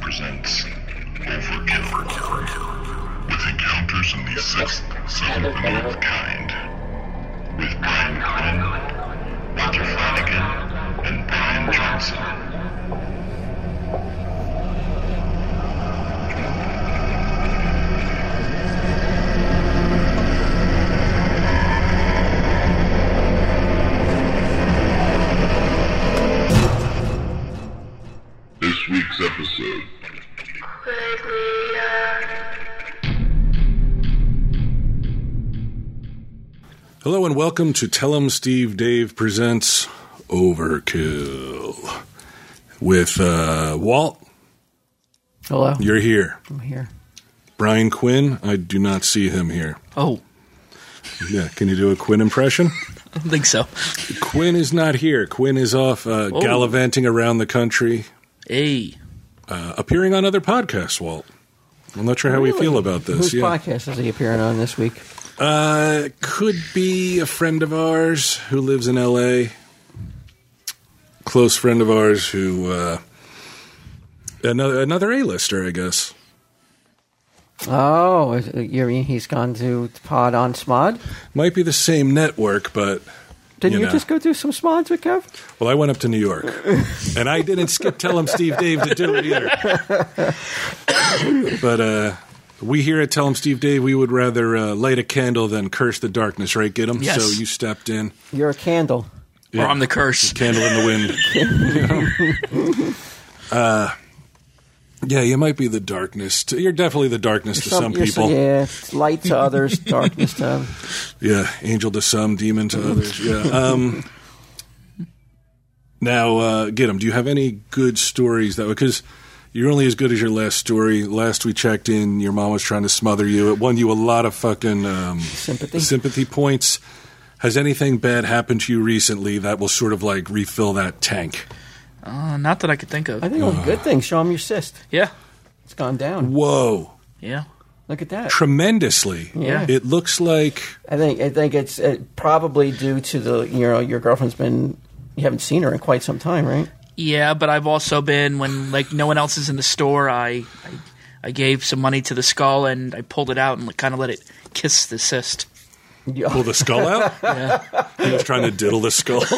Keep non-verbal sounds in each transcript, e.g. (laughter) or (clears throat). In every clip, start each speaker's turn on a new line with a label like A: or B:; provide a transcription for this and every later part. A: presents Overkill. With encounters in the sixth, seventh, and eighth kind. With Brian Quinn, Roger Flanagan, and Brian Johnson. This week's episode.
B: Hello and welcome to Tell 'em Steve Dave presents Overkill with uh, Walt.
C: Hello.
B: You're here.
C: I'm here.
B: Brian Quinn. I do not see him here.
C: Oh,
B: Yeah, can you do a Quinn impression?
C: I don't think so.
B: Quinn is not here. Quinn is off uh,
C: Oh.
B: gallivanting around the country,
C: Hey,
B: uh, appearing on other podcasts. Walt, I'm not sure how we feel about this.
C: Whose
B: yeah.
C: podcast is he appearing on this week?
B: Uh, could be a friend of ours who lives in L.A. Close friend of ours who uh, another another A-lister, I guess.
C: Oh, is- you mean he's gone to Pod on Smod?
B: Might be the same network, but
C: Didn't
B: You
C: you,
B: know.
C: just go through some Smods with Kev?
B: well, I went up to New York, and I didn't skip tell him Steve Dave to do it either. but uh, we here at Tell him Steve Dave, we would rather uh, light a candle than curse the darkness, right? Get him.
D: Yes.
B: So you stepped in,
C: You're a candle.
B: Yeah.
D: or I'm the curse.
B: candle in the wind.
C: (laughs)
B: uh, yeah, you might be the darkness. To, you're definitely the darkness to some,
C: you're
B: people.
C: So, yeah, it's light to
B: (laughs)
C: others, darkness to others.
B: Yeah, angel to some, demon to others. Yeah. Um, now, uh, get 'em. Do you have any good stories that because you're only as good as your last story. Last we checked in, your mom was trying to smother you. It won you a lot of fucking um,
C: Sympathy.
B: sympathy points. Has anything bad happened to you recently that will sort of like refill that tank?
D: Uh, not that I could think
C: I
D: of.
C: think it was
B: Uh.
C: a good thing. Show him your cyst.
D: Yeah,
C: It's gone down.
B: Whoa,
D: yeah.
C: Look at that.
B: tremendously.
D: Yeah.
B: It looks like
C: I think I think it's uh, probably due to the you know your girlfriend's been you haven't seen her in quite some time, right?
D: Yeah, but I've also been when like no one else is in the store. I I, I gave some money to the skull and I pulled it out and kind of let it kiss the cyst.
C: Yeah.
B: pull the skull
D: (laughs)
B: out. He was trying to diddle the skull. (laughs)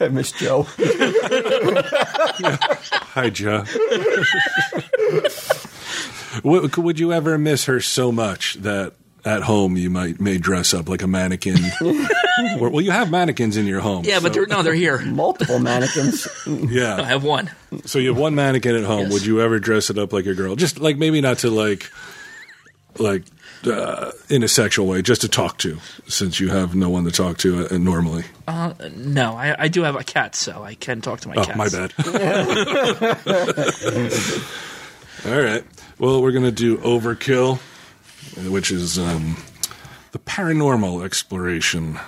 C: I miss Joe.
B: Hi, Joe. would, would you ever miss her so much that at home you might may dress up like a
D: (laughs)
B: mannequin? or, well, you have mannequins in your home.
D: Yeah, but
B: so-
D: they're no, they're (laughs) here.
C: Multiple
B: (laughs)
C: mannequins.
D: I
B: yeah.
D: have one.
B: So you have one mannequin at home.
D: Yes.
B: Would you ever dress it up like a girl? Just like maybe not to like, like uh, in a sexual way, just to talk to, since you have no one to talk to uh, normally.
D: Uh, no, I, I do have a cat, so I can talk to my
B: Oh,
D: cat.
B: my bad. (laughs) All right. Well, we're going to do Overkill, which is um, the paranormal exploration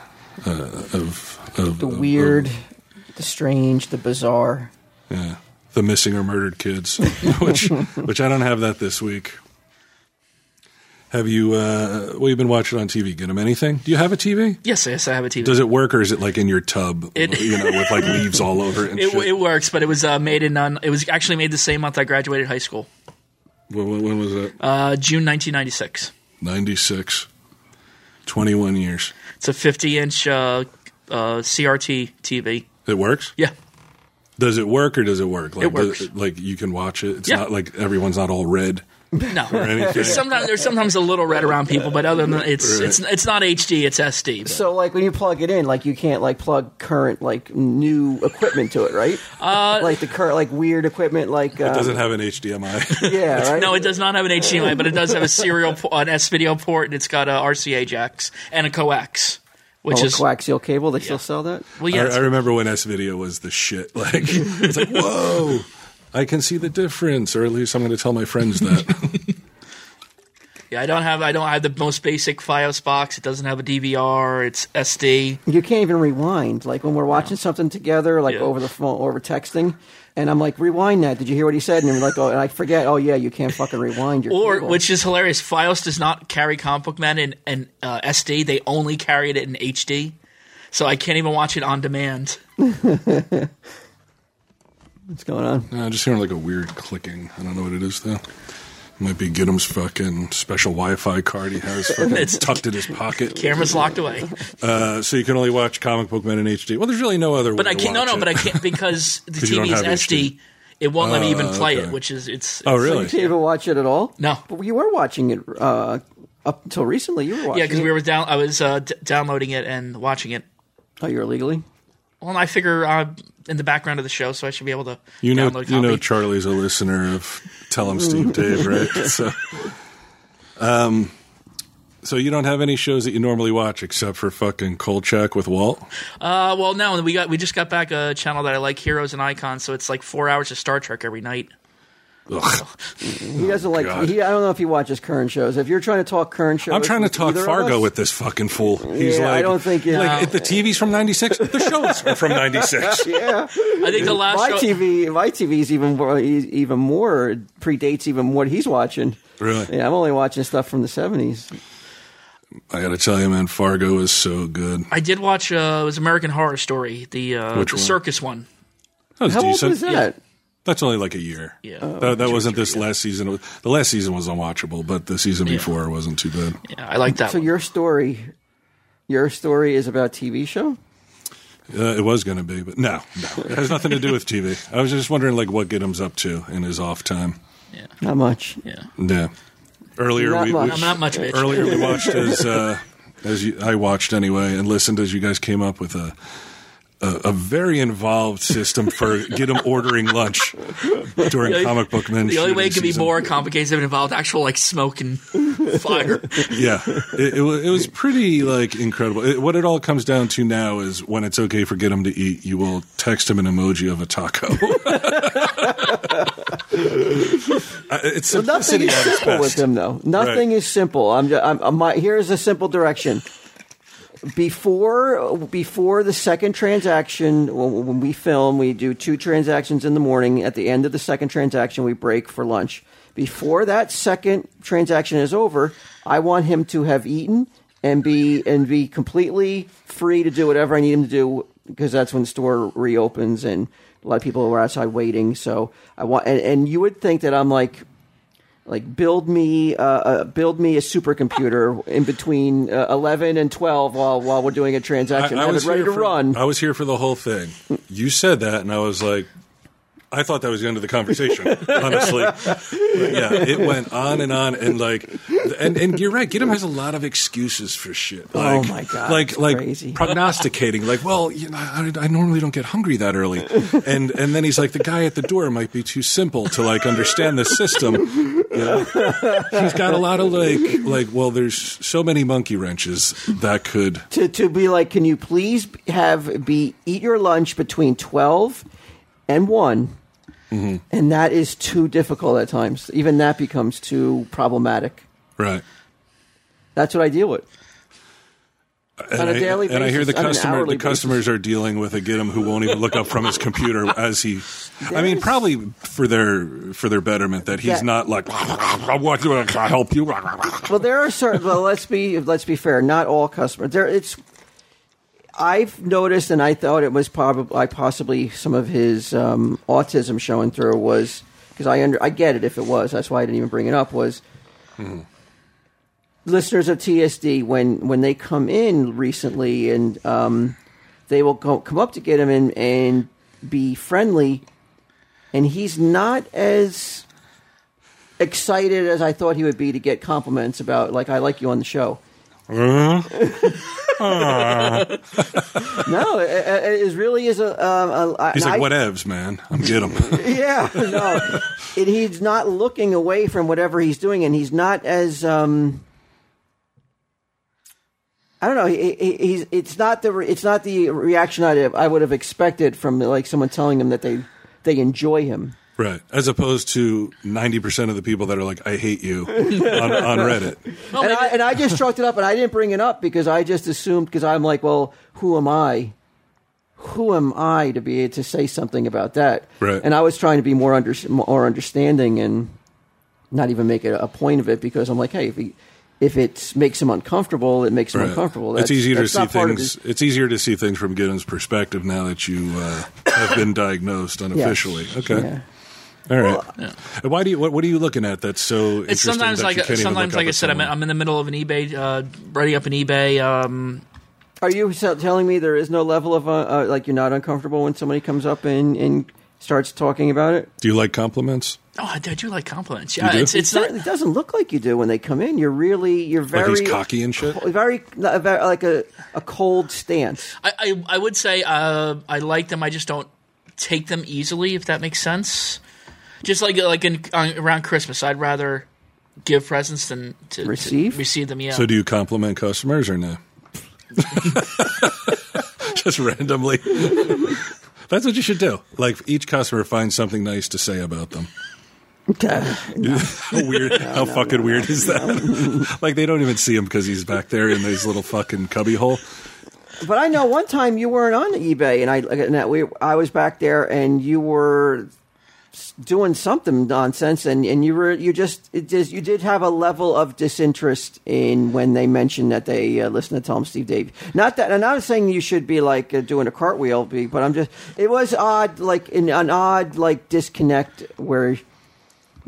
B: uh, of, of
C: the
B: of-
C: weird,
B: Uh-huh.
C: the strange, the bizarre.
B: yeah, the missing or murdered kids, (laughs) which which I don't have that this week. Have you? Uh, what you been watching on TV? Get 'em anything? Do you have a TV?
D: Yes, yes, I have a TV.
B: Does it work, or is it like in your tub?
D: It-
B: you know, with
D: (laughs)
B: like leaves all over it. And
D: it,
B: shit?
D: it works, but it was uh, made in on. It was actually made the same month I graduated high school,
B: when, when- when was that?
D: uh, June 1996.
B: 96. 21 years.
D: It's a 50 inch uh, uh, CRT TV.
B: It works?
D: Yeah,
B: Does it work or does it work? Like,
D: It works.
B: does- like you can watch it. It's
D: Yeah.
B: not like everyone's not all red
D: no,
B: or anything.
D: Sometimes there's sometimes a little red around people, but other than that, it's
B: Right.
D: it's it's not HD, it's SD. but-
C: So like when you plug it in, like you can't like plug current like new equipment to it, right? Uh, like the current like weird equipment, like um,
B: it doesn't have an HDMI.
C: yeah, right.
D: (laughs) no, it does not have an HDMI, but it does have a serial po- an S video port, and it's got a RCA jacks and a coax, which
C: Oh,
D: is
C: coaxial cable. They still sell that.
B: (laughs)
D: well,
B: I,
D: yeah,
B: I remember when S Video was the shit. (laughs) Like, it's like, whoa, I can see the difference. Or at least I'm going to tell my friends
D: (laughs)
B: that.
D: yeah. I don't have I don't have the most basic FiOS box. It doesn't have a DVR. It's SD.
C: You can't even rewind. Like when we're watching something together, like
D: Yeah.
C: over the phone, over texting, and I'm like, rewind that. Did you hear what he said? And you're like, oh, and I forget. Oh yeah, you can't fucking rewind your
D: (laughs) Or
C: cable.
D: which is hilarious, FiOS does not carry comic book man in, in uh, SD. They only carry it in HD, so I can't even watch it on demand.
C: What's going on?
B: I'm just hearing like a weird clicking. I don't know what it is though. Might be Giddim's fucking special Wi-Fi card he
D: (laughs)
B: has fucking tucked in his pocket.
D: Camera's locked away.
B: Uh, so you can only watch Comic Book Men in HD. Well, there's really no other.
D: But
B: way
D: I
B: to
D: can't. No,
B: watch
D: no.
B: it.
D: But I
B: (laughs)
D: can't because the
B: 'Cause you don't
D: TV is
B: have
D: SD.
B: HD.
D: It won't let me even
B: Ah,
D: play
B: okay.
D: it, which is it's.
B: Oh,
D: it's-
B: really?
C: You can't even watch it at all.
D: No.
C: but you were watching it uh, up until recently. You were watching.
D: Yeah, because
C: it.
D: we were down. I was uh, d- downloading it and watching it.
C: Oh, you were legally.
D: Well, and I figure uh, in the background of the show, so I should be able to.
B: You know,
D: download
B: you know,
D: copy.
B: Charlie's a listener of Tell
C: (laughs)
B: Him Steve Dave, right? So, um, so you don't have any shows that you normally watch except for fucking Kolchak with Walt.
D: Uh, well, no, we got we just got back a channel that I like, Heroes and Icons. So it's like four hours of Star Trek every night.
B: Ugh.
C: He doesn't like.
B: God.
C: He, I don't know if he watches current shows. If you're trying to talk current shows,
B: I'm trying to
C: with
B: talk
C: either of
B: Fargo
C: us-
B: with this fucking fool. He's
C: Yeah, I
B: like,
C: don't think it-
B: like if the TV's from '96, the shows are from
C: (laughs)
B: '96.
C: Yeah,
D: I think the last
C: my
D: show,
C: TV, my TV's even more, even more predates even what he's watching.
B: Really?
C: Yeah, I'm only watching stuff from the '70s.
B: I gotta tell you, man, Fargo is so good.
D: I did watch uh, it was American Horror Story, the uh,
B: Which
D: the
B: one?
D: circus one.
B: That was
C: How old
B: decent.
C: was that?
B: That's only like a year.
D: Yeah.
B: that, that wasn't this last season. It was- The last season was unwatchable, but the season before wasn't too bad.
D: Yeah, I like that.
C: So
D: one.
C: your story, your story is about TV show.
B: Uh, it was going to be, but no, no, it has nothing to do with TV. I was just wondering, like, what Giddim's up to in his off time.
C: Not much.
D: yeah.
B: Yeah. Earlier
C: Not
B: we,
C: much.
B: we-
D: I'm not much of a bitch.
B: earlier we (laughs) watched as uh, as you, I watched anyway and listened as you guys came up with a a, a very involved system for Gidim ordering lunch during comic book men.
D: The only way it could
B: shooting
D: be
B: season.
D: more complicated if it involved actual like smoke and (laughs) fire.
B: yeah, it, it, wa- it was pretty like incredible. It, what it all comes down to now is when it's okay for get him to eat, you will text him an emoji of
C: (laughs)
B: a taco. (laughs) Uh, it's
C: But nothing
B: simplicity
C: is
B: at its
C: simple with
B: best.
C: them, though. Nothing
B: Right.
C: is simple. I'm, ju- I'm, I'm my, here's a simple direction. Before before the second transaction, when when we film, we do two transactions in the morning. At the end of the second transaction, we break for lunch. Before that second transaction is over, I want him to have eaten and be and be completely free to do whatever I need him to do because that's when the store reopens and a lot of people are outside waiting. So I want and, and you would think that I'm like like build me uh, uh, build me a supercomputer in between uh, 11 and 12 while while we're doing a transaction. I, am ready
B: here
C: to
B: for, uh,
C: run.
B: I was here for the whole thing. You said that, and I was like, I thought that was the end of
C: (laughs)
B: the conversation, honestly. But yeah, it went on and on, and like, and, and you're right. Gidim has a lot of excuses for shit. Like,
C: Oh my God,
B: Like
C: it's
B: like
C: crazy.
B: prognosticating. Like, well, you know, I, I normally don't get hungry that early, and and then he's like, the guy at the door might be too simple to like understand the system. He's got a lot of like like. Well, there's so many monkey wrenches that could.
C: to to be like, can you please have be eat your lunch between 12 and one
B: Mm-hmm.
C: And that is too difficult at times. Even that becomes too problematic.
B: Right.
C: That's what I deal with.
B: and
C: on a
B: I-
C: daily
B: And I hear
C: basis,
B: the
C: on an
B: customer, the
C: hourly
B: customers are dealing with a get him who won't even look up from
C: (laughs)
B: his computer as he. I mean, probably for their for their betterment that he's
C: Yeah.
B: not like. What do I can I help you? Right.
C: well, there are certain. Well, let's be let's be fair. Not all customers. There, it's. I've noticed, and I thought it was probably possibly some of his um, autism showing through was because I under I get it if it was. That's why I didn't even bring it up. Was listeners of TSD when when they come in recently and um, they will go, come up to get him and and be friendly, and he's not as excited as I thought he would be to get compliments about like I like you on the show.
B: Mm-hmm.
C: (laughs) no, it, it it really is a. Um, a
B: He's
C: and
B: like,
C: I-
B: whatevs, man. I'm
C: (laughs)
B: get him.
C: yeah, no. And he's not looking away from whatever he's doing, and he's not as um. I don't know. He, he, he's it's not the re- it's not the reaction I I would have expected from like someone telling him that they they enjoy him.
B: Right. As opposed to 90% of the people that are like, I
C: (laughs)
B: hate you on, on Reddit.
C: and, I, and I just chalked it up, and I didn't bring it up because I just assumed because I'm like, well, who am I? Who am I to be to say something about that?
B: Right.
C: And I was trying to be more under, more understanding and not even make it a point of it because I'm like, hey, if he, If it makes him uncomfortable, it makes him
B: Right.
C: uncomfortable.
B: it's
C: That's-
B: easier to
C: that's
B: see
C: not part of
B: things.
C: his-
B: It's easier to see things from Giddens' perspective now that you uh,
C: (coughs)
B: have been diagnosed unofficially. Okay,
C: yeah.
B: all right. And Why do you? What, what are you looking at? That's so.
D: It's
B: interesting
D: sometimes
B: that
D: like
B: you can't even
D: sometimes
B: look
D: like
B: up
D: I
B: at
D: said, I'm,
B: someone?
D: I'm in the middle of an eBay uh, writing up an eBay. Um,
C: Are you so- telling me there is no level of uh, uh, like you're not uncomfortable when somebody comes up and, and starts talking about it?
B: do you like compliments?
D: oh, I do- I do like compliments. Yeah,
B: do?
D: it's it's not
C: Certainly doesn't look like you do when they come in. You're really you're
B: Like
C: very
B: he's cocky and shit.
C: very a very- like a, a cold stance.
D: I, I, I would say uh, I like them. I just don't take them easily, if that makes sense. Just like like in on, around Christmas, I'd rather give presents than to to
C: Receive?
D: receive them. Yeah.
B: So do you compliment customers or no? (laughs) Just randomly. That's what you should do. Like each customer finds something nice to say about them. How
D: (laughs)
B: weird! how fucking weird is that? (laughs) like they don't even see him because he's back there in his little fucking cubbyhole.
C: But I know one time you weren't on eBay, and I and that we I was back there, and you were s- doing something nonsense, and, and you were you just it just you did have a level of disinterest in when they mentioned that they uh, listen to Tom Steve Dave. Not that, and I'm not saying you should be like uh, doing a cartwheel, be- but I'm just it was odd, like in an odd like disconnect where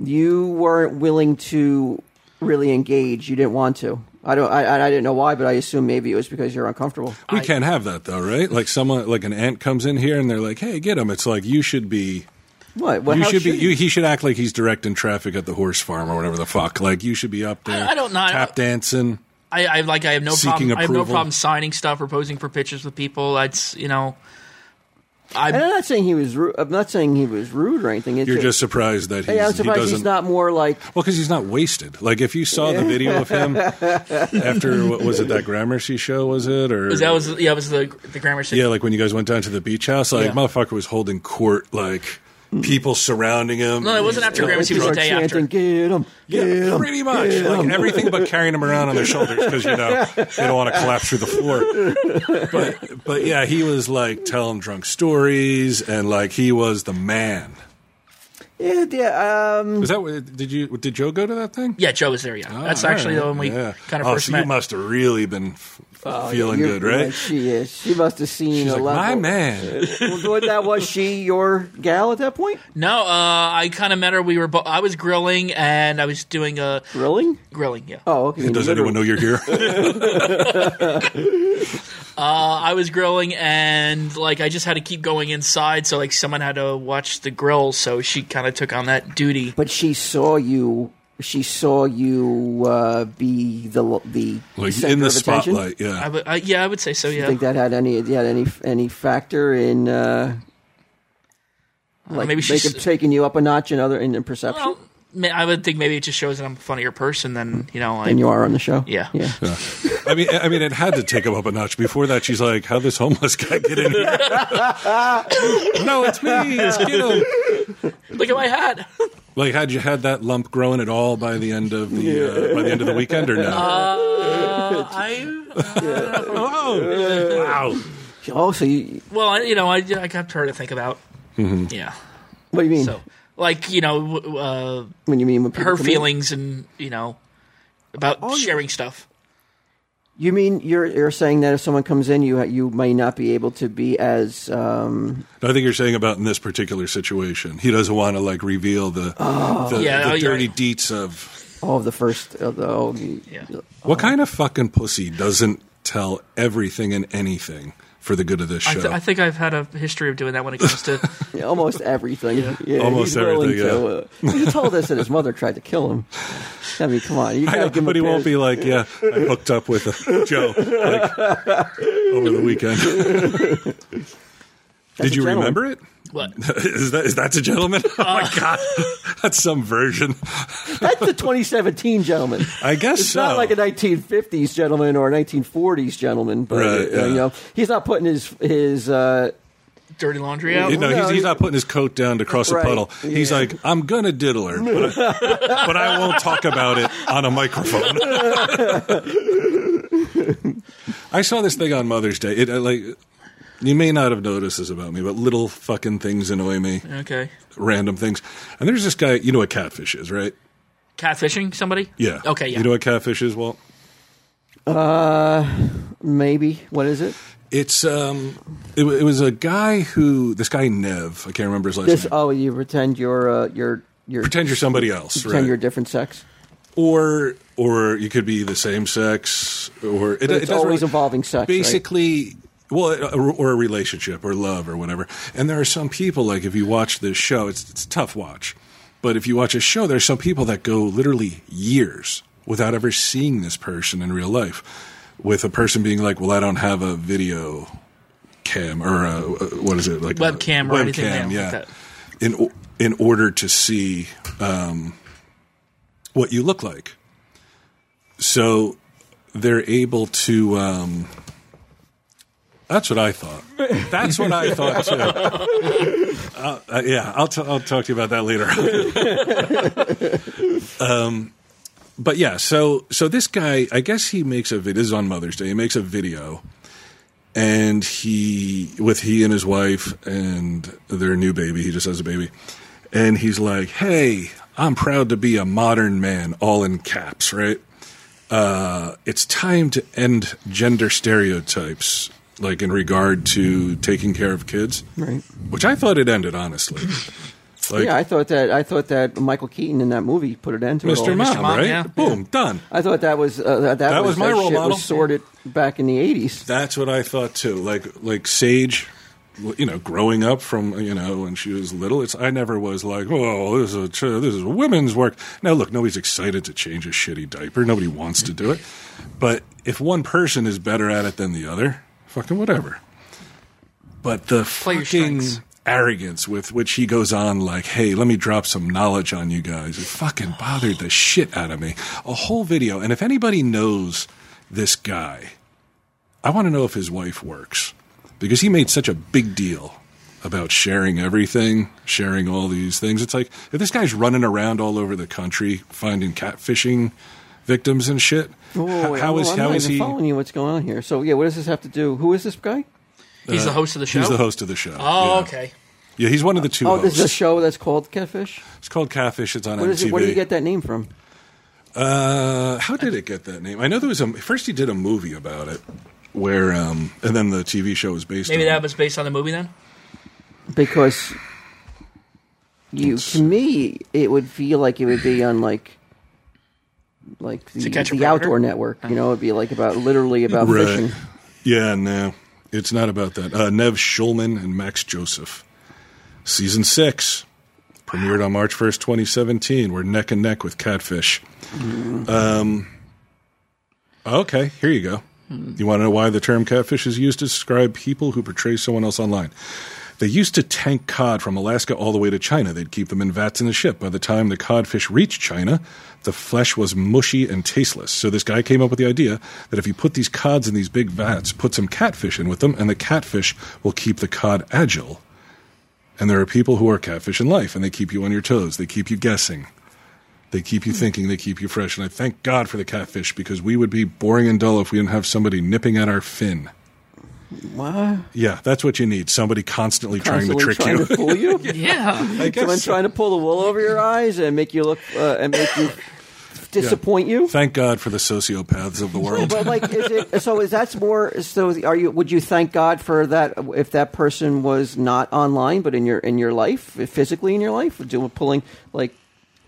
C: you weren't willing to really engage. You didn't want to. I don't. I, I didn't know why, but I assume maybe it was because you're uncomfortable.
B: We
D: I-
B: can't have that though, right? Like someone, like an ant comes in here and they're like, "Hey, get him!" It's like you should be.
C: What? Well,
B: you
C: how
B: should be.
C: you-
B: You, he should act like he's directing traffic at the horse farm or whatever the fuck. Like you should be up there.
D: I don't know.
B: Tap dancing.
D: I, I like I have no
B: Seeking
D: problem. I have no
B: approval.
D: problem signing stuff or posing for pictures with people. That's you know. I,
C: and I'm not saying he was. Rude, I'm not saying he was rude or anything. It's
B: You're just surprised that he's,
C: Hey, I'm
B: he
C: surprised
B: doesn't.
C: he's not more like.
B: Well, because he's not wasted. Like if you saw the video of
D: (laughs)
B: him after what was it that Gramercy show was it or
D: that was yeah, it was the the grammar.
B: yeah like when you guys went down to the beach house like
D: Yeah. Hmm.
B: motherfucker was holding court like people surrounding him.
D: No, it wasn't after Gramercy. It was
C: people
D: the
C: are
D: day after.
C: chanting, Get him! Get
B: Yeah,
C: him!
B: pretty much like everything but carrying him around on their shoulders because
C: (laughs)
B: you know they don't want to collapse through the floor. But but yeah, he was like telling drunk stories and like he was the man.
C: Yeah, yeah. Um,
B: Was that what- did you did Joe go to that thing?
D: Yeah, Joe was there. Yeah,
B: Ah,
D: that's
B: all
D: actually
B: right,
D: the one we
B: yeah.
D: kind of
B: oh,
D: first
B: so
D: met. Oh,
B: You must have really been f- feeling
C: you're-
B: good, right?
C: She is. She must have seen
B: She's
C: a
B: like,
C: level.
B: my
D: (laughs)
B: man.
C: (laughs) well, what, that was she your gal at that point?
D: no, uh, I kind of met her. We were bo- I was grilling and I was doing a
C: Grilling?
D: grilling. Yeah, Uh,
C: Oh, okay.
B: Does anyone know you're
D: (laughs)
B: here?
D: I was grilling and like I just had to keep going inside, so like someone had to watch the grill, so she kind of took on that duty.
C: But she saw you. She saw you uh, be the the
B: like
C: center
B: in the
C: of attention?
B: spotlight,
D: I
B: yeah.
D: would, I, yeah, I would say so. Yeah,
C: Think that had any had any any factor in uh,
D: Uh,
C: like
D: maybe she's.
C: making- taking you up a notch in other in, in perception?
D: well, ma- I would think maybe it just shows that I'm a funnier person than you know. I,
C: and you are on the show.
D: Yeah.
C: yeah.
B: I mean, I mean, it had to take him up a notch. Before that, she's like, "How this homeless guy get in here?" (laughs) no, it's me. It's Kiddo.
D: look at my hat. (laughs)
B: Like, had you had that lump growing at all by the end of the uh, by the end of the weekend or no?
D: (laughs) Oh,
B: (laughs)
D: Uh, I
B: oh, wow.
C: Oh, so you,
D: well, I, you know, I I kept her to think about.
B: Mm-hmm.
D: Yeah,
C: what do you mean?
D: so like you know w- w- uh,
C: when you mean when people
D: her
C: come in?
D: feelings and you know about sharing stuff.
C: You mean you're you're saying that if someone comes in, you you may not be able to be as um,
B: I think you're saying about in this particular situation, he doesn't want to like reveal the the,
D: Yeah,
B: the
D: oh, yeah.
B: dirty deets of
C: all of the first. Of the, oh,
D: Yeah.
B: What kind of fucking pussy doesn't tell everything and anything for the good of this
D: I,
B: show?
D: th- I think I've had a history of doing that when it
B: (laughs)
D: comes to.
C: yeah, almost everything. Yeah,
B: Almost
C: he's willing
B: everything,
C: To, uh, he told us that his mother tried to kill him. I mean, come on, you
B: (laughs) I
C: gotta
B: know,
C: give him
B: but
C: a
B: he won't
C: bit
B: be like, yeah, I hooked up with a Joe like, over the
D: (laughs)
B: weekend. Did
C: a
B: you
C: gentleman.
B: remember it?
D: What?
B: (laughs) Is that is that a gentleman? (laughs) Oh
C: Uh.
B: my god, that's some version.
C: of- That's the 2017 gentleman.
B: I guess
C: It's
B: so.
C: not like a 1950s gentleman or a 1940s gentleman, but
B: Right,
C: uh, you
B: yeah.
C: know, he's not putting his his. Uh,
D: dirty laundry out.
B: You know, he's,
C: No,
B: he's
C: he-
B: not putting his coat down to cross
C: Right,
B: a puddle. He's like, I'm gonna diddle her, but
C: (laughs)
B: I, but I won't talk about it on a microphone. I saw this thing on Mother's Day. It uh, like you may not have noticed this about me, but little fucking things annoy me,
D: Okay.
B: random things. And there's this guy. You know what catfish is, right?
D: catfishing somebody?
B: Yeah.
D: Okay, yeah.
B: You know what catfish is, Walt?
C: Maybe. What is it?
B: It's um, it, wa- it was a guy who this guy Nev, I can't remember his last
C: This.
B: name.
C: Oh, you pretend you're uh, you're you're
B: Pretend you're somebody else,
C: pretend you're
B: right?
C: a different sex.
B: Or or you could be the same sex, or it, it
C: it's
B: doesn't
C: always
B: really-
C: involving sex, right?
B: Basically, well, or, or a relationship, or love, or whatever. And there are some people like if you watch this show, it's it's a tough watch, but if you watch a show, there's some people that go literally years without ever seeing this person in real life, with a person being like, "Well, I don't have a video." Cam or uh, what is it like a
D: Webcam or anything, yeah, like
B: yeah
D: that.
B: in o- in order to see um, what you look like. So they're able to. Um, that's what I thought. That's what I thought too. Uh, uh, yeah, I'll t- I'll talk to you about that later. um, but yeah, so so this guy, I guess he makes a video. This is on Mother's Day. He makes a video and he with he and his wife and their new baby he just has a baby and he's like hey i'm proud to be a modern man all in caps right uh, it's time to end gender stereotypes like in regard to taking care of kids
C: Right.
B: which i thought it ended honestly
C: (laughs)
B: like
C: yeah, I thought that I thought that Michael Keaton in that movie put an end to it. all.
B: mr mom
D: Mom,
B: right
D: yeah.
B: boom done
C: I thought that was uh, that,
B: That was my
C: that
B: role
C: shit
B: model.
C: Was sorted back in the eighties.
B: That's what I thought too. Like like Sage, you know, growing up from you know when she was little, it's I never was like, oh, this is a ch- this is women's work. Now look, nobody's excited to change a shitty diaper. Nobody wants to do it. But if one person is better at it than the other, fucking whatever. But the
D: your
B: fucking
D: strengths.
B: arrogance with which he goes on, like, "Hey, let me drop some knowledge on you guys," it fucking bothered the shit out of me. A whole video. And if anybody knows this guy, I want to know if his wife works because he made such a big deal about sharing everything, sharing all these things. It's like if this guy's running around all over the country finding catfishing victims and shit.
C: Oh,
B: how-
C: wait,
B: how
C: oh,
B: is
C: I'm
B: how
C: not
B: is
C: even
B: he?
C: following you? What's going on here? So yeah, what does this have to do? Who is this guy?
D: He's the host of the show.
B: Uh, He's the host of the show.
D: Oh,
B: Yeah.
D: okay.
B: Yeah, he's one of the two
C: Oh,
B: hosts.
C: this is a show that's called Catfish.
B: It's called Catfish. It's on
C: What is
B: MTV.
C: it? Where do you get that name from?
B: Uh, how did it get that name? I know there was a first. He did a movie about it, where um, and then the TV show was based.
D: Maybe
B: on
D: that
B: it.
D: was based on the movie then.
C: Because you, to me, it would feel like it would be on like like the,
D: Catch a
C: the
D: Predator?
C: outdoor network. You know, it'd be like about literally about
B: Right.
C: fishing.
B: Yeah, no, it's not about that. Uh, Nev Schulman and Max Joseph, season six, premiered on March first, twenty seventeen. We're neck and neck with Catfish. Um, okay, here you go. You want to know why the term catfish is used to describe people who portray someone else online? They used to tank cod from Alaska all the way to China. They'd keep them in vats in the ship. By the time the codfish reached China, the flesh was mushy and tasteless. So this guy came up with the idea that if you put these cods in these big vats, put some catfish in with them, and the catfish will keep the cod agile. And there are people who are catfish in life, and they keep you on your toes. They keep you guessing. They keep you thinking. They keep you fresh. And I thank God for the catfish because we would be boring and dull if we didn't have somebody nipping at our fin.
C: Wow.
B: Yeah, that's what you need. Somebody constantly,
C: Constantly
B: trying to trick
C: trying
B: you.
C: to fool you.
B: (laughs)
D: Yeah.
B: I guess
C: Someone trying to pull the wool over your eyes and make you look uh, and make you disappoint you.
B: Thank God for the sociopaths of the world.
C: But like, is it so? Is that's more? So are you? Would you thank God for that if that person was not online, but in your in your life, physically in your life, doing pulling like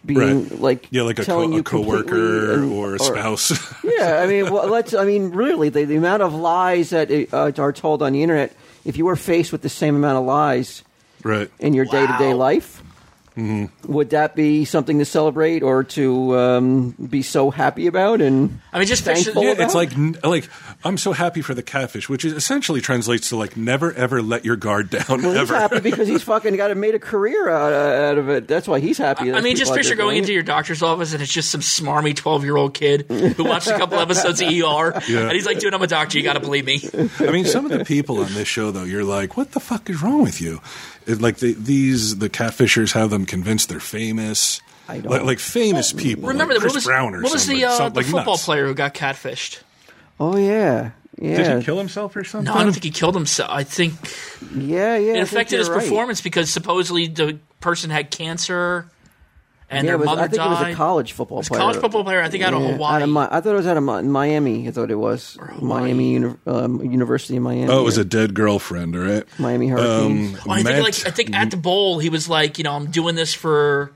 C: being
B: Right.
C: like
B: yeah, like a,
C: telling
B: co-
C: you
B: a coworker
C: completely and-
B: or a spouse. (laughs)
C: yeah, I mean, well, let's. I mean, really, the, the amount of lies that uh, are told on the internet. If you were faced with the same amount of lies
B: right.
C: in your day to day
D: Wow.
C: life.
B: Mm-hmm.
C: Would that be something to celebrate or to um, be so happy about? And
D: I mean, just picture.
C: Thankful.
B: Yeah,
C: about?
B: it's like n- like I'm so happy for the catfish, which is essentially translates to like never ever let your guard (laughs) down
C: well, he's
B: ever.
C: happy because
B: (laughs)
C: he's fucking got a, made a career out, out of it. That's why he's happy.
D: I mean, just picture going into your doctor's office and it's just some smarmy 12 year old kid who watched a couple episodes of ER.
B: (laughs)
D: And he's like, dude, I'm a doctor. You got to believe me.
B: I mean, some of the people on this show, though, you're like, what the fuck is wrong with you? It, like the, these, the catfishers have them convinced they're famous.
C: I don't-
B: like, like famous people.
D: Remember,
B: like
D: that
B: Chris
D: what was,
B: Brown or
D: what was
B: something,
D: the, uh,
B: some-
D: the
B: like
D: football
B: nuts.
D: player who got catfished?
C: Oh yeah, yeah,
B: Did he kill himself or something?
D: No, I don't think he killed himself. I think
C: yeah, yeah. I
D: it
C: think
D: affected
C: you're
D: his
C: right.
D: performance because supposedly the person had cancer and
C: Yeah,
D: their
C: it was,
D: mother
C: I think
D: died.
C: it was a college football
D: It's a
C: player.
D: college football player. I think out of
C: Yeah,
D: Hawaii.
C: out of Mi- I thought it was out of Mi- Miami. I thought it was
D: Hawaii.
C: Miami Uni- um, University of Miami.
B: Oh, it was a dead girlfriend, all right? Um,
C: Miami Hurricanes.
D: Well, I think
B: Mant-
D: like I think at the bowl he was like, you know, I'm doing this for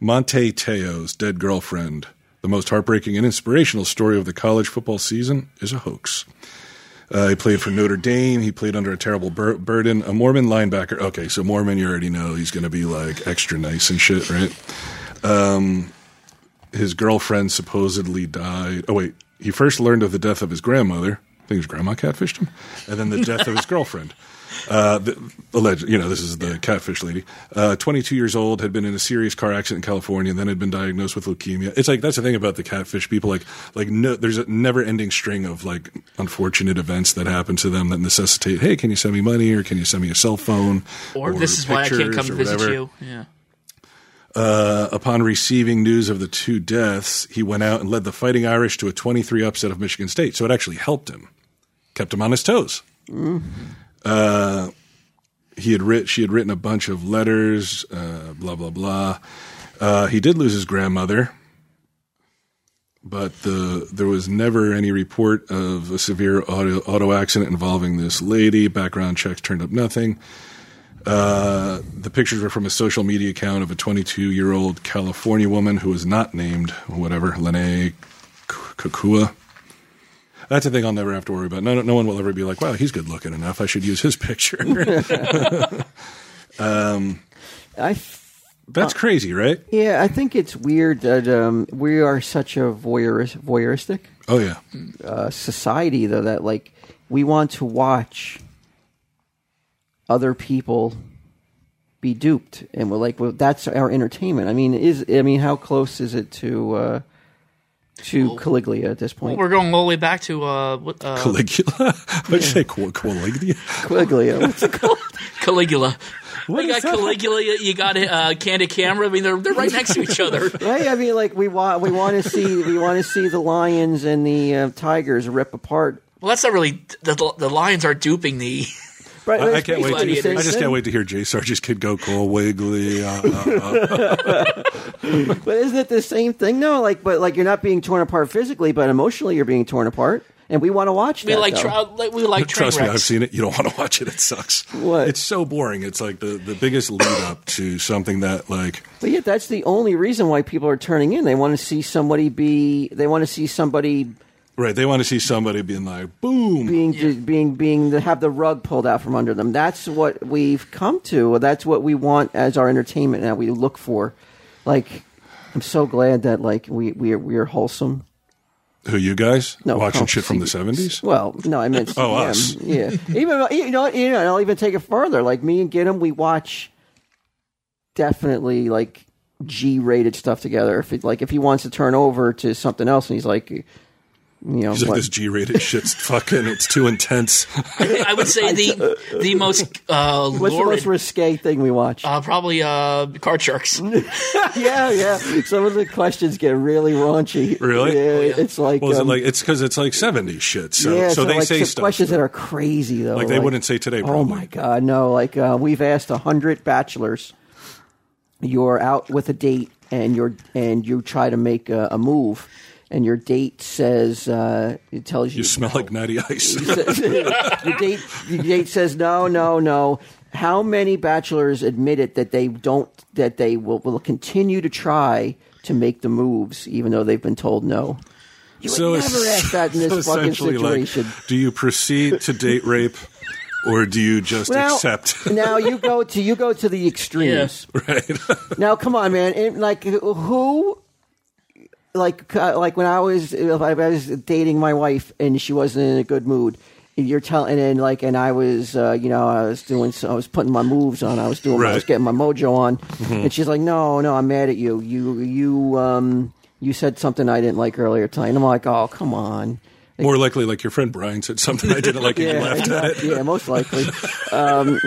B: Monte Teo's dead girlfriend. The most heartbreaking and inspirational story of the college football season is a hoax. Uh, he played for Notre Dame. He played under a terrible bur- burden. A Mormon linebacker. Okay, so Mormon, you already know he's going to be like extra nice and shit, right? Um, his girlfriend supposedly died. Oh wait, he first learned of the death of his grandmother. I think his grandma catfished him, and then the death
D: (laughs)
B: of his girlfriend uh, the, alleged, you know, this is the catfish lady. Uh, 22 years old, had been in a serious car accident in California, and then had been diagnosed with leukemia. It's like that's the thing about the catfish people. Like, like no, there's a never-ending string of like unfortunate events that happen to them that necessitate, hey, can you send me money or can you send me a cell phone?
D: or, this is why I can't
B: pictures
D: come
B: or
D: visit
B: whatever."
D: you. Yeah.
B: Uh, upon receiving news of the two deaths, he went out and led the Fighting Irish to a 23 upset of Michigan State. So it actually helped him, kept him on his toes. Uh, he had writ- she had written a bunch of letters, uh, blah, blah, blah. Uh, he did lose his grandmother, but the, there was never any report of a severe auto, auto accident involving this lady. Background checks turned up nothing. Uh, the pictures were from a social media account of a 22 year old California woman who was not named, whatever, Lene Kakua. That's a thing I'll never have to worry about. No, no one will ever be like, wow, he's good looking enough. I should use his (laughs) picture.
C: I f-
B: That's crazy, right?
C: yeah, I think it's weird that um, we are such a voyeuris- voyeuristic
B: Oh, yeah.
C: uh, society, though, that like we want to watch other people be duped, and we're like, well, that's our entertainment. I mean, is I mean, how close is it to uh, to Caligula at this point?
D: We're going all the way back to uh, what, uh
B: Caligula? (laughs) What'd you say? Cal- Caligula?
C: Caligula. What's it called?
D: Caligula.
B: What
D: you
B: is
D: got
B: that?
D: Caligula, you you got uh, Candid Camera. I mean, they're they're right next to each (laughs) other.
C: Right? I mean, like we want we want to see we want to see the lions and the uh, tigers rip apart.
D: Well, that's not really the the lions are duping the.
C: Right,
B: I, I
C: it's
B: can't wait.
C: basically the
B: To,
C: same
B: I just can't
C: thing.
B: wait to hear Jay Sarge's kid go cool wiggly. Uh, uh,
C: But isn't it the same thing? No, like but like you're not being torn apart physically, but emotionally you're being torn apart, and we want to watch
D: We
C: that.
D: like
C: though.
D: tra- like- we like train
B: Trust me,
D: wrecks.
B: I've seen it. You don't want to watch it. It sucks.
C: What?
B: It's so boring. It's like the, the biggest lead up to something that like
C: but yet that's the only reason why people are turning in. They want to see somebody be. They want to see somebody
B: right. They want to see somebody being like boom.
C: being being being to have the rug pulled out from under them. That's what we've come to. That's what we want as our entertainment and we look for. Like I'm so glad that like we we are, we are wholesome.
B: Who you guys?
C: No,
B: watching
C: oh,
B: shit from the
C: see-
B: seventies.
C: Well, no, I meant
B: (laughs) Oh,
C: CDM.
B: us.
C: Yeah, even you know, you know, and I'll even take it further. Like me and Ginnam, we watch definitely like G-rated stuff together. If it, like if he wants to turn over to something else, and he's like, you know,
B: It's like
C: what-
B: this G-rated shit's fucking. It's too intense.
C: (laughs)
D: (laughs) I would say the the most uh,
C: what's the most
D: lurid,
C: risque thing we watch?
D: uh, probably uh, card (laughs) sharks.
C: yeah, yeah. Some of the questions get really raunchy.
B: Really?
C: Yeah,
B: Oh,
C: it's like,
B: Well, is it
C: um,
B: like it's because it's like seventies shit. So
C: yeah,
B: so they
C: like
B: say
C: some
B: stuff.
C: questions that are crazy though.
B: Like they wouldn't say today,
C: Oh
B: probably.
C: my god, no! Like uh, we've asked a hundred bachelors, you're out with a date and you're and you try to make a, a move, and your date says uh, it tells you
B: you smell like natty ice.
C: (laughs) your date your date says no, no, no. How many bachelors admitted that they don't that they will, will continue to try to make the moves even though they've been told no?
B: (laughs)
C: You would never ask that in this
B: so
C: fucking
B: essentially,
C: situation.
B: Like, do you proceed to date rape, or do you just
C: Well, (laughs)
B: accept? (laughs)
C: now you go to you go to the extremes. Now come on, man. It, like who? Like uh, like when I was if I was dating my wife and she wasn't in a good mood. and You're telling and then, like and I was uh, you know I was doing so I was putting my moves on. I was doing I was
B: Right. Mm-hmm.
C: getting my mojo on. And she's like, no, no, I'm mad at you. You you um you said something I didn't like earlier tonight. And I'm like, oh come on.
B: More likely, like your friend Brian said something I didn't like, and you laughed at it.
C: exactly. Yeah, most likely. Um,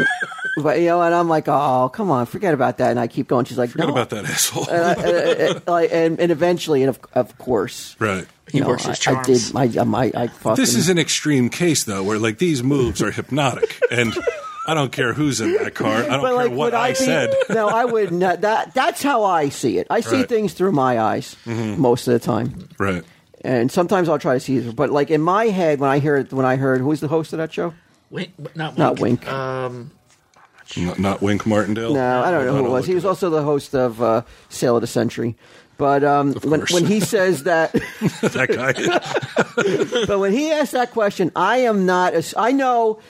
C: but you know, and I'm like, oh, come on, forget about that. And I keep going. She's like,
B: Forget
C: no.
B: about that asshole.
C: Uh, uh, uh, like, and, and eventually, and of, of course,
B: (laughs) right.
D: He
C: you know,
D: works his
C: I, I
D: charms.
C: did. I, um, I, I fucking,
B: This is an extreme case, though, where like these moves are hypnotic, and I don't care who's in that car. I don't care what
C: would
B: I,
C: be- (laughs)
B: said.
C: no, I wouldn't. That that's how I see it. I see
B: Right. Mm-hmm.
C: things through my eyes most of the time,
B: Right.
C: and sometimes I'll try to see it. But like in my head, when I hear it, when I heard who's the host of that show,
D: Wink, not wink.
C: Not Wink.
D: Um,
B: N- not Wink Martindale.
C: No, I don't know who it was. He was also the host of uh, Sale of the Century. But um, when,
B: course.
C: when (laughs) he says that,
B: that
C: (laughs)
B: guy.
C: but when he asks that question, I am not. as- I know.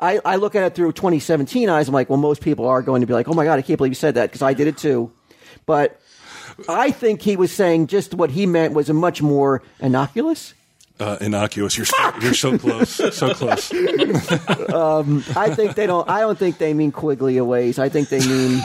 C: I, I look at it through 2017 eyes. I'm like, well, most people are going to be like, oh my god, I can't believe you said that because I did it too. But I think he was saying just what he meant was a much more innocuous.
B: Uh, innocuous. You're so, you're so close. So close.
C: I think they don't. I don't think they mean quiggly ways. I think they mean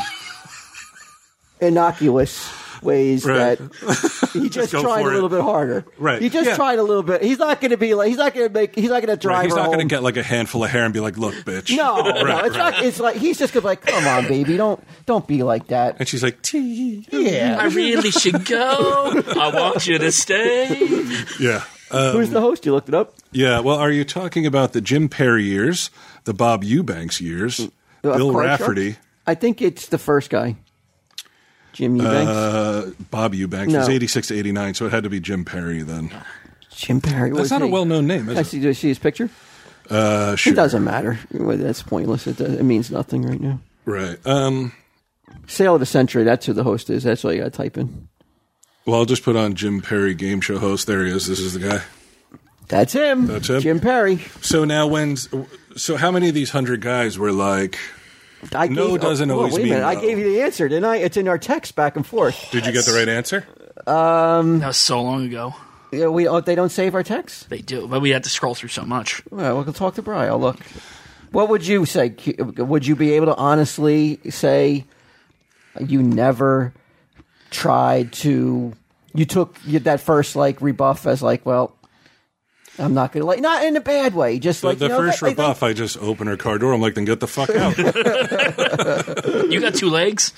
C: innocuous ways
B: Right.
C: that he just,
B: go
C: tried a
B: for
C: little
B: it.
C: bit harder.
B: Right.
C: He just
B: Yeah.
C: tried a little bit. He's not going to be like. He's not going to make. He's not going to drive.
B: Right, he's
C: her
B: not
C: home.
B: going to get like a handful of hair and be like, "Look, bitch."
C: No,
B: Right,
C: no, it's
B: right.
C: not. It's like he's just gonna be like, come on, baby, don't don't be like that.
B: And she's like, "Tee."
D: I
C: Yeah.
D: really should go. I want you to stay.
B: Yeah. Uh,
C: Who's the host? You looked it up.
B: yeah. Well, are you talking about the Jim Perry years, the Bob Eubanks years,
C: Of
B: Bill
C: Card Sharks?
B: Rafferty?
C: Uh, I think it's the first guy, Jim Eubanks.
B: Uh, Bob Eubanks
C: No.
B: was 86 to 89, so it had to be Jim Perry then.
C: Jim Perry.
B: That's not a well known name,
C: I
B: is it?
C: see. Do you see his picture?
B: Uh, sure.
C: It doesn't matter. Well, That's pointless. It, does, it means nothing right now.
B: Right. Um,
C: Sale of the century. That's who the host is. That's all you got to type in.
B: well, I'll just put on Jim Perry game show host. There he is. This is the guy.
C: That's him.
B: That's him.
C: Jim Perry.
B: So now, when's. So how many of these 100 guys were like,
C: I
B: No doesn't
C: oh,
B: always
C: wait a
B: mean
C: minute. I
B: no.
C: gave you the answer, didn't I? It's in our text back and forth.
B: did you get the right answer?
D: (laughs) That was so long ago.
C: Yeah, we oh, they don't save our text.
D: They do, but we had to scroll through so much.
C: Well, we'll talk to Brian. I'll look. What would you say? Q- Would you be able to honestly say you never tried to? You took you- that first like rebuff as like, well, I'm not gonna like, not in a bad way, just
B: The,
C: like
B: the
C: you know,
B: first
C: like- like-
B: rebuff, I just open her car door. I'm like, then get the fuck out.
C: (laughs)
D: You got two legs.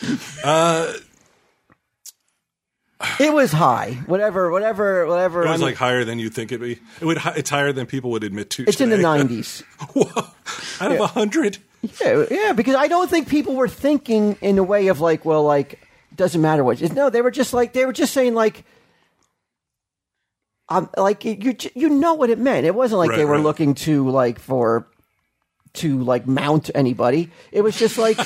C: It was high, whatever, whatever, whatever.
B: It
C: I
B: was
C: mean,
B: like higher than you think it'd be. It would. hi- It's higher than people would admit to.
C: it's in the
B: today.
C: nineties.
B: (laughs) Whoa! Out of a hundred.
C: Yeah, yeah, because I don't think people were thinking in a way of like, well, like doesn't matter what. No, they were just like they were just saying like, um, like you you know what it meant. It wasn't like
B: Right,
C: they were
B: right.
C: looking to like for to like mount anybody. It was just
B: (laughs)
C: like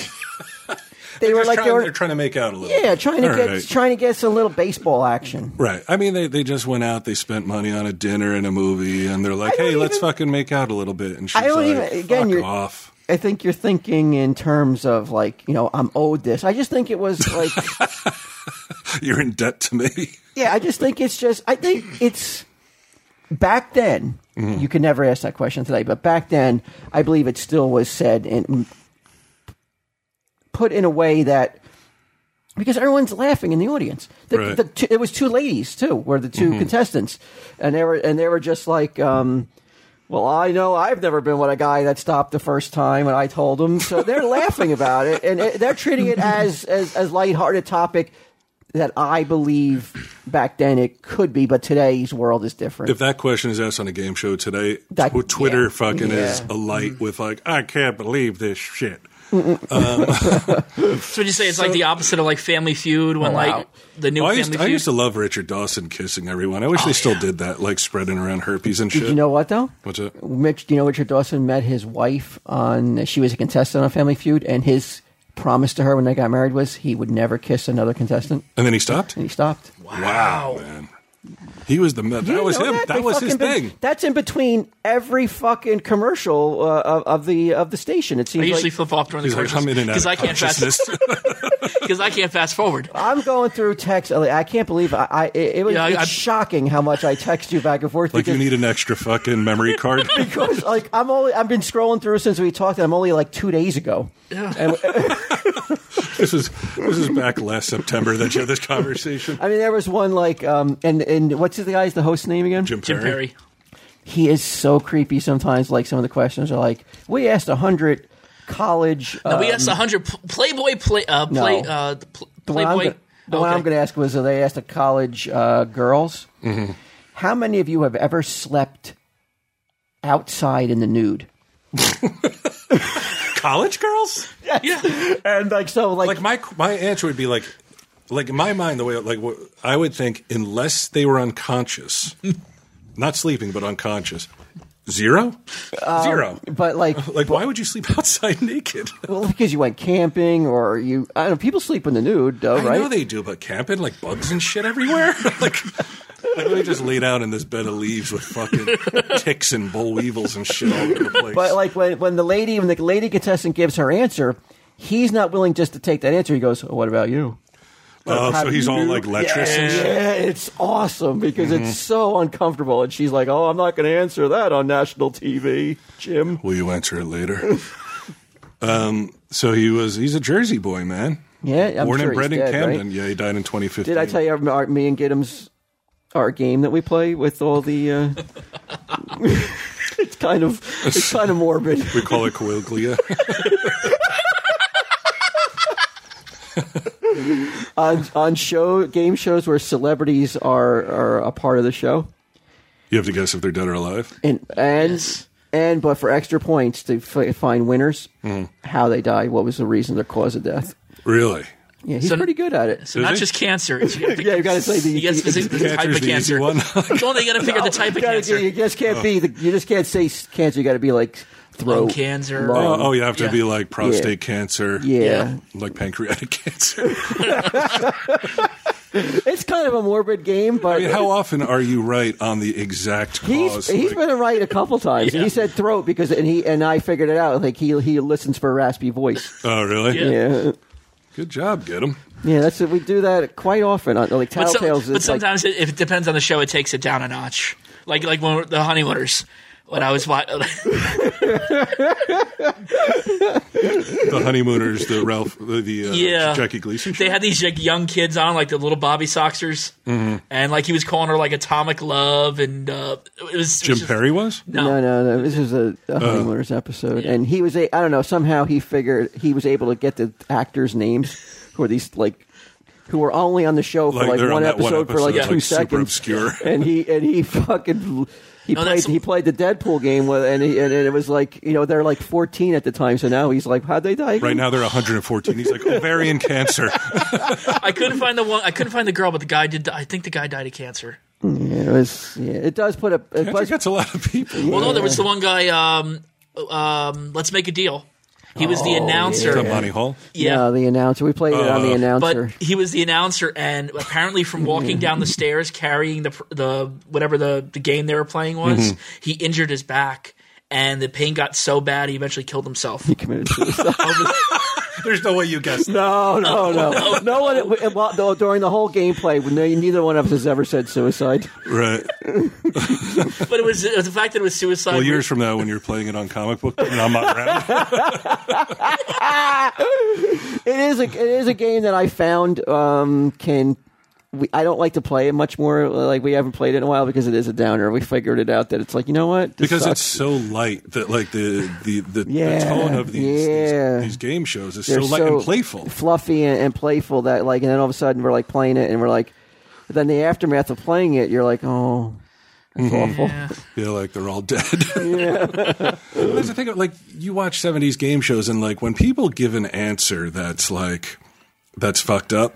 C: they were like
B: trying,
C: they
B: are
C: were
B: trying to make out a little.
C: yeah trying to
B: All
C: get
B: right.
C: trying to get some little baseball action.
B: Right. I mean, they, they just went out. They spent money on a dinner and a movie, and they're like,
C: I don't
B: "Hey, let's
C: even-
B: fucking make out a little bit." And she's
C: I don't
B: like,
C: even- again,
B: "Fuck
C: you're-
B: off." (laughs)
C: I think you're thinking in terms of like you know I'm owed this. I just think it was like.
B: You're in debt to me. (laughs)
C: Yeah, I just think it's just. I think it's back then. You can never ask that question today, but back then, I believe it still was said and put in a way that because everyone's laughing in the audience. The,
B: Right.
C: the two, it was two ladies too, were the 2 contestants, and they were and they were just like. Um, well, I know I've never been with a guy that stopped the first time, and I told him. So they're
D: (laughs)
C: laughing about it, and it- they're treating it as as as lighthearted topic that I believe back then it could be, but today's world is different.
B: If that question is asked on a game show today,
C: That-
B: tw- Twitter
C: yeah.
B: fucking is
C: Yeah.
B: alight with like, "I can't believe this shit."
D: So would you say it's like the opposite of like Family Feud when
C: wow.
D: like the new
B: Well, I
D: Family
B: used,
D: Feud?
B: I used to love Richard Dawson kissing everyone. I wish they still did that, like spreading around herpes and shit.
C: Oh, Did you know what though?
B: What's it?
C: Mitch, do you know Richard Dawson met his wife on? She was a contestant on Family Feud, and his promise to her when they got married was he would never kiss another contestant,
B: And then he stopped.
C: and he stopped.
B: Wow, man. He was the that
C: You
B: was
C: know
B: him. That,
C: They
B: was his
C: fucking been-
B: thing.
C: That's in between every fucking commercial uh, of, of the of the station. It
D: I
C: seems
D: usually
C: like
D: flip off during the
B: He's like, I'm in and out
D: because
B: of
D: I can't fast
B: consciousness.
D: (laughs) because I can't fast
B: (laughs)
D: forward.
C: I'm going through text. I can't believe I. I it, it was
D: Yeah, I-
C: it's
D: I-
C: shocking how much I text you back and forth.
B: like you
C: because-
B: need an extra
C: (laughs)
B: fucking memory card.
D: (laughs)
C: because like I'm only I've been scrolling through since we talked. and I'm only like two days ago. And,
B: this is this is back last September that you had this conversation.
C: I mean, there was one like um and and what's the guy's the host's name again?
B: Jim Perry.
D: Jim Perry.
C: He is so creepy sometimes. Like some of the questions are like we asked a hundred college.
D: No,
C: uh,
D: we
B: Um,
D: asked 100 pl- Playboy play uh, play
C: No.
D: uh, the pl-
C: the one I'm
D: Playboy.
C: gonna- the one I'm
D: Okay.
C: going to ask was uh, they asked the college uh, girls
D: Mm-hmm.
C: how many of you have ever
D: (laughs)
C: slept outside in the nude.
B: college girls?
D: Yeah.
C: and like so, like,
B: Like my my answer would be like, like in my mind the way like what I would think unless they were unconscious, (laughs) not sleeping but unconscious, zero,
C: Uh,
B: zero.
C: but (laughs) like,
B: Like why would you sleep (laughs) outside naked?
C: well, because you went camping or you, I don't know. People sleep in the nude, though,
B: I
C: right?
B: know they do, but camping like bugs and shit everywhere. (laughs) like, like let me just lay down in this bed of leaves with fucking ticks and boll weevils and shit all over the place.
C: But like when when the lady when the lady contestant gives her answer, he's not willing just to take that answer. He goes, oh, "What about you?"
B: oh,
C: Have
B: so he's
C: you-
B: all like lecherous and shit.
C: Yeah, it's awesome because it's so uncomfortable. And she's like, "Oh, I'm not going to answer that on national TV, Jim."
B: Will you answer it later? (laughs) um, so he was—he's a Jersey boy, man.
C: Yeah, I'm
B: born
C: sure
B: and bred
C: he's
B: in
C: dead, right?
B: Camden. Yeah, he died in 2015.
C: Did I tell you our, me and Giddim's our game that we play with all the? Uh, (laughs) it's kind of it's kind of morbid.
B: We call
C: (laughs)
B: it coaglia.
C: on on show game shows where celebrities are are a part of the show,
B: you have to guess if they're dead or alive.
C: and and and but for extra points to f- find winners,
D: Hmm.
C: how they died, what was the reason, their cause of death.
B: Really?
C: Yeah, he's
D: So-
C: pretty good at it.
D: So not
B: he?
D: just cancer. It's, you gotta
C: (laughs)
D: pick-
C: Yeah, you gotta say the-
D: you gotta specific- the, type
B: Cancer's
D: of
B: the easy
D: cancer.
B: one.
D: (laughs) It's only you gotta figure
C: (laughs)
D: the type
C: You,
D: of
C: gotta-
D: cancer.
C: you just can't be the, you just can't say s- cancer. You got to be like throat
D: Lung cancer.
C: lung.
B: oh, oh, you have to
D: Yeah.
B: be like prostate cancer.
C: Um, yeah.
D: yeah.
B: Like pancreatic (laughs) cancer.
C: it's kind of a morbid game, but
B: I mean, how often are you right on the exact
C: He's
B: cause?
C: he's
B: Like,
C: been right a couple
B: (laughs)
C: times.
D: Yeah.
C: He said throat because and he and I figured it out. Like he he listens for a raspy
D: (laughs)
C: voice.
B: oh, really?
D: Yeah.
C: Yeah,
B: Good job, get him.
C: yeah. That's it. We do that quite often. On, like
D: But, so-
C: Tattletales.
D: but
C: it's like-
D: sometimes it, if it depends on the show, it takes it down a notch. Like like when we're- the honeymooners. When I was (laughs) watching,
B: The honeymooners, the Ralph, the, the uh,
D: Yeah.
B: Jackie Gleason. show?
D: they had these like, young kids on, like the little Bobby Soxers,
B: Mm-hmm.
D: and like he was calling her like Atomic Love, and uh, it was it
B: Jim
D: was just-
B: Perry was.
C: no, no, no. This is a,
B: Uh-huh.
C: a homeowners episode, and he was a. I don't know. Somehow he figured he was able to get the actors' names who are these like who were only on the show for
B: Like,
C: like,
B: they're on
C: one,
B: that
C: episode
B: one
C: for like
B: episode,
C: two
B: like, super
C: seconds. (laughs)
B: obscure.
C: and he and he fucking. He
D: No,
C: played.
D: that's-
C: He played the Deadpool game with, and, he, and it was like you know they're like fourteen at the time. So now he's like, how'd they die?
B: Right now they're 114. He's like ovarian (laughs) cancer.
D: (laughs) I couldn't find the one. I couldn't find the girl, but the guy did. die- I think the guy died of cancer.
C: Yeah, it was. Yeah, it does put a. It
B: Cancer
C: does,
B: gets a lot of people.
D: Well, no, there was the one guy. Um, um, let's make a deal. He was the announcer.
B: What's up, Monty Hall?
C: Oh, yeah,
D: Yeah.
C: uh, the announcer. We played it on
B: Uh,
C: the announcer.
D: But he was the announcer, and apparently, from walking down the stairs carrying the the whatever the, the game they were playing was,
B: Mm-hmm.
D: he injured his back, and the pain got so bad he eventually killed
C: (laughs)
D: himself.
C: he committed suicide.
B: There's no way you guessed. that.
C: no,
B: Oh,
C: no, no, no one. we- Well, though, during the whole gameplay, we- neither one of us has ever said suicide.
B: Right.
D: but it was, it was the fact that it was suicide.
B: Well, years from now, when you're playing it on comic book, and I'm not (laughs) around.
C: It is a it is a game that I found um, can. We, I don't like to play it much more. Like we haven't played it in a while because it is a downer. We figured it out that it's like you know what this
B: because
C: sucks.
B: it's so light that like the the the,
C: Yeah,
B: the tone of these,
C: yeah.
B: these these game shows is
C: They're
B: so light and playful.
C: fluffy and, and playful that like, and then all of a sudden we're like playing it, and we're like, then the aftermath of playing it, you're like, oh, that's
B: Mm-hmm.
C: awful.
B: Yeah, like they're all dead. There's the thing like you watch 70s game shows and like when people give an answer that's like that's fucked up,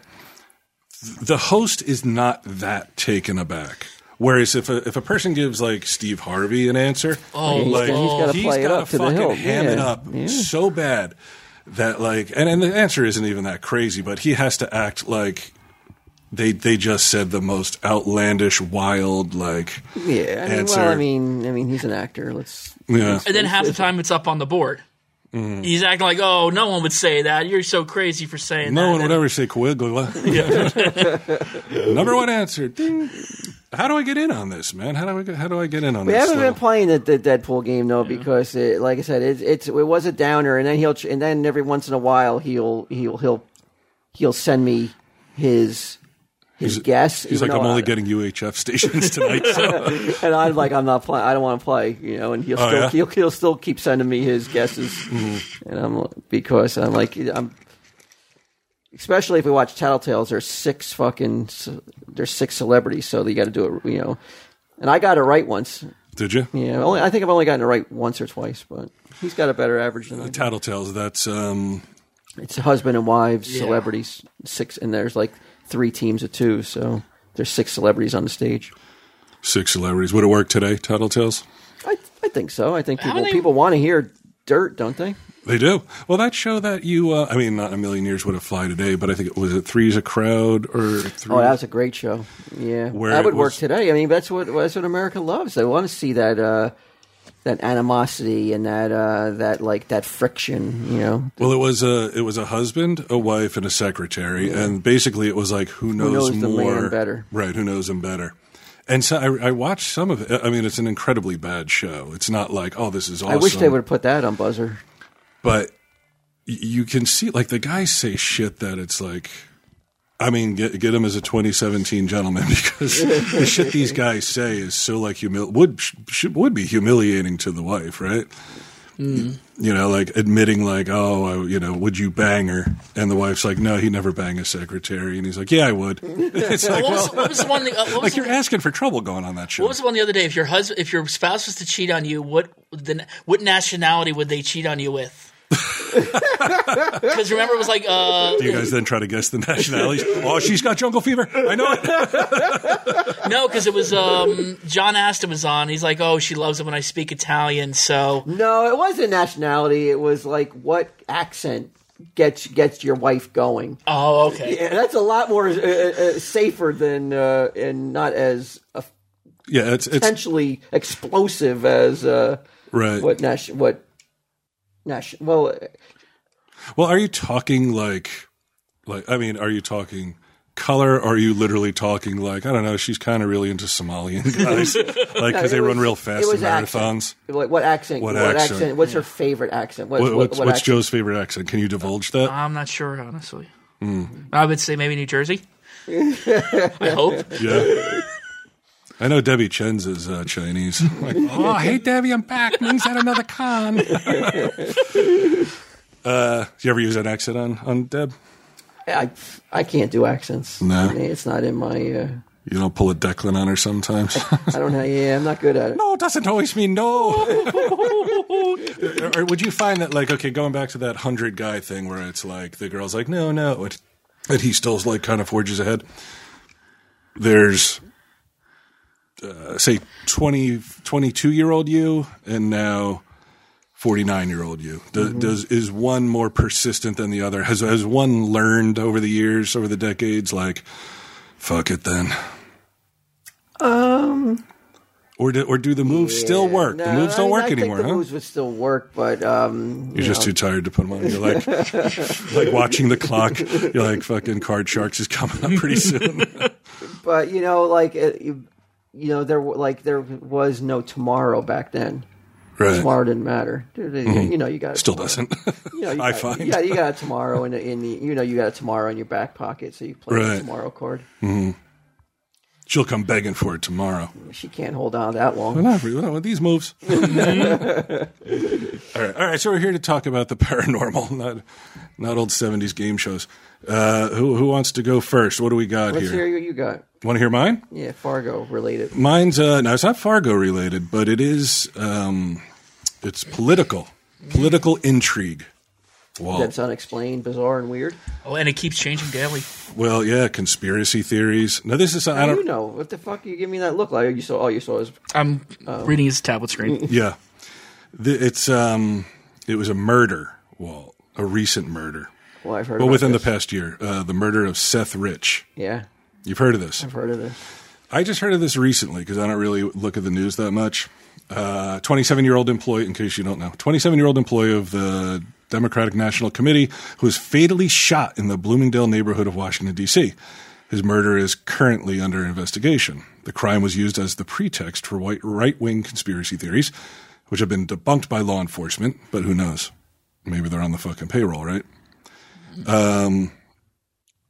B: th- the host is not that taken aback. Whereas if a, if a person gives like Steve Harvey an answer,
D: Oh,
C: he's
B: like
C: gotta- he's gotta play it
B: gotta
C: up to the
B: fucking
C: hilt.
B: ham it
C: Yeah.
B: up
C: Yeah.
B: so bad that like and, and the answer isn't even that crazy, but he has to act like they they just said the most outlandish, wild like
C: Yeah, I mean,
B: answer.
C: well, I mean, I mean, he's an actor. Let's.
B: yeah.
D: and then half the time it's up on the board.
B: Mm.
D: He's acting like, oh, no one would say that. You're so crazy for saying that.
B: No one would
D: And-
B: ever say Coagula.
D: (laughs) Yeah.
B: (laughs) Number one answer. Ding. How do I get in on this, man? How do I get, how do I get in on
C: We
B: this?
C: haven't been
B: little-
C: playing the, the Deadpool game though because, it, like I said, it, it's it was a downer, and then he'll ch- and then every once in a while he'll he'll he'll he'll send me his his guess.
B: He's
C: even
B: like, I'm
C: though
B: only
C: I-
B: getting UHF stations tonight. So.
C: (laughs) and I'm like, I'm not playing. I don't want to play, you know. And he'll
B: Oh,
C: still
B: yeah? Mm-hmm.
C: he'll, he'll still keep sending me his
B: (laughs)
C: guesses, and I'm because I'm like I'm. Especially if we watch Tattletales, there's six fucking there's six celebrities, so you got to do it, you know. And I got it right once.
B: Did you?
C: Yeah, only, I think I've only gotten it right once or twice, but he's got a better average than I.
B: The
C: do.
B: Tattletales. That's um,
C: It's husband and wives,
D: Yeah.
C: celebrities, six, and there's like three teams of two, so there's six celebrities on the stage.
B: six celebrities. Would it work today? Tattletales.
C: I, I think so. I think people
D: many-
C: people want to hear dirt, don't they?
B: They do. Well, that show that you, uh, I mean, not a million years would have fly today, but I think it was it three's a crowd or three.
C: Oh, that was a great show. Yeah,
B: Where
C: that would
B: it
C: work
B: was-
C: today. I mean, that's what that's what America loves. They want to see that uh, that animosity and that uh, that like that friction. You know,
B: well, it was a it was a husband, a wife, and a secretary, and basically it was like who knows,
C: knows the
B: more
C: man better.
B: right? Who knows him better? And so I, I watched some of it. I mean, it's an incredibly bad show. It's not like oh, this is awesome.
C: I wish they would have put that on buzzer.
B: but y- you can see like the guys say shit that it's like I mean, get get him as a 2017 gentleman (laughs) because the shit these guys say is so like humil would sh- sh- would be humiliating to the wife, right? You know, like admitting like, oh, I, you know, would you bang her? And the wife's like, no, he never bang a secretary, and he's like, yeah, I would. it's like,
D: What
B: well,
D: was, what was the one? The, uh, what,
B: (laughs)
D: was
B: like
D: the,
B: you're asking for trouble going on that show.
D: what was the one the other day? If your husband, if your spouse was to cheat on you, what the, what nationality would they cheat on
B: (laughs)
D: you with? Because remember, it was like uh,
B: you guys then try to guess the nationalities. oh, she's got jungle fever. I know it. (laughs)
D: no, because it was um, John Aston was on. He's like, oh, she loves it when I speak Italian, so
C: No, it wasn't nationality. It was like what accent gets gets your wife going.
D: oh, okay.
C: Yeah, that's a lot more uh, uh, uh, safer than uh, and not as
B: Yeah, it's it's
C: potentially explosive as uh,
B: right.
C: what nation what nation. Well,
B: Well, are you talking like, like I mean, are you talking color? Or are you literally talking like I don't know? She's kind of really into
C: (laughs)
B: Somalian guys, like because they
C: it
B: run
C: was-
B: real
C: it
B: fast in
C: was
B: marathons.
C: like what accent?
B: What
C: What,
B: accent?
C: accent? What's her favorite accent? What,
B: What,
C: what,
B: what's
C: what
B: what's
C: accent? Uh-huh.
B: Joe's favorite accent? Can you divulge that?
D: I'm not sure, honestly. I would say maybe New Jersey. I hope.
C: (laughs)
B: yeah. I know Debbie Chen's is uh, Chinese.
C: (laughs)
B: Like, oh, hey Debbie, I'm back. Means at another con. (laughs) uh, do you ever use an accent on on Deb?
C: I I can't do accents.
B: No.
C: it's not in my. Uh,
B: You don't pull a Declan on her sometimes. (laughs)
C: I don't know. Yeah, I'm not good at it.
B: no doesn't always mean no. or, or would you find that like okay, going back to that hundred guy thing where it's like the girl's like no no, and, and he still's like kind of forges ahead. There's uh, say 20, 22 year old you and now. 49 year old you Do-
C: Mm-hmm.
B: does is one more persistent than the other has has one learned over the years over the decades like fuck it then or do, or do the moves still work the moves
C: I
B: don't
C: mean,
B: work
C: I think
B: anymore
C: the
B: huh?
C: moves would still work, but um,
B: You're just too tired to put them on. You're like, (laughs) like watching the clock. You're like, fucking Card Sharks is coming up pretty soon.
C: but you know, like it, you you know, there w- like there was no tomorrow back then.
B: right.
C: Tomorrow didn't matter. There- there- You know, you got
B: Mm-hmm. Still doesn't. (laughs)
C: You know, you
B: I
C: got,
B: find.
C: yeah, you
B: (laughs)
C: got a tomorrow in the, in the you know you got a tomorrow in your back pocket, so you play
B: Right.
C: the tomorrow card.
B: She'll come begging for it tomorrow.
C: She can't hold on that long.
B: Not really, not with these moves. all right, all right. So we're here to talk about the paranormal, (laughs) not not old seventies game shows. Uh, who who wants to go first? What do we got
C: Let's
B: here?
C: hear what you got.
B: Want to hear mine?
C: Yeah, Fargo related.
B: Mine's uh, now it's not Fargo related, but it is. Um, it's political, political intrigue. Whoa.
C: That's unexplained, bizarre, and weird.
D: Oh, and it keeps changing daily.
B: Well, yeah, conspiracy theories. Now this is I
C: You
B: don't.
C: know what the fuck you give me that look like? You saw all you saw is
D: I'm reading his tablet screen.
B: Yeah, The- it's um, it was a murder, Walt, a recent murder.
C: well, I've heard.
B: Well,
C: about
B: within
C: this.
B: the past year, uh, the murder of Seth Rich.
C: yeah,
B: You've heard of this?
C: I've heard of this.
B: I just heard of this recently because I don't really look at the news that much. Uh, 27 year old employee, in case you don't know, 27 year old employee of the Democratic National Committee who was fatally shot in the Bloomingdale neighborhood of Washington, D.C. His murder is currently under investigation. The crime was used as the pretext for white right wing conspiracy theories, which have been debunked by law enforcement, but who knows? Maybe they're on the fucking payroll, right?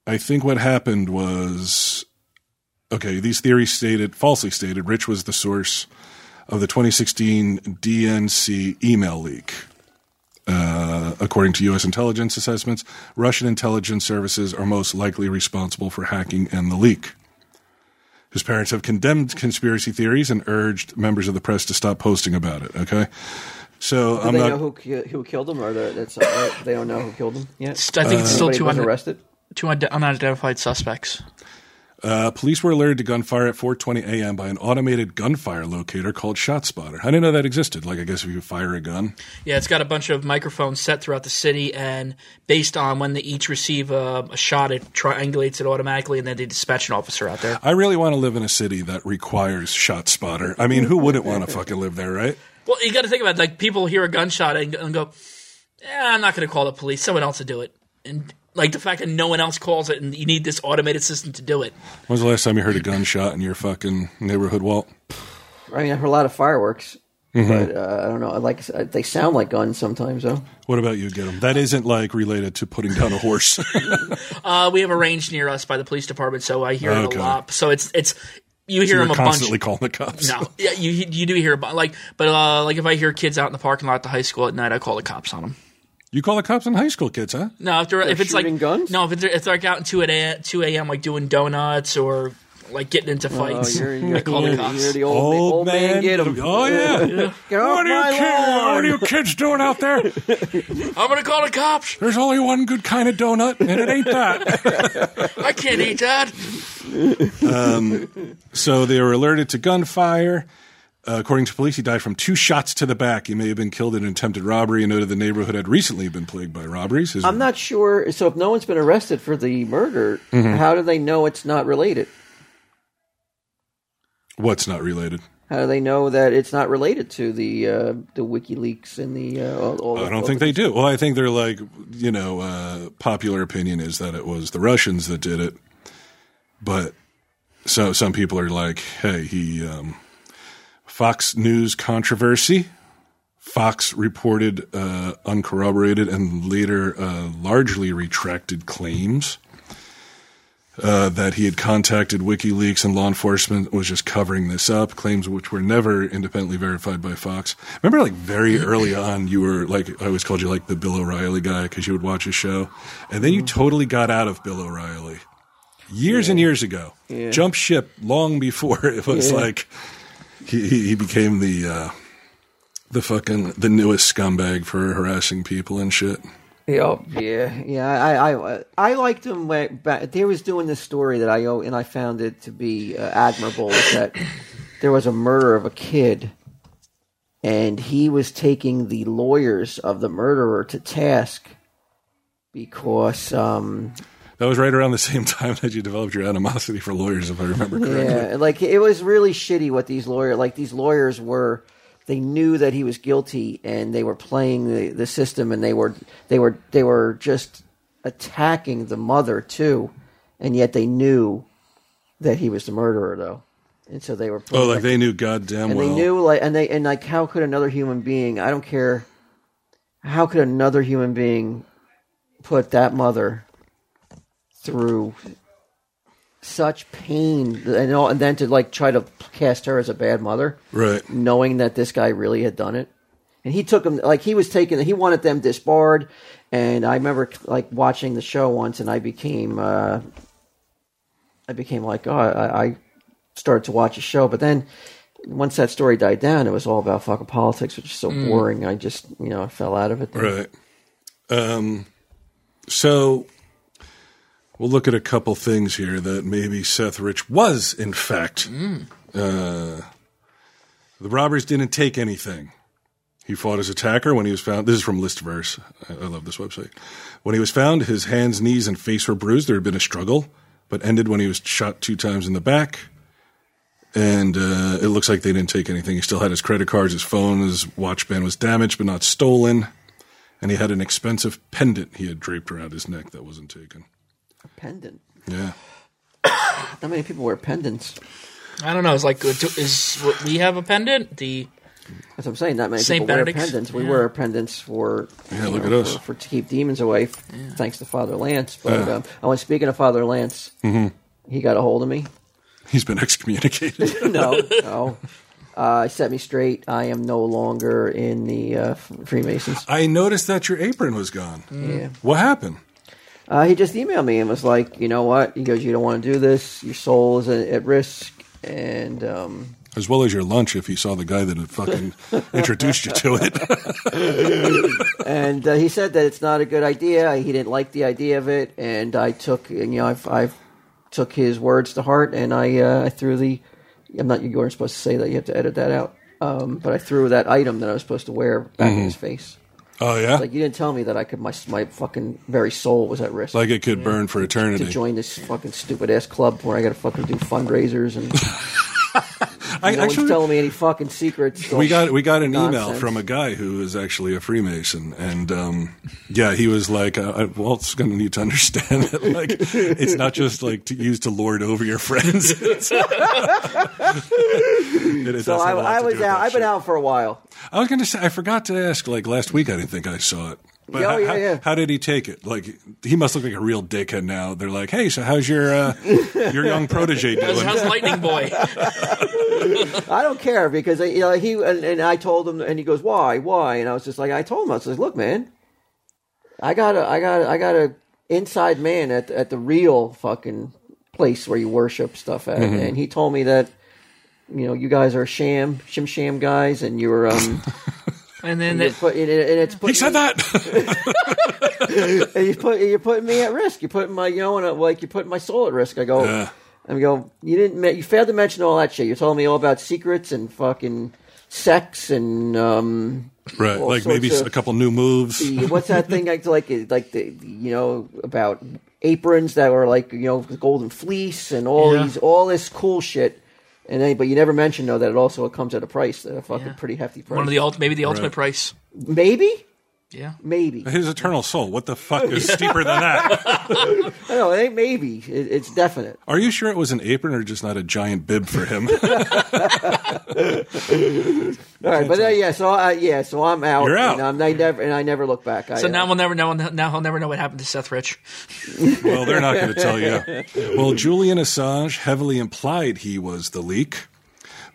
B: I think what happened was okay, these theories stated, falsely stated, Rich was the source of the 2016 DNC email leak. Uh, according to U.S. intelligence assessments, Russian intelligence services are most likely responsible for hacking and the leak. whose parents have condemned conspiracy theories and urged members of the press to stop posting about it. Okay, so
C: Do
B: I'm
C: they
B: not.
C: know who ki- who killed them, or they're- that's not right? they don't know who killed them yet.
D: It's- I think it's still
C: Nobody
D: two
C: was
D: un-
C: arrested.
D: two unde- unidentified suspects.
B: Uh, police were alerted to gunfire at 4:20 a.m. by an automated gunfire locator called ShotSpotter. I didn't know that existed. Like, I guess if you fire a gun,
D: Yeah, it's got a bunch of microphones set throughout the city, and based on when they each receive a, a shot, it triangulates it automatically, and then they dispatch an officer out there.
B: I really want to live in a city that requires ShotSpotter. I mean, who
C: (laughs)
B: wouldn't want to fucking live there, right?
D: Well, you got to think about it. like people hear a gunshot and, and go, eh, "I'm not going to call the police. Someone else will do it." And like the fact that no one else calls it, and you need this automated system to do it.
B: When was the last time you heard a gunshot in your fucking neighborhood, Walt?
C: I mean, I heard a lot of fireworks,
B: Mm-hmm.
C: but uh, I don't know. I Like I said, they sound like guns sometimes, though.
B: What about you, get him? That isn't like related to putting down a
D: (laughs)
B: horse.
D: Uh, we have a range near us by the police department, so I hear it
B: Okay.
D: a lot. So it's it's you hear
B: You're
D: them a bunch.
B: constantly calling the cops.
D: No, yeah, you you do hear about like, but uh, like if I hear kids out in the parking lot at the high school at night, I call the cops on them.
B: You call the cops on high school kids, huh?
D: No, if they're, if it's
C: shooting
D: like
C: guns?
D: no, if it's if they're like out in two at a, two a.m. like doing donuts or like getting into
C: Oh,
D: fights,
C: you're,
B: (laughs)
C: you're,
D: (laughs) I call the
C: you're-
D: cops.
C: you're the old, old, man. Get him.
B: Oh yeah.
C: Get off
B: What are,
C: my
B: you kids, what
C: lawn.
B: are you kids doing out there?
D: I'm gonna call the cops.
B: There's only one good kind of donut, and it
C: (laughs)
B: ain't that.
D: I can't eat that.
B: so they were alerted to gunfire. Uh, according to police, he died from two shots to the back. He may have been killed in an attempted robbery and noted the neighborhood had recently been plagued by robberies. His-
C: I'm not sure. So if no one's been arrested for the murder,
B: Mm-hmm.
C: how do they know it's not related?
B: what's not related?
C: How do they know that it's not related to the uh, the WikiLeaks and the? Uh, all, all
B: I
C: all
B: don't think
C: the-
B: they do. Well, I think they're like, you know, uh, popular opinion is that it was the Russians that did it. But so some people are like, hey, he, um, Fox News controversy. Fox reported uh, uncorroborated and later uh, largely retracted claims uh, that he had contacted WikiLeaks and law enforcement was just covering this up. Claims which were never independently verified by Fox. Remember, like very early on, you were like I always called you like the Bill O'Reilly guy because you would watch his show, and then you totally got out of Bill O'Reilly years and years ago. Jump ship long before (laughs) it was
C: Yeah.
B: like he, he he became the uh, the fucking the newest scumbag for harassing people and shit.
C: Yeah, yeah, yeah. I, I, I liked him when back, they was doing this story that I owe, and I found it to be uh, admirable is that there was a murder of a kid, and he was taking the lawyers of the murderer to task because, um,
B: That was right around the same (laughs) time that you developed your animosity for lawyers, if I remember correctly. (laughs)
C: yeah, like it was really shitty what these lawyer, like these lawyers were. They knew that he was guilty, and they were playing the, the system, and they were they were they were just attacking the mother too, and yet they knew that he was the murderer though, and so they were.
B: Oh,
C: Playing,
B: like they knew goddamn
C: and
B: well.
C: they knew like and they and like how could another human being? I don't care. How could another human being put that mother through such pain and all, and then to like try to cast her as a bad mother,
B: Right.
C: knowing that this guy really had done it. And he took him like he was taking he wanted them disbarred. And I remember like watching the show once, and I became uh, I became like oh I, I started to watch a show, but then once that story died down, it was all about fucking politics, which is so boring. I just you know I fell out of it. then.
B: Right. Um, so we'll look at a couple things here that maybe Seth Rich was, in fact. Uh, the robbers didn't take anything. He fought his attacker when he was found. This is from Listverse. I, I love this website. When he was found, his hands, knees, and face were bruised. There had been a struggle, but ended when he was shot two times in the back. And uh, it looks like they didn't take anything. He still had his credit cards, his phone, his watch band was damaged but not stolen and he had an expensive pendant he had draped around his neck that wasn't taken.
C: Pendant.
B: Yeah.
C: How many people wear pendants?
D: I don't know. It's like is what we have a pendant. The
C: That's what I'm saying. Not many
D: Saint
C: people
D: Benedict's?
C: wear pendants. We
D: Yeah.
C: wear pendants for
B: Yeah,
C: you
B: look
C: know,
B: at us.
C: for, for- to keep demons away. f- Thanks to Father Lance. But um, oh, and speaking of Father Lance,
B: Mm-hmm.
C: he got a hold of
D: (laughs)
C: me.
B: He's been (laughs) excommunicated.
C: No, no. Uh, he set me straight. I am no longer in the uh, F- Freemasons.
B: I noticed that your apron was gone.
C: Yeah.
B: What happened?
C: Uh, he just emailed me and was like, you know what? He goes, you don't want to do this. Your soul is at, at risk. and um,
B: As well as your lunch, if you saw the guy that had fucking introduced you to it. (laughs)
C: and uh, he said that it's not a good idea. He didn't like the idea of it, and I took you know I've, I've took his words to heart, and I uh, I threw the I'm not you weren't supposed to say that. You have to edit that out. Um, but I threw that item that I was supposed to wear back in his face.
B: oh yeah,
C: Like
B: like,
C: you didn't tell me that I could my my fucking very soul was at risk.
B: it could burn for
C: to
B: eternity.
C: join this fucking stupid ass club where I got to fucking do fundraisers and
B: (laughs) I
C: no one's telling me any fucking secrets.
B: we got we got an email
C: nonsense.
B: from a guy who is actually a Freemason, and um, yeah, he was like, uh, I- "Walt's going to need to understand (laughs) that like it's not just like to use to lord over your friends." (laughs)
C: So I, I was out. I've been out for a while.
B: I was going to say I forgot to ask. Like last week, I didn't think I saw it. But
C: Yeah,
B: how,
C: Oh, yeah,
B: how-
C: yeah.
B: how did he take it? Like he must look like a real dickhead now. They're like, "Hey, so how's your uh, your young protege
D: (laughs) How's,
B: doing?"
D: how's Lightning
B: (laughs)
D: Boy?
C: I don't care because you know, he and, and I told him, and he goes, "Why, why?" And I was just like, I told him, I was like, "Look, man, I got a, I got, a, I got a inside man at at the real fucking place where you worship stuff at,"
B: Mm-hmm.
C: and he told me that. You know, you guys are sham, shim sham guys, and you're
B: (laughs)
C: um.
D: And then
C: you're
D: that,
C: put, and it- and it's
B: he
C: putting
B: said
C: me-
B: that. (laughs)
C: and you put you're putting me at risk. You're putting my you know, and uh, like you're putting my soul at risk. I go,
B: Yeah.
C: I go. You didn't. me- You failed to mention all that shit. You're telling me all about secrets and fucking sex and um,
B: right,
C: All
B: like maybe
C: sorts
B: s
C: of-
B: a couple new moves.
C: the- what's that thing like like like the you know about aprons that were like you know the golden fleece and all
D: Yeah.
C: these all this cool shit. And then, but you never mentioned though that it also comes at a price, a fucking
D: Yeah.
C: pretty hefty price.
D: one of the ult, maybe the ultimate
B: Right.
D: price.
C: maybe,
D: Yeah.
C: maybe.
B: His eternal soul. What the fuck is steeper than that?
C: I don't know, it ain't maybe. It, it's definite.
B: Are you sure it was an apron or just not a giant bib for him? (laughs)
C: All right, but uh, yeah, so I, yeah, so I'm out.
B: You're out.
C: And, I'm, I never and I never look back. I,
D: So now
C: uh,
D: we'll never know. Now he'll never know what happened to Seth Rich.
B: well, they're not going to tell you. Well, Julian Assange heavily implied he was the leak.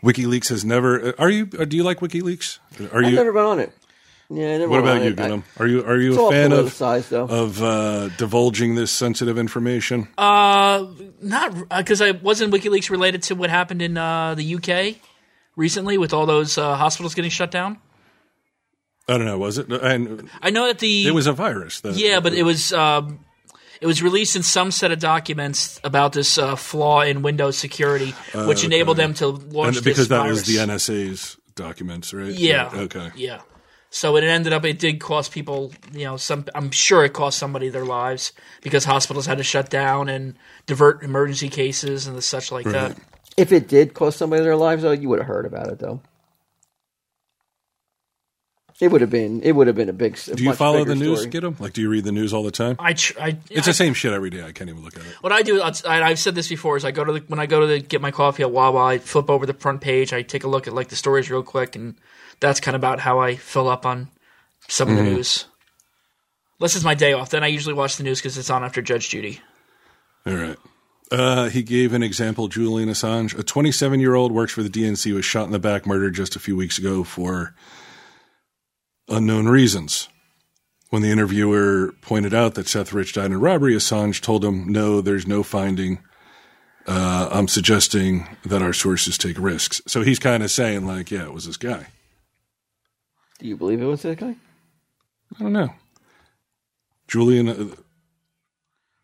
B: WikiLeaks has never. uh, Are you? Or do you like WikiLeaks? Are
C: I've
B: you?
C: never been on it. Yeah, I never
B: what
C: been
B: about
C: on
B: you,
C: it. I-
B: Gunnar? Are you? Are you
C: It's
B: a
C: all
B: fan of
C: politicized, though.
B: of uh, divulging this sensitive information?
D: Uh, not because I wasn't WikiLeaks related to what happened in uh, the UK recently with all those uh, hospitals getting shut down.
B: I don't know. Was it? And
D: I know that the
B: it was a virus. That,
D: yeah, but it was um, it was released in some set of documents about this uh, flaw in Windows security, which enabled them to launch
B: Oh, and because
D: this
B: that was
D: virus.
B: the NSA's documents, right?
D: Yeah.
B: Okay.
D: Yeah. So it ended up it did cost people, you know, some I'm sure it cost somebody their lives because hospitals had to shut down and divert emergency cases and the such like that.
C: if it did cost somebody their lives, though, you would have heard about it, though. It would have been. It would have been a big.
B: Do you follow the news, Gidim? Like, do you read the news all the time?
D: I tr- I
B: It's the same shit every day. I can't even look at it.
D: what I do, I- I've said this before, is I go to the, when I go to the, get my coffee at Wawa, I flip over the front page, I take a look at like the stories real quick, and that's kind of about how I fill up on some of the
B: Mm-hmm.
D: news. Unless it's my day off, then I usually watch the news because it's on after Judge Judy.
B: All right. Uh, he gave an example. Julian Assange, a 27 year old, works for the DNC, was shot in the back, murdered just a few weeks ago for unknown reasons. When the interviewer pointed out that Seth Rich died in robbery, Assange told him, "No, there's no finding. Uh, I'm suggesting that our sources take risks." So he's kind of saying, like, "Yeah, it was this guy."
C: Do you believe it was that guy?
B: I don't know. Julian. uh,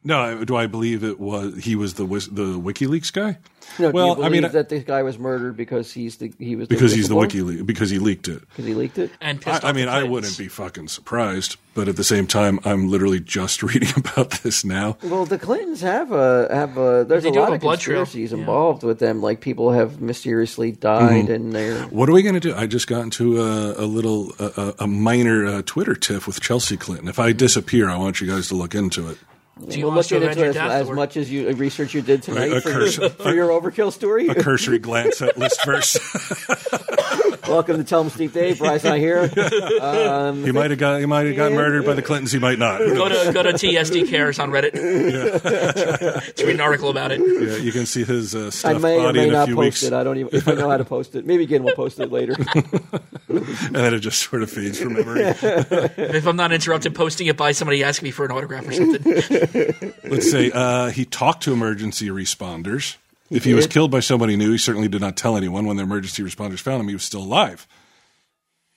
B: No, I- do I believe it was he was the Wis- the WikiLeaks guy?
C: No.
B: Well, I
C: do you believe
B: mean, I-
C: that this guy was murdered because he's the he was the
B: because he's the
C: whistleblower?
B: WikiLeaks because he leaked it.
C: because he leaked it.
D: And
B: I,
D: pissed
B: I
D: off
B: mean,
D: the
B: I
D: Clintons.
B: wouldn't be fucking surprised, but at the same time, I'm literally just (laughs) reading about this now.
C: Well, the Clintons have a have a. There's
D: They
C: a
D: do
C: lot
D: have a
C: of
D: blood trail,
C: conspiracies
D: yeah.
C: involved with them. Like people have mysteriously died,
B: Mm-hmm.
C: and they're
B: What are we going to do? I just got into a, a little a, a a minor uh, Twitter tiff with Chelsea Clinton. If I disappear, I want you guys to look into it.
D: Do you
C: We'll
D: want us
C: look
D: to
C: into
D: avenge your
C: it as,
D: death?
C: as
D: or-
C: much as you research you did tonight
B: a
C: for,
B: curse-
C: your, for your overkill story.
B: A cursory glance at Listverse.
C: Welcome to Tell 'em Steve Dave. Bryce not
B: (laughs)
C: here.
B: (laughs) he might have got he might have got murdered by the Clintons. He might not. Who
D: go
B: knows?
D: to go to TSD cares on Reddit. (laughs) to read an article about it.
B: Yeah, you can see his uh,
C: I
B: stuffed
C: may or
B: body
C: may
B: in a
C: not
B: few
C: post
B: weeks,
C: it. I don't even if I know how to post it. Maybe again we'll post it
B: (laughs)
C: later.
B: and then it just sort of fades from memory.
D: If I'm not interrupted, posting it by somebody asking me for an autograph or something.
B: Let's say uh, he talked to emergency responders. If he was
C: did?
B: killed by somebody new, he certainly did not tell anyone. When the emergency responders found him, he was still alive.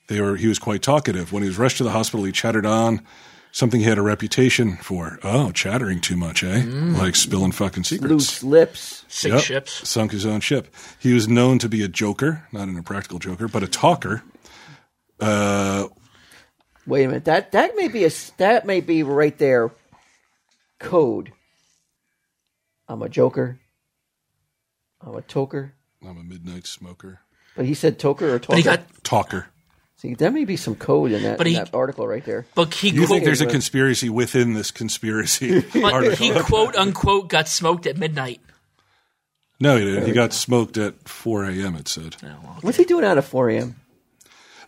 B: They were, he was quite talkative. When he was rushed to the hospital, he chattered on, something he had a reputation for. Oh, chattering too much, eh? Like spilling fucking secrets.
C: Loose lips.
D: Six
B: Yep.
D: ships.
B: Sunk his own ship. He was known to be a joker, not an impractical joker, but a talker. Uh,
C: Wait a minute. That that may be a s- that may be right there. Code. I'm a joker. I'm a toker.
B: I'm a midnight smoker.
C: But he said toker or talker.
D: But he got.
B: Talker.
C: See, that may be some code in that,
D: But
C: in
D: he-
C: that article right there.
D: But he.
B: You think
D: quote,
B: there's a conspiracy within this conspiracy
D: but he
B: article?
D: quote unquote got smoked at midnight.
B: No, he didn't. He got smoked at 4 a.m. It said.
C: What's he doing out of 4 a.m.?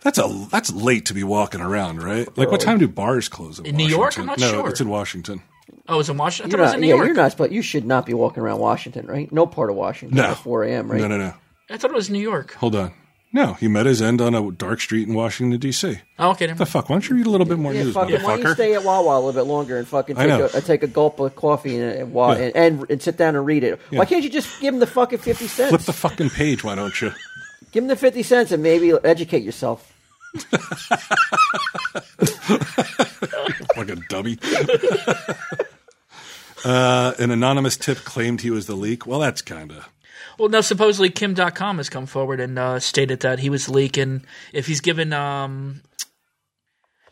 B: That's a that's late to be walking around, right? Like, what time do bars close in,
D: Oh. In New York? I'm
B: Washington?
D: not
B: no,
D: sure.
B: it's in Washington.
D: Oh, it was in Washington. I
C: You're
D: thought it was
C: not,
D: in New
C: yeah,
D: York.
C: you're not, but you should not be walking around Washington, right? No part of Washington
B: No,
C: at 4 a.m., right?
B: No, no, no.
D: I thought it was New York.
B: Hold on. No, he met his end on a dark street in Washington D.C.
D: Oh, okay. never
B: The fuck? Why don't you read a little bit more
C: Yeah,
B: news,
C: fucking, why don't you
B: motherfucker?
C: stay at Wawa a little bit longer and fucking
B: I
C: take
B: know.
C: a, take a gulp of coffee and and, wa-
B: Yeah.
C: and, and, and sit down and read it? Why can't you just give him the fucking 50
B: Flip
C: cents?
B: the fucking page, why don't you? (laughs)
C: give him the 50 cents and maybe educate yourself.
B: like a dummy. (laughs) uh, an anonymous tip claimed he was the leak. Well, that's kind of
D: Well, now supposedly Kim.com has come forward and uh, stated that he was leaking. If he's given, um,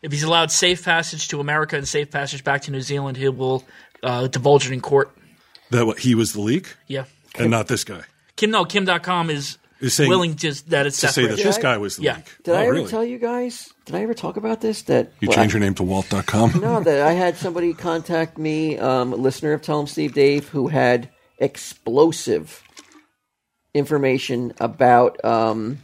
D: if he's allowed safe passage to America and safe passage back to New Zealand, he will uh, divulge it in court.
B: that. What he was the leak,
D: Yeah,
B: and not this guy.
D: Kim. No, Kim.com is
B: Is saying
D: willing to that it's
B: to say
D: separate.
B: that this
C: I-
B: guy was the
D: Yeah.
B: leak.
C: Did
B: oh,
C: I ever
B: really?
C: tell you guys? Did I ever talk about this? That
B: you
C: well, I-
B: change your name to Walt.com?
C: No, that I had somebody contact me, um, a listener of Tell 'em Steve Dave, who had explosive information about um,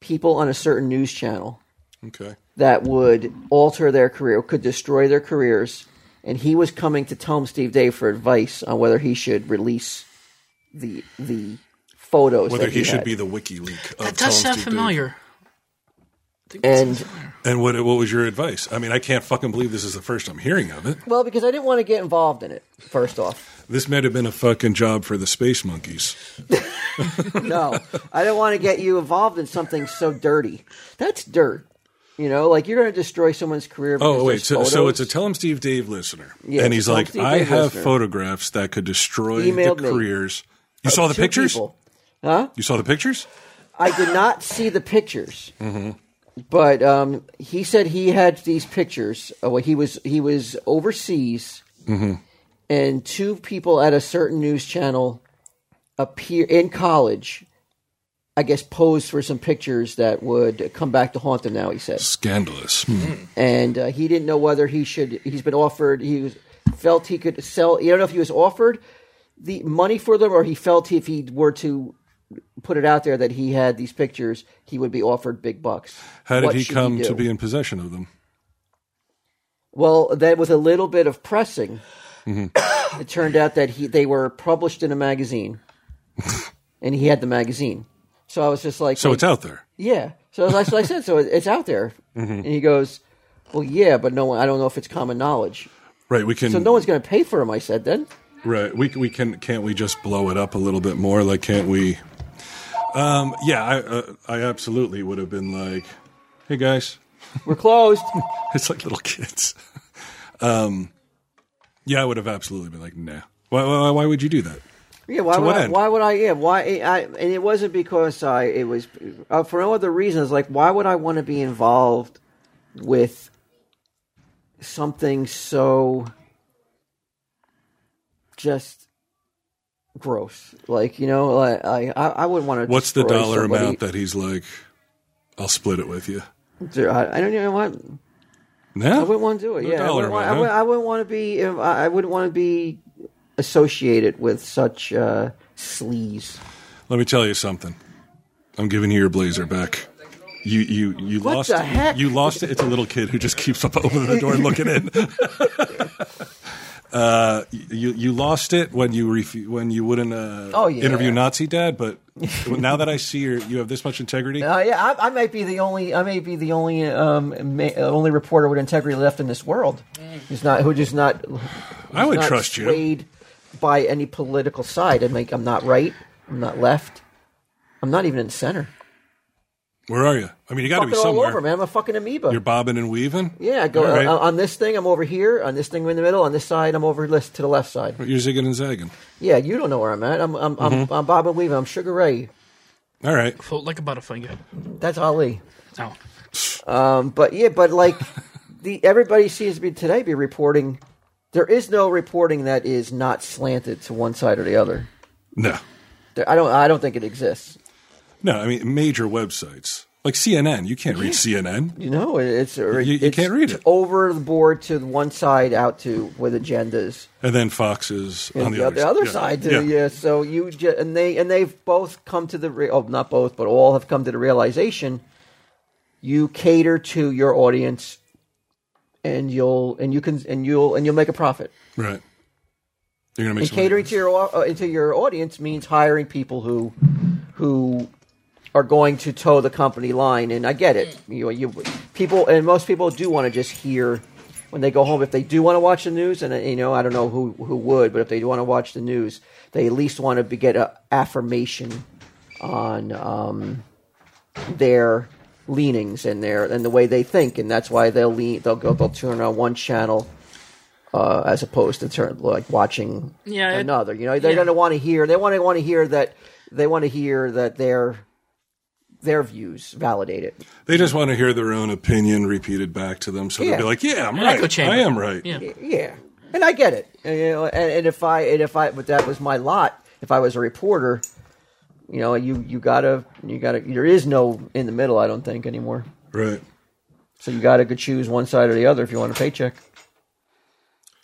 C: people on a certain news channel
B: Okay.
C: that would alter their career, could destroy their careers. And he was coming to Tom Steve Dave for advice on whether he should release the the photos.
B: Whether
C: that
B: he should
C: had.
B: be the wiki leak. Of
D: That does
B: Tell 'em Steve
D: sound
B: Dave.
D: familiar.
C: And
B: And what what was your advice? I mean, I can't fucking believe this is the first I'm hearing of it.
C: well, because I didn't want to get involved in it. First off,
B: This might have been a fucking job for the space monkeys.
C: no, I didn't want to get you involved in something so dirty. That's dirt. You know, like you're going to destroy someone's career.
B: Oh
C: because
B: wait,
C: there's
B: so, so
C: photos.
B: it's a Tell 'em Steve Dave listener,
C: Yeah,
B: and
C: it's
B: he's
C: a Tell 'em
B: like,
C: Steve
B: I
C: Dave
B: have
C: listener.
B: photographs that could destroy the
C: Emailed me.
B: careers. You saw the
C: Two
B: pictures.
C: people.
B: You saw the pictures.
C: I did not see the pictures,
B: Mm-hmm.
C: but um, he said he had these pictures. Oh, he was he was overseas,
B: Mm-hmm.
C: and two people at a certain news channel appear in college. I guess posed for some pictures that would come back to haunt them. Now he said,
B: Scandalous. Hmm.
C: and uh, he didn't know whether he should. He's been offered. He was, felt he could sell. I don't know if he was offered the money for them, or he felt if he were to put it out there that he had these pictures, he would be offered big bucks.
B: How did
C: What
B: he
C: should
B: come
C: do?
B: to be in possession of them?
C: Well, that with a little bit of pressing, (coughs)
B: Mm-hmm.
C: it turned out that he they were published in a
B: (laughs)
C: magazine, and he had the magazine. So I was just like,
B: So it's out there.
C: Yeah. So that's what I said. So it- it's out there,
B: Mm-hmm.
C: and he goes, "Well, yeah, but no one. I don't know if it's common knowledge."
B: Right. We can.
C: So no one's going to pay for him. I said then.
B: Right. We we can can't we just blow it up a little bit more? Like can't we? Um. Yeah. I uh, I absolutely would have been like, hey guys, (laughs)
C: We're closed.
B: it's like little kids. (laughs) Um. Yeah, I would have absolutely been like, nah. Why why, why would you do that?
C: (laughs) Yeah, why
B: To
C: would
B: what
C: I,
B: end?
C: why would I? Yeah, why? I, and it wasn't because I. It was uh, for no other reason. It's like why would I want to be involved with something so just gross? Like you know, like, I I, I wouldn't want to.
B: What's the
C: destroy
B: dollar
C: somebody.
B: amount that he's like? I'll split it with you.
C: I, I don't even want.
B: No.
C: I wouldn't want to do it.
B: No
C: yeah, I
B: dollar
C: wouldn't, want, I,
B: amount,
C: would,
B: huh?
C: I wouldn't want to be. um, I I wouldn't want to be associated with such uh, sleaze.
B: Let me tell you something. I'm giving you your blazer back. You you you
C: What
B: lost
C: the
B: it.
C: heck?
B: you lost it. It's a little kid who just keeps up over the door looking in. (laughs) uh, you you lost it when you refu- when you wouldn't uh,
C: Oh, yeah.
B: interview Nazi Dad, but now that I see you you have this much integrity.
C: Uh, yeah, I, I might be the only. I may be the only um, ma- uh, only Mm. reporter with integrity left in this world. Who's not who just not.
B: I would
C: not
B: trust you.
C: swayed by any political side. I'm like, I'm not right. I'm not left. I'm not even in the center.
B: Where are you? I mean, you got to
C: Fucking
B: be
C: all
B: somewhere.
C: over, man. I'm a fucking amoeba.
B: You're bobbing and weaving.
C: yeah, I go
B: All right.
C: uh, on this thing. I'm over here. On this thing, I'm in the middle. On this side, I'm over this, to the left side.
B: You're zigging and zagging.
C: Yeah, you don't know where I'm at. I'm I'm
B: Mm-hmm.
C: I'm, I'm Bob and Weave. I'm Sugar Ray.
B: All right.
D: Float like a butterfinger.
C: That's Ali.
D: Ow.
C: Um, but yeah, but
B: (laughs)
C: like the everybody seems to be today be reporting. There is no reporting that is not slanted to one side or the other.
B: No,
C: There, I don't I don't think it exists.
B: no. I mean, major websites like CNN. You can't read CNN.
C: You know, it- it's
B: you
C: it's
B: can't read it.
C: over the board to one side, out to with agendas.
B: And then Fox's on
C: And
B: the,
C: the,
B: other,
C: the other
B: yeah.
C: side, too, yeah. So you ju- and they and they've both come to the re- oh, not both, but all have come to the realization you cater to your audience, and you'll and you can and you'll and you'll make a profit.
B: Right. You're gonna make
C: uh, And
B: some
C: catering
B: money.
C: to your au- uh, to your audience means hiring people who who are going to toe the company line. And I get it. You you people and most people do want to just hear when they go home if they do want to watch the news. And uh, you know I don't know who who would, but if they do want to watch the news, they at least want to be, get a affirmation on um, their leanings and their and the way they think. And that's why they'll lean they'll go they'll turn on one channel uh, as opposed to turn like watching
D: Yeah, it-
C: another. You know, they're
D: yeah.
C: going to want to hear. They want to want to hear that. They want to hear that their their views validated.
B: They just want to hear their own opinion repeated back to them, so
C: Yeah.
B: they'll be like, "Yeah, I'm
D: An echo
B: right.
D: chamber.
B: I am right."
D: Yeah.
C: Yeah, and I get it. And, you know, and, and if I and if I but that was my lot. If I was a reporter, you know, you you gotta you gotta. There is no in the middle. I don't think anymore.
B: Right.
C: So you gotta go choose one side or the other if you want a paycheck.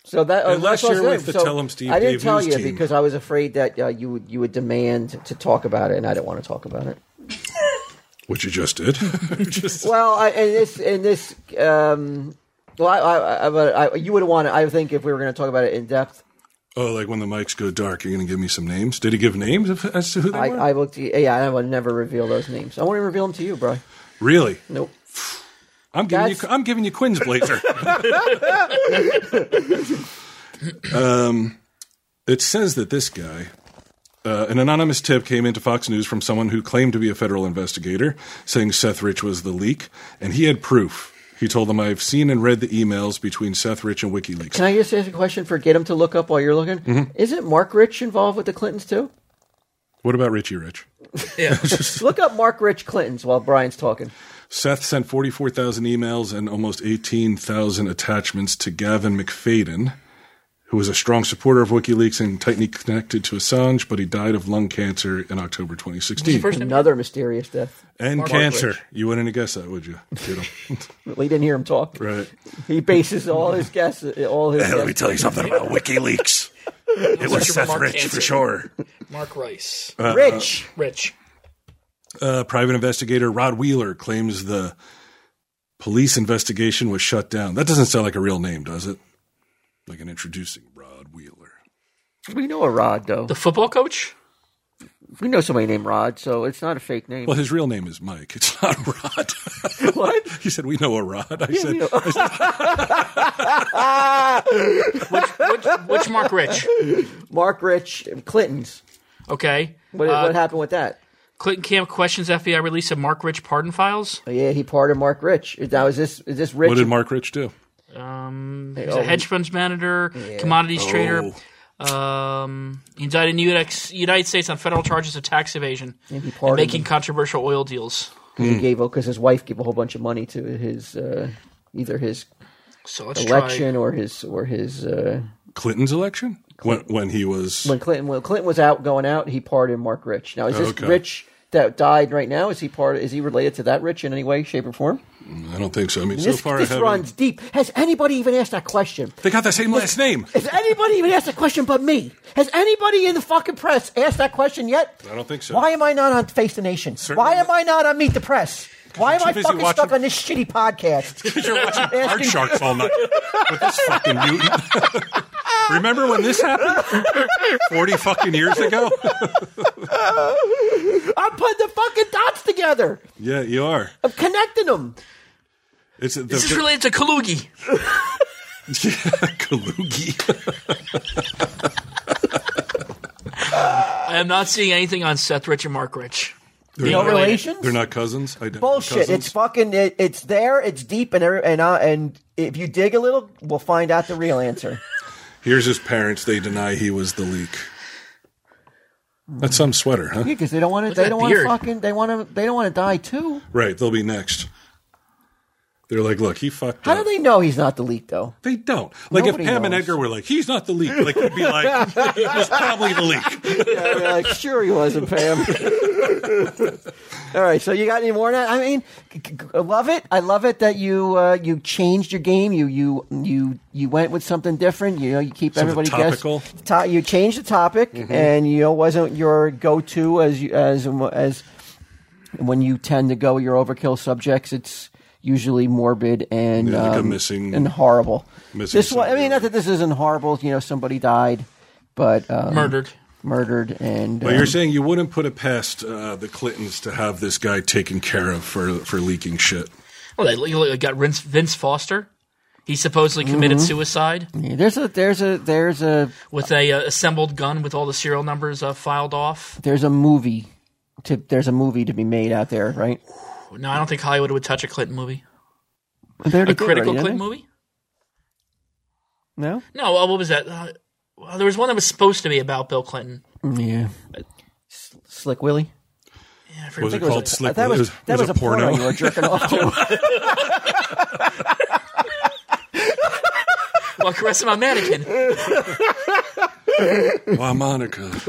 C: So that uh, that's
B: Unless
C: what I was
B: you're
C: saying.
B: with the
C: So
B: Tell 'em Steve
C: I didn't
B: Dave
C: tell
B: News
C: you
B: team.
C: because I was afraid that uh, you would you would demand to talk about it, and I didn't want to talk about
B: (laughs)
C: it.
B: Which you just did. (laughs) Just-
C: Well, I, and this and this, um, well, I, I, I, but I, you would want. I think if we were going to talk about it in depth,
B: oh, like when the mics go dark, you're going to give me some names. Did he give names of- as to who they
C: I,
B: were?
C: I will. Yeah, I would never reveal those names. I won't even reveal them to you, bro.
B: really?
C: Nope.
B: I'm giving
C: That's-
B: you. I'm giving you Quinn's blazer. um, Um, it says that this guy, uh, an anonymous tip came into Fox News from someone who claimed to be a federal investigator, saying Seth Rich was the leak, and he had proof. He told them, "I've seen and read the emails between Seth Rich and WikiLeaks."
C: Can I just ask a question? Forget him to look up while you're looking.
B: Mm-hmm.
C: Isn't Mark Rich involved with the Clintons too?
B: What about Richie Rich?
D: Yeah.
C: look up Mark Rich Clintons while Brian's talking.
B: Seth sent 44,000 emails and almost 18,000 attachments to Gavin McFadden, who was a strong supporter of WikiLeaks and tightly connected to Assange, but he died of lung cancer in October 2016.
D: First name-
C: Another mysterious death.
B: and
D: Mark
B: cancer.
D: Rich.
B: You wouldn't have guessed that, would you? Kiddo?
C: We didn't hear him talk.
B: right.
C: He bases all his guesses. All
B: (laughs)
C: his.
B: Let me
C: guess-
B: tell you something about WikiLeaks. It was
D: Search for
B: Seth
D: Mark
B: Rich
D: Cancer.
B: for sure.
D: Mark Rice.
C: Rich.
D: Rich.
B: Uh, private investigator Rod Wheeler claims the police investigation was shut down. That doesn't sound like a real name, does it? Like an introducing Rod Wheeler.
C: We know a Rod though.
D: The football coach?
C: We know somebody named Rod, so it's not a fake name.
B: Well, his real name is Mike. It's not (laughs) Rod.
C: (laughs) What?
B: he said, "We know a Rod." I said,
C: we (laughs) know-
D: Which, which
B: (laughs)
D: Mark Rich?
C: Mark Rich Clintons.
D: Okay.
C: What,
D: Uh,
C: what happened with that?
D: Clinton Camp questions FBI release of Mark Rich pardon files.
C: Oh, yeah, he pardoned Mark Rich. Now is this is this Rich?
B: "What did Mark Rich do?"
D: Um,
C: Hey,
D: he's a
C: oh,
D: hedge funds manager, commodities
B: Oh.
D: trader. Um, he indicted in the United- United States on federal charges of tax evasion
C: And he
D: and
C: pardoned
D: making
C: him.
D: controversial oil deals.
C: he gave because his wife gave a whole bunch of money to his uh, either his
D: So let's
C: election or his or his uh,
B: Clinton's election when when he was
C: when Clinton when Clinton was out going out, he pardoned Mark Rich. Now is this
B: Okay.
C: Rich that died right now? Is he part? Is he related to that Rich in any way, shape, or form?
B: I don't think so. I mean, so
C: this
B: far I
C: this
B: haven't-
C: runs deep. Has anybody even asked that question?
B: They got the same last name.
C: Has anybody even asked that question but me? Has anybody in the fucking press asked that question yet?
B: I don't think so.
C: Why am I not on Face the Nation?
B: Certainly
C: Why am
B: not.
C: I not on Meet the Press? Why am
B: too
C: I
B: busy
C: fucking
B: watching-
C: stuck on this shitty podcast?
B: (laughs) You're (laughs) watching Hard Sharks all night with this fucking mutant. (laughs) Remember when this happened? (laughs) Forty fucking years ago. (laughs)
C: I'm putting the fucking dots together.
B: yeah, you are.
C: I'm connecting them.
B: It's the,
D: This
B: (laughs)
D: is related to Kalugi.
B: Kalugi.
D: I am not seeing anything on Seth Rich and Mark Rich.
B: They're
D: No
B: not-
D: relations?
B: (laughs) They're not cousins. I
E: Bullshit! It's fucking. It, it's there. It's deep, and every, and uh, and if you dig a little, we'll find out the real (laughs) answer.
B: Here's his parents. They deny he was the leak. That's some sweater, huh?
E: Because they don't want to.
D: at
E: They
D: that
E: don't want to
D: beard.
E: fucking. They want to. They don't want to die too.
B: Right. They'll be next. They're like, look, he fucked
E: How
B: up.
E: do they know he's not the leak though?
B: They don't. Like
E: Nobody
B: if Pam and
E: knows.
B: Edgar were like, he's not the leak. Like he'd be like, he was probably the leak.
E: (laughs)
C: They're like, sure he wasn't, Pam. All right, so you got any more? on That I mean, c- c-
E: I love it. I love it that you uh, you changed your game. You you you you went with something different. You know, you keep
B: Something
E: everybody
B: topical. Mm-hmm.
E: guessing. To- you changed the topic, and you know wasn't your go to as you as as when you tend to go with your overkill subjects. It's usually morbid and
B: Yeah, like a
E: um,
B: missing-
E: and horrible.
B: missing
E: this one, I mean,
B: something.
E: not that this isn't horrible. You know, somebody died, but um,
D: Murdered.
E: murdered, and
B: But
E: um,
B: you're saying you wouldn't put it past uh, the Clintons to have this guy taken care of for for leaking shit.
D: Well, they they got Vince, Vince Foster. He supposedly committed suicide
E: um, there's a there's a there's a
D: with a uh, assembled gun with all the serial numbers uh, filed off.
E: there's a movie. To, there's a movie to be made out there, right?
D: No, I don't think Hollywood would touch a Clinton movie.
E: They already
D: A
E: did
D: critical
E: already,
D: Clinton
E: didn't
D: movie?
E: they? No.
D: No, uh, what was that? Uh, well, there was one that was supposed to be about Bill Clinton.
E: Yeah. Slick Willie.
D: Yeah, I forget
B: Was
D: what
B: it called Slick?
E: that was,
B: it was,
E: that
B: it
E: was,
B: was
E: a porno. you were jerking off
B: (laughs)
E: to.
D: While caressing my mannequin.
B: Why, Monica?
D: Is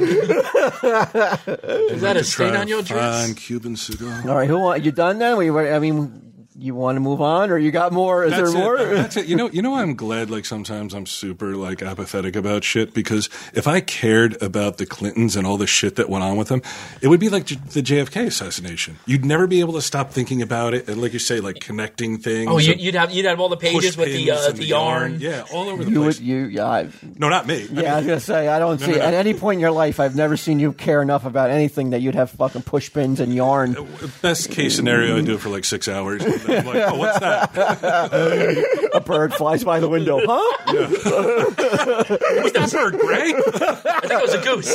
D: that a stain on your dress?
B: Fine Cuban cigar.
E: All right, who want you done then? We were, I mean, you want to move on, or you got more? Is
B: That's
E: there
B: it.
E: more?
B: Uh, (laughs) That's it. You know, you know, I'm glad. Like sometimes I'm super like apathetic about shit because if I cared about the Clintons and all the shit that went on with them, it would be like J- the JFK assassination. You'd never be able to stop thinking about it, and like you say, like connecting things.
D: Oh, you,
B: and
D: you'd have you'd have all the
B: push
D: pages with the
B: pins
D: uh,
B: and
D: the yarn.
B: Yeah, all over the
E: You
B: place.
E: would, you, yeah, I,
B: no, not me.
E: yeah. I was gonna say, I don't see
B: no, no.
E: at any point in your life, I've never seen you care enough about anything that you'd have fucking push pins and
B: (laughs)
E: yarn.
B: Best case scenario, I do it for like six hours. And then I'm like, oh, what's
D: (laughs)
B: that?
E: a bird flies by the window, huh?
B: Was that bird gray?
D: I think it was a goose.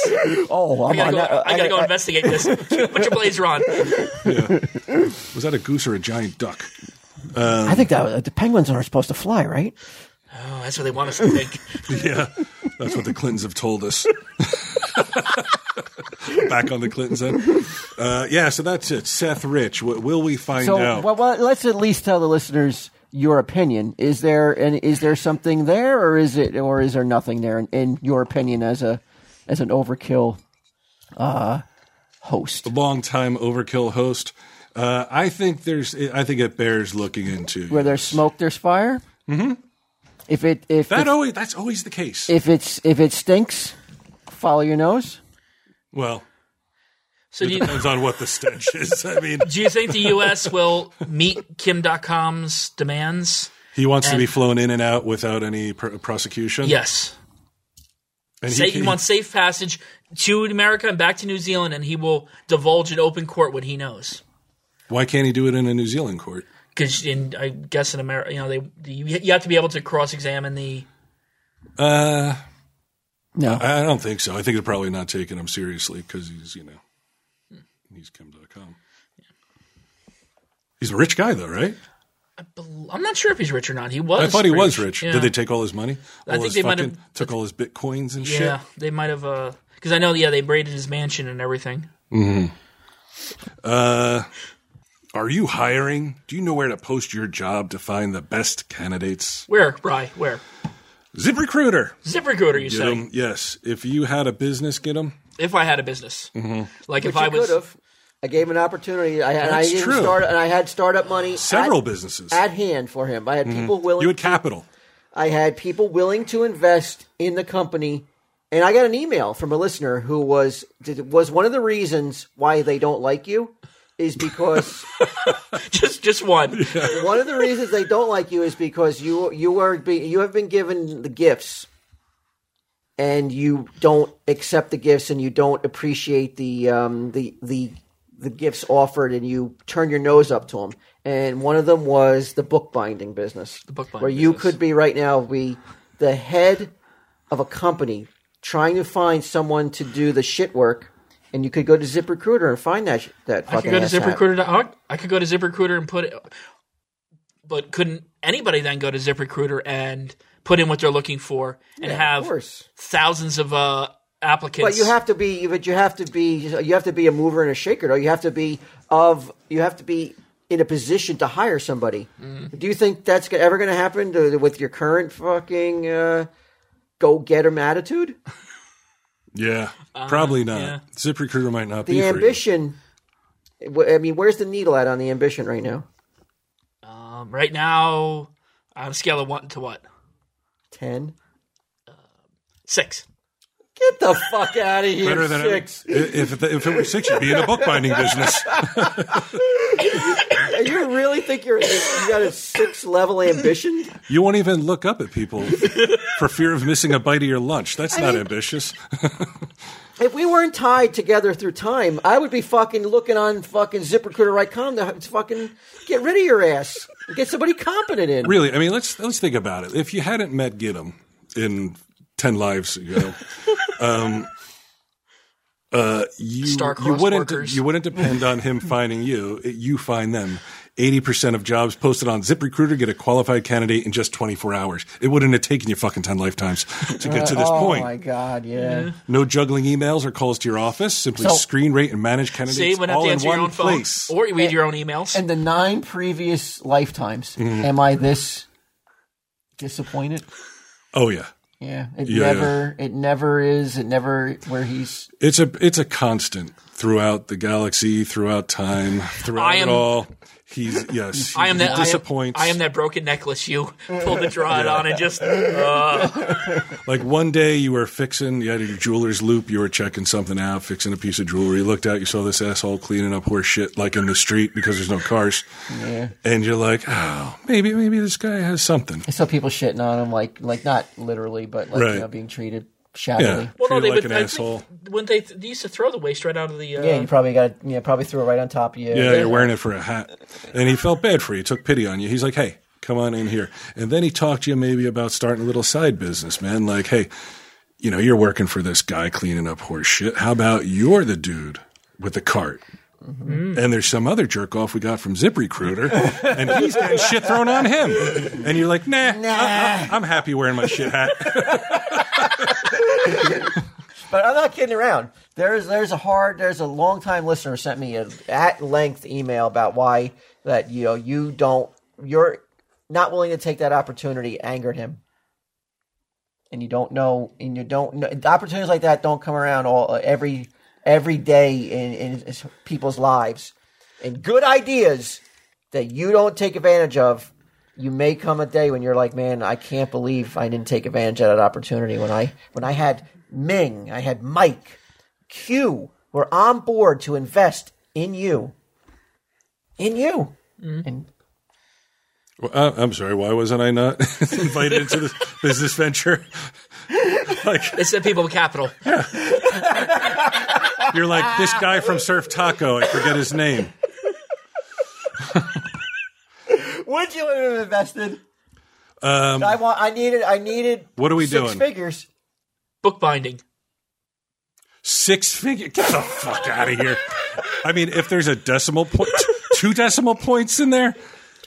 E: Oh,
D: I
E: I'm
D: gotta
E: on
D: go,
E: that.
D: I gotta go investigate this. Put your blazer on.
B: Was that a goose or a giant duck?
E: I think that was, the penguins aren't supposed to fly, right?
D: Oh, that's what they want us to think.
B: Yeah, that's what the Clintons have told us. (laughs) Back on the Clintons. Then. Uh, yeah, so that's it. Seth Rich. W- will we find
E: So,
B: out?
E: well, well, let's at least tell the listeners your opinion. Is there and is there something there, or is it, or is there nothing there? In, in your opinion, as a as an overkill uh, host,
B: Long-time Overkill host. Uh, I think there's. I think it bears looking into.
E: where there's smoke, there's fire. Mm-hmm. If it if
B: that
E: it,
B: always. That's always the case.
E: if it's if it stinks, follow your nose.
B: well,
D: So do you,
B: depends on what the stench is. I mean,
D: do you think the U.S. will meet Kim.com's demands?
B: he wants to be
D: And-
B: flown in and out without any pr- prosecution.
D: Yes.
B: and
D: Say he wants safe passage to America and back to New Zealand, and he will divulge in open court what he knows.
B: Why can't he do it in a New Zealand court?
D: Because in I guess in America, you know, they you, you have to be able to cross-examine the.
B: Uh,
E: No,
B: I I don't think so. I think they're probably not taking him seriously because he's, you know,
D: Hmm.
B: he's Kim.com. He's a rich guy, though, right?
D: I'm not sure if he's rich or not. He was.
B: I thought he was rich.
D: Yeah.
B: Did they take all his money? All
D: think
B: his
D: they might
B: fucking-
D: have-
B: took all his bitcoins and
D: Yeah,
B: shit.
D: they might have. Because I know, yeah, they braided his mansion and everything.
B: Are you hiring? Do you know where to post your job to find the best candidates?
D: Where, Bry? Where?
B: ZipRecruiter.
D: ZipRecruiter, you
B: Get
D: say?
B: 'em. Yes. If you had a business, get them.
D: If I had a business,
B: Mm-hmm.
D: like if I
C: you could
D: was,
C: have. I gave him an opportunity. I had, and I
B: That's
C: didn't
B: true.
C: start, and I had startup money.
B: Several
C: at,
B: businesses.
C: at hand for him. I had people willing.
B: you had capital.
C: I had people willing to invest in the company, and I got an email from a listener who was did, was one of the reasons why they don't like you is because
D: (laughs) just just one.
C: one of the reasons they don't like you is because you you are be, you have been given the gifts and you don't accept the gifts and you don't appreciate the um, the the the gifts offered and you turn your nose up to them. And one of them was the bookbinding business, the
D: bookbinding
C: where you
D: business.
C: could be right now be the head of a company trying to find someone to do the shit work And you could go to ZipRecruiter and find that sh- that
D: I
C: fucking
D: could go to
C: ass hat.
D: ZipRecruiter.org. I could go to ZipRecruiter and put it, but couldn't anybody then go to ZipRecruiter and put in what they're looking for and
C: Of
D: have
C: course.
D: thousands of uh, applicants?
C: But you have to be. But you have to be. You have to be a mover and a shaker. Though you have to be of. You have to be in a position to hire somebody.
B: Mm-hmm.
C: Do you think that's go- ever going to happen to, with your current fucking uh, go get 'em attitude?
B: Yeah, probably not.
D: Uh-huh. yeah.
B: ZipRecruiter might not be
C: The
B: for you.
C: ambition. wh- I mean, where's the needle at on the ambition right now?
D: um, right now on a scale of one to what
C: Ten.
D: six.
C: Get the fuck out of here.
B: Better than
C: six.
B: I- if it- if it were six, you'd be in a bookbinding business.
C: You really think you're you got a six level ambition?
B: You won't even look up at people for fear of missing a bite of your lunch. That's not ambitious.
C: If we weren't tied together through time, I would be fucking looking on fucking ZipRecruiter.com to fucking get rid of your ass. Get somebody competent in.
B: Really, I mean, let's let's think about it. If you hadn't met Gidim in ten lives ago, um, uh, you
D: Star-crossed
B: you wouldn't
D: workers.
B: you wouldn't depend on him finding you. You find them. Eighty percent of jobs posted on ZipRecruiter get a qualified candidate in just twenty four hours. It wouldn't have taken you fucking ten lifetimes to get to this
E: oh
B: point.
E: my god, yeah.
B: No juggling emails or calls to your office. Simply
E: So-
B: screen rate and manage candidates
D: Save and have
B: all
D: to
B: in
D: answer your
B: one
D: own phone
B: place.
D: or read your own emails.
E: In the nine previous lifetimes,
B: Mm-hmm.
E: am I this disappointed?
B: oh yeah.
E: Yeah, it
B: Yeah.
E: never, it never is. It never where he's.
B: It's a it's a constant throughout the galaxy, throughout
D: (sighs)
B: time, throughout
D: I am-
B: it all. He's yes,
D: (laughs) I am
B: he
D: that
B: disappoints.
D: I am, I am that broken
C: (laughs)
D: necklace you pulled the draw on and
B: (laughs)
D: just uh,
B: like one day you were fixing, you had your jeweler's loop, you were checking something out, fixing a piece of jewelry. You looked out, you saw this asshole cleaning up horse shit like in the street because there's no cars,
E: Yeah,
B: and you're like, oh, maybe maybe this guy has something.
E: I saw people shitting on him, like, like not literally, but like
B: Right.
E: you know, being treated shabbily.
B: Yeah,
D: well,
B: treat
D: no, they
B: it like
D: would,
B: an
D: I think
B: asshole.
D: when they, they used to throw the waste right out of the uh,
E: Yeah, you probably got, yeah, probably threw it right on top of you.
B: Yeah, you're wearing it for a hat. And he felt bad for you. He took pity on you. He's like, hey, come on in here. And then he talked to you maybe about starting a little side business, man. Like, hey, you know, you're working for this guy cleaning up horse shit. How about you're the dude with the cart? And there's some other jerk off we got from ZipRecruiter, and he's getting shit thrown on him. And you're like, nah, I, am happy wearing my shit hat.
E: but
C: I'm not kidding around.
E: There's there's a hard there's a long time listener sent me a at length email about why that you know you don't you're not willing to take that opportunity angered him, and you don't know and you don't know opportunities like that don't come around all uh, every every day in in people's lives, and good ideas that you don't take advantage of. You may come a day when you're like, man, I can't believe I didn't take advantage of that opportunity when I when I had Ming, I had Mike, Q were on board to invest in you. In you. And
B: Well, I- I'm sorry, why wasn't I not (laughs) invited into this business venture? (laughs) like,
D: It's the people
C: (laughs)
D: of capital.
B: You're like
E: Ah.
B: this guy from Surf Taco. I forget his name.
E: would you have invested?
B: Um,
E: I want I needed I needed
B: What are we
E: six
B: doing?
E: figures.
D: Bookbinding.
B: six figure. Get the fuck out of here. I mean, if there's a decimal point, two decimal points in there,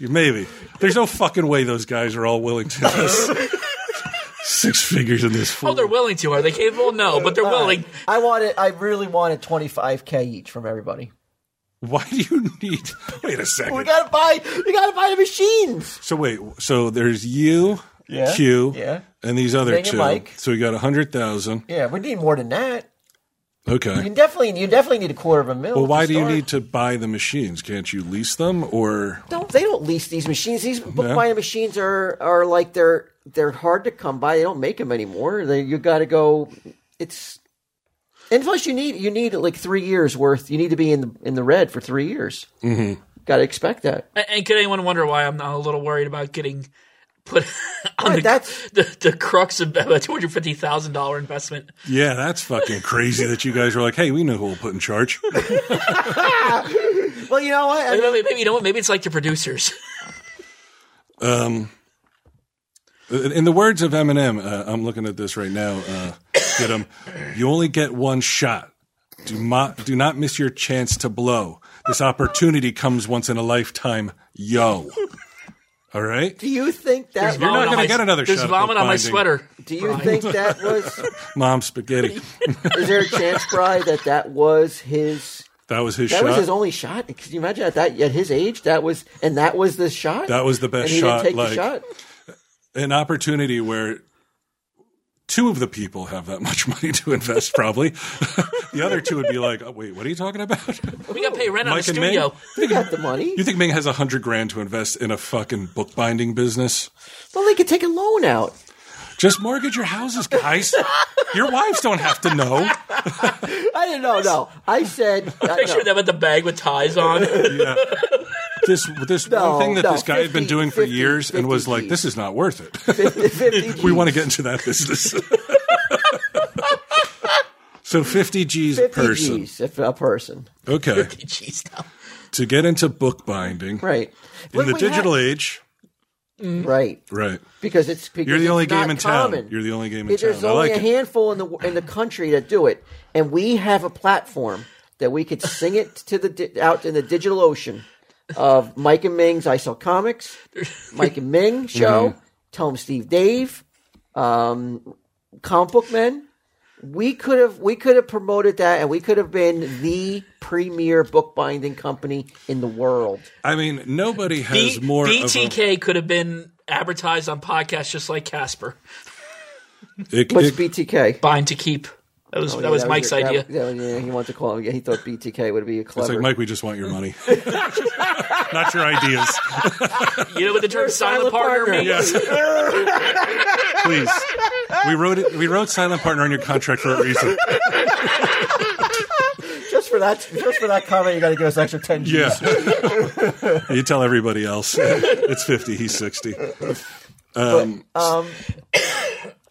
B: maybe. There's no fucking way those guys are all willing to this. Six figures in this fool.
D: Oh, they're willing to. Are they capable? No, but they're willing.
E: I wanted I really wanted twenty five K each from everybody.
B: Why do you need? Wait a second.
E: We gotta buy we gotta buy the machines.
B: So wait, so there's you,
E: Yeah,
B: Q,
E: yeah.
B: and these other
E: Ming and
B: two.
E: Mike.
B: So you got a hundred thousand.
E: Yeah, we need more than that.
B: Okay.
E: You definitely you definitely need a quarter of a mil.
B: well,
E: to
B: why do you
E: start.
B: need to buy the machines? Can't you lease them or
C: Don't they don't lease these machines. These book buying machines are are like they're they're hard to come by. They don't make them anymore. They, you got to go. It's and plus you need you need like three years worth. You need to be in the in the red for three years. Mm-hmm. Got to expect that.
D: And, and could anyone wonder why I'm not a little worried about getting put (laughs) on
C: Right,
D: the,
C: that's-
D: the the crux of a two hundred fifty thousand dollar investment?
B: Yeah, that's fucking crazy that you guys were like, hey, we know who we'll put in charge. Uh,
C: Well, you know what? I
D: Maybe,
C: mean,
D: maybe you know what? Maybe it's like the producers.
B: In the words of Eminem, uh, I'm looking at this right now, uh, get him, you only get one shot. Do, mo- do not miss your chance to blow. This opportunity comes once in a lifetime. Yo. All right?
C: Do you think that?
B: You're not
D: Vomit on
B: gonna
D: my-
B: get another
D: There's
B: shot at
D: vomit on my
B: bookbinding.
D: sweater.
C: Do
B: (laughs)
C: you think that was?
B: Mom spaghetti.
C: Is there a chance, Bry, that that was his?
B: That was his
C: That
B: shot.
C: was his only shot. Can you imagine at that at his age? That was and that was the shot.
B: That was the
C: and
B: best
C: he
B: shot.
C: Didn't take
B: like
C: the
B: (laughs)
C: shot.
B: an opportunity where two of the people have that much money to invest, probably. (laughs) the other two would be like, oh, wait, what are you talking about?
D: We got to pay rent on the
B: Mike and Ming?
D: studio.
C: He got the money.
B: You think Ming has a hundred grand to invest in a fucking bookbinding business?
C: Well, they could take a loan out.
B: Just mortgage your houses, guys. Your wives don't have to know.
C: I didn't know. No, I
B: (laughs)
C: said. I,
D: Picture them at the bag with ties on. (laughs)
B: Yeah. This this
C: No,
B: one thing that
C: no,
B: this guy had been
C: 50,
B: doing for
C: 50,
B: years and was
C: 50
B: like,
C: Gs.
B: this is not worth it. (laughs) we want to get into that business. (laughs) so fifty G's a person.
C: G's if a person,
B: Okay.
D: Jeez, no.
B: to get into bookbinding
C: right?
B: in the digital age.
C: right?
B: Right.
C: Because it's because
B: You're the
C: it's
B: only
C: not
B: game in
C: common.
B: town. You're the only game in
C: It- There's
B: town. I
C: only
B: like
C: a
B: it.
C: handful in the in the country that do it, and we have a platform that we could sing it to the di- out in the digital ocean of Mike and Ming's I Sell Comics, Mike and
B: (laughs) Mm-hmm.
C: Ming show, Tell 'em Steve Dave, um, Comic Book Men. We could have we could have promoted that, and we could have been the premier bookbinding company in the world.
B: I mean, nobody has
D: B-
B: more. of a-
D: BTK could have been advertised on podcasts just like Casper.
B: it-
C: What's
B: it-
C: BTK?
D: Bind to keep. That was that was
C: Oh, Yeah,
D: Mike's
C: your-
D: idea.
C: that- that- yeah, he wanted to call. Yeah, he thought BTK would be a
B: it's
C: clever.
B: like, Mike, we just want your money, (laughs) not your ideas.
D: you know what the term
C: silent
D: silent partner
C: partner.
D: means?
B: Yes. Please. We wrote it. We wrote silent partner on your contract for a reason.
E: Just for that, just for that comment, you got to give us extra ten.
B: Yeah. you tell everybody else. It's fifty. He's sixty. Um,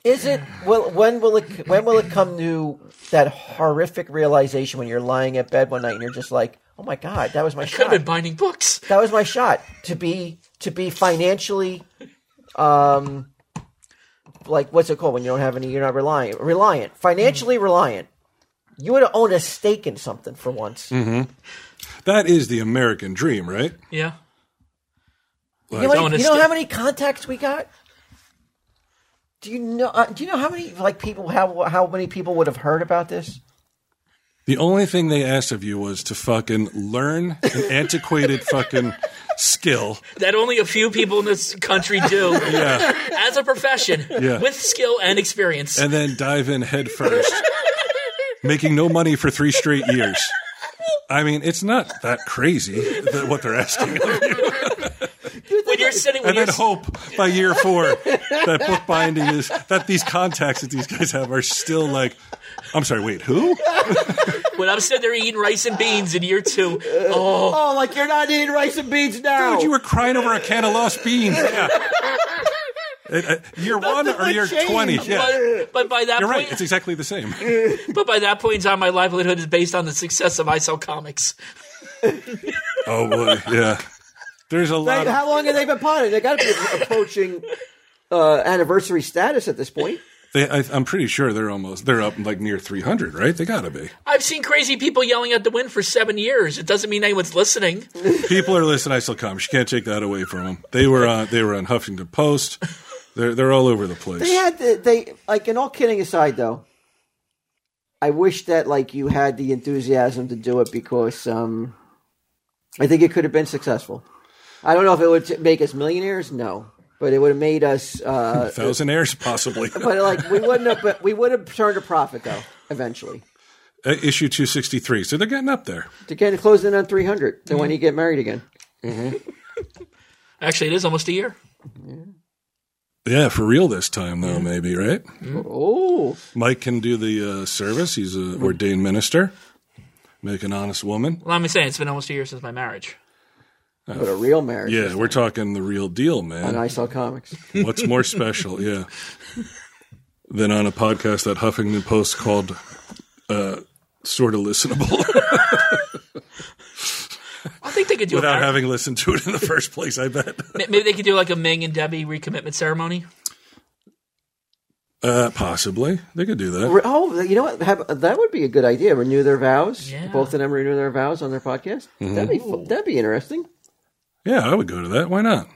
E: Is it?
C: Well, when will it? When will it come to that horrific realization when you're lying at bed one night and you're just like, "Oh my god, that was my
D: Could
C: shot.
D: have been binding books.
C: that was my shot to be to be financially, um, like what's it called when you don't have any? You're not reliant, reliant, financially reliant. You would have owned a stake in something for once.
B: that is the American dream, right?
D: Yeah.
C: You know,
D: Own a
C: you know
D: stake.
C: how many contacts we got? Do you know? Uh, do you know how many like people? How how many people would have heard about this?
B: The only thing they asked of you was to fucking learn an antiquated fucking skill.
D: That only a few people in this country do.
B: (laughs) Yeah.
D: As a profession.
B: Yeah.
D: With skill and experience.
B: And then dive in head first, making no money for three straight years. I mean, it's not that crazy that what they're asking of you.
D: when you're sitting when
B: And
D: you're
B: then hope by year four that bookbinding is that these contacts that these guys have are still like, I'm sorry, wait, who?
D: when I'm sitting there eating rice and beans in year two. Oh
C: Oh, like you're not eating rice and beans now.
B: Dude, you were crying over a can of lost beans. Yeah. Uh, uh, year one or
C: would
B: year
C: change.
B: 20. Yeah.
D: but, but by that
B: You're
D: point
B: right. It's exactly the same.
D: but by that point in time my livelihood is based on the success of I sell comics.
B: Oh boy, yeah. There's a lot.
C: Like,
B: Of,
C: how long have they been potted? They got to be approaching uh, anniversary status at this point.
B: they, I, I'm pretty sure they're almost they're up like near 300, right? They gotta be.
D: I've seen crazy people yelling at the wind for seven years. It doesn't mean anyone's listening.
B: People are listening. I still come. You can't take that away from them. They were on. They were on Huffington Post. They're they're all over the place.
C: They had the, they like. And all kidding aside, though, I wish that like you had the enthusiasm to do it because um, I think it could have been successful. I don't know if it would make us millionaires. No, but it would have made us. Uh,
B: Thousand heirs, possibly.
C: (laughs) but like we wouldn't have. But we would have turned a profit though eventually.
B: Uh, issue 263. So they're getting up there.
C: To get close in on three hundred. Then when you get married again.
D: Actually, it is almost a year.
B: Yeah, for real this time though. Maybe right.
C: Oh,
B: Mike can do the uh, service. He's a ordained minister. Make an honest woman.
D: Well, I'm saying it's been almost a year since my marriage.
C: but a real marriage.
B: Yeah, we're talking the real deal,
C: And (laughs)
B: man.
C: I saw comics.
B: What's more special, yeah, than on a podcast that Huffington Post called uh, sort of listenable (laughs)
D: I think they could do
B: without
D: a mar-
B: having listened to it in the first place, I bet.
D: ma- Maybe they could do like a Ming and Debbie recommitment ceremony.
B: (laughs) Uh, possibly they could do that.
F: Re- Oh, you know what? Have, that would be a good idea. Renew their vows.
D: Yeah.
F: Both of them renew their vows on their podcast.
B: Mm-hmm.
F: That'd be fu- that'd be interesting.
B: Yeah, I would go to that. Why not?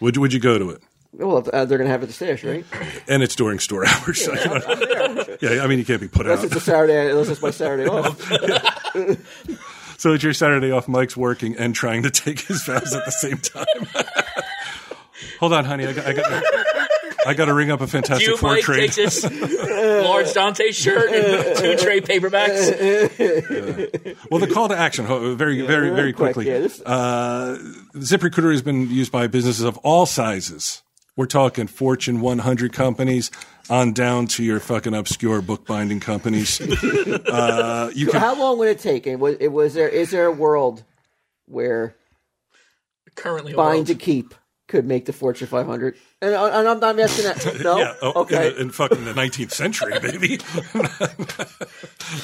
B: Would you, would you go to it?
F: Well, uh, they're gonna have it at the stash, right?
B: And it's during store (laughs) hours. so you don't- yeah, I mean you can't be put
F: Unless
B: out.
F: it's a Saturday. Unless it's my Saturday off.
D: (laughs)
B: So it's your Saturday off. Mike's working and trying to take his vows at the same time. (laughs) Hold on, honey. I got I got, I got to ring up a fantastic
D: You,
B: four
D: Mike,
B: trade.
D: takes his
B: (laughs)
D: large Dante shirt and two trade paperbacks.
B: Well, the call to action, ho- very, very, very
F: real quick,
B: quickly.
F: yeah, this-
B: uh, ZipRecruiter has been used by businesses of all sizes. We're talking Fortune 100 companies on down to your fucking obscure bookbinding companies. (laughs) uh, you can,
F: How long would it take? It was. It was there. Is there a world where
D: Currently, a
F: buying
D: world.
F: to keep could make the Fortune 500? And, I- and I'm not asking that. No.
B: (laughs) yeah, oh,
F: okay.
B: in, the- in fucking the 19th century, baby. (laughs)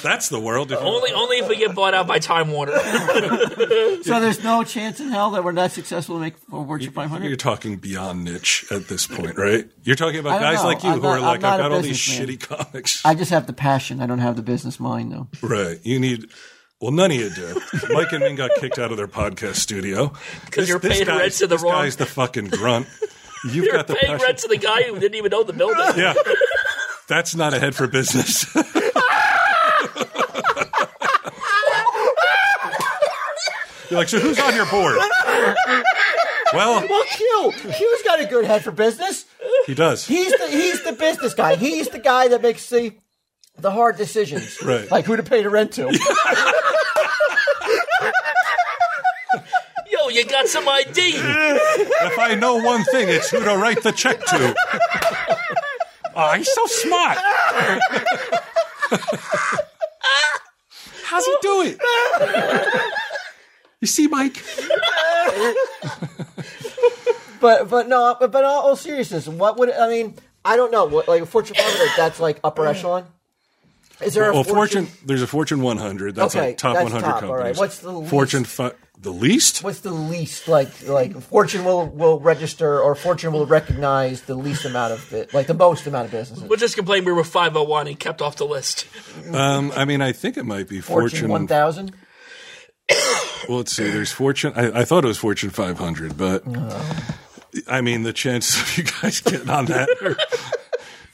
B: That's the world. If you-
D: only only if we get bought out by
B: (laughs)
D: Time Warner.
C: So there's no chance in hell that we're not successful to make Fortune 500.
B: You're talking beyond niche at this point, right? You're talking about
C: I don't
B: guys
C: know.
B: like you
C: I'm
B: who
C: not-
B: are like,
C: I'm not
B: I've
C: a
B: got all these
C: businessman.
B: shitty comics.
C: I just have the passion. I don't have the business mind, though.
B: Right. You need. Well, none of you do. Mike and Ming got kicked out of their podcast studio
D: 'Cause
B: This-
D: you're
B: this
D: paying
B: guy's-
D: rent to the
B: this
D: wrong-
B: guy's the fucking grunt. You've
D: You're
B: got the
D: paying
B: passion-
D: rent to the guy who didn't even own the building.
B: (laughs) Yeah, that's not a head for business. (laughs) You're like, so who's on your board? Well,
C: Well, Q, Q's got a good head for business.
B: he does.
C: He's the he's the business guy. He's the guy that makes the the hard decisions,
B: Right.
C: Like who to pay the rent to.
D: Yo, you got some ID.
B: If I know one thing, it's who to write the check to. (laughs) Oh, he's so
C: (laughs)
B: smart. How's he do it? You see, Mike?
C: But but no, but, but in all seriousness, what would I mean? I don't know. What, like a Fortune 500, that's like upper echelon. Is there
B: Well,
C: a Fortune?
B: Fortune, there's a Fortune 100. That's
C: Okay,
B: like top
C: that's
B: 100
C: top, all
B: companies.
C: right. What's the least?
B: Fortune fi- the least?
C: What's the least like like Fortune will will register or Fortune will recognize the least amount of bit like the most amount of businesses?
D: We'll just complain we were 501 and kept off the list.
B: Um, I mean, I think it might be
C: Fortune
B: Fortune.
C: one thousand.
B: well, let's see. There's Fortune. I, I thought it was Fortune 500, but I mean, the chances of you guys (laughs) getting on that are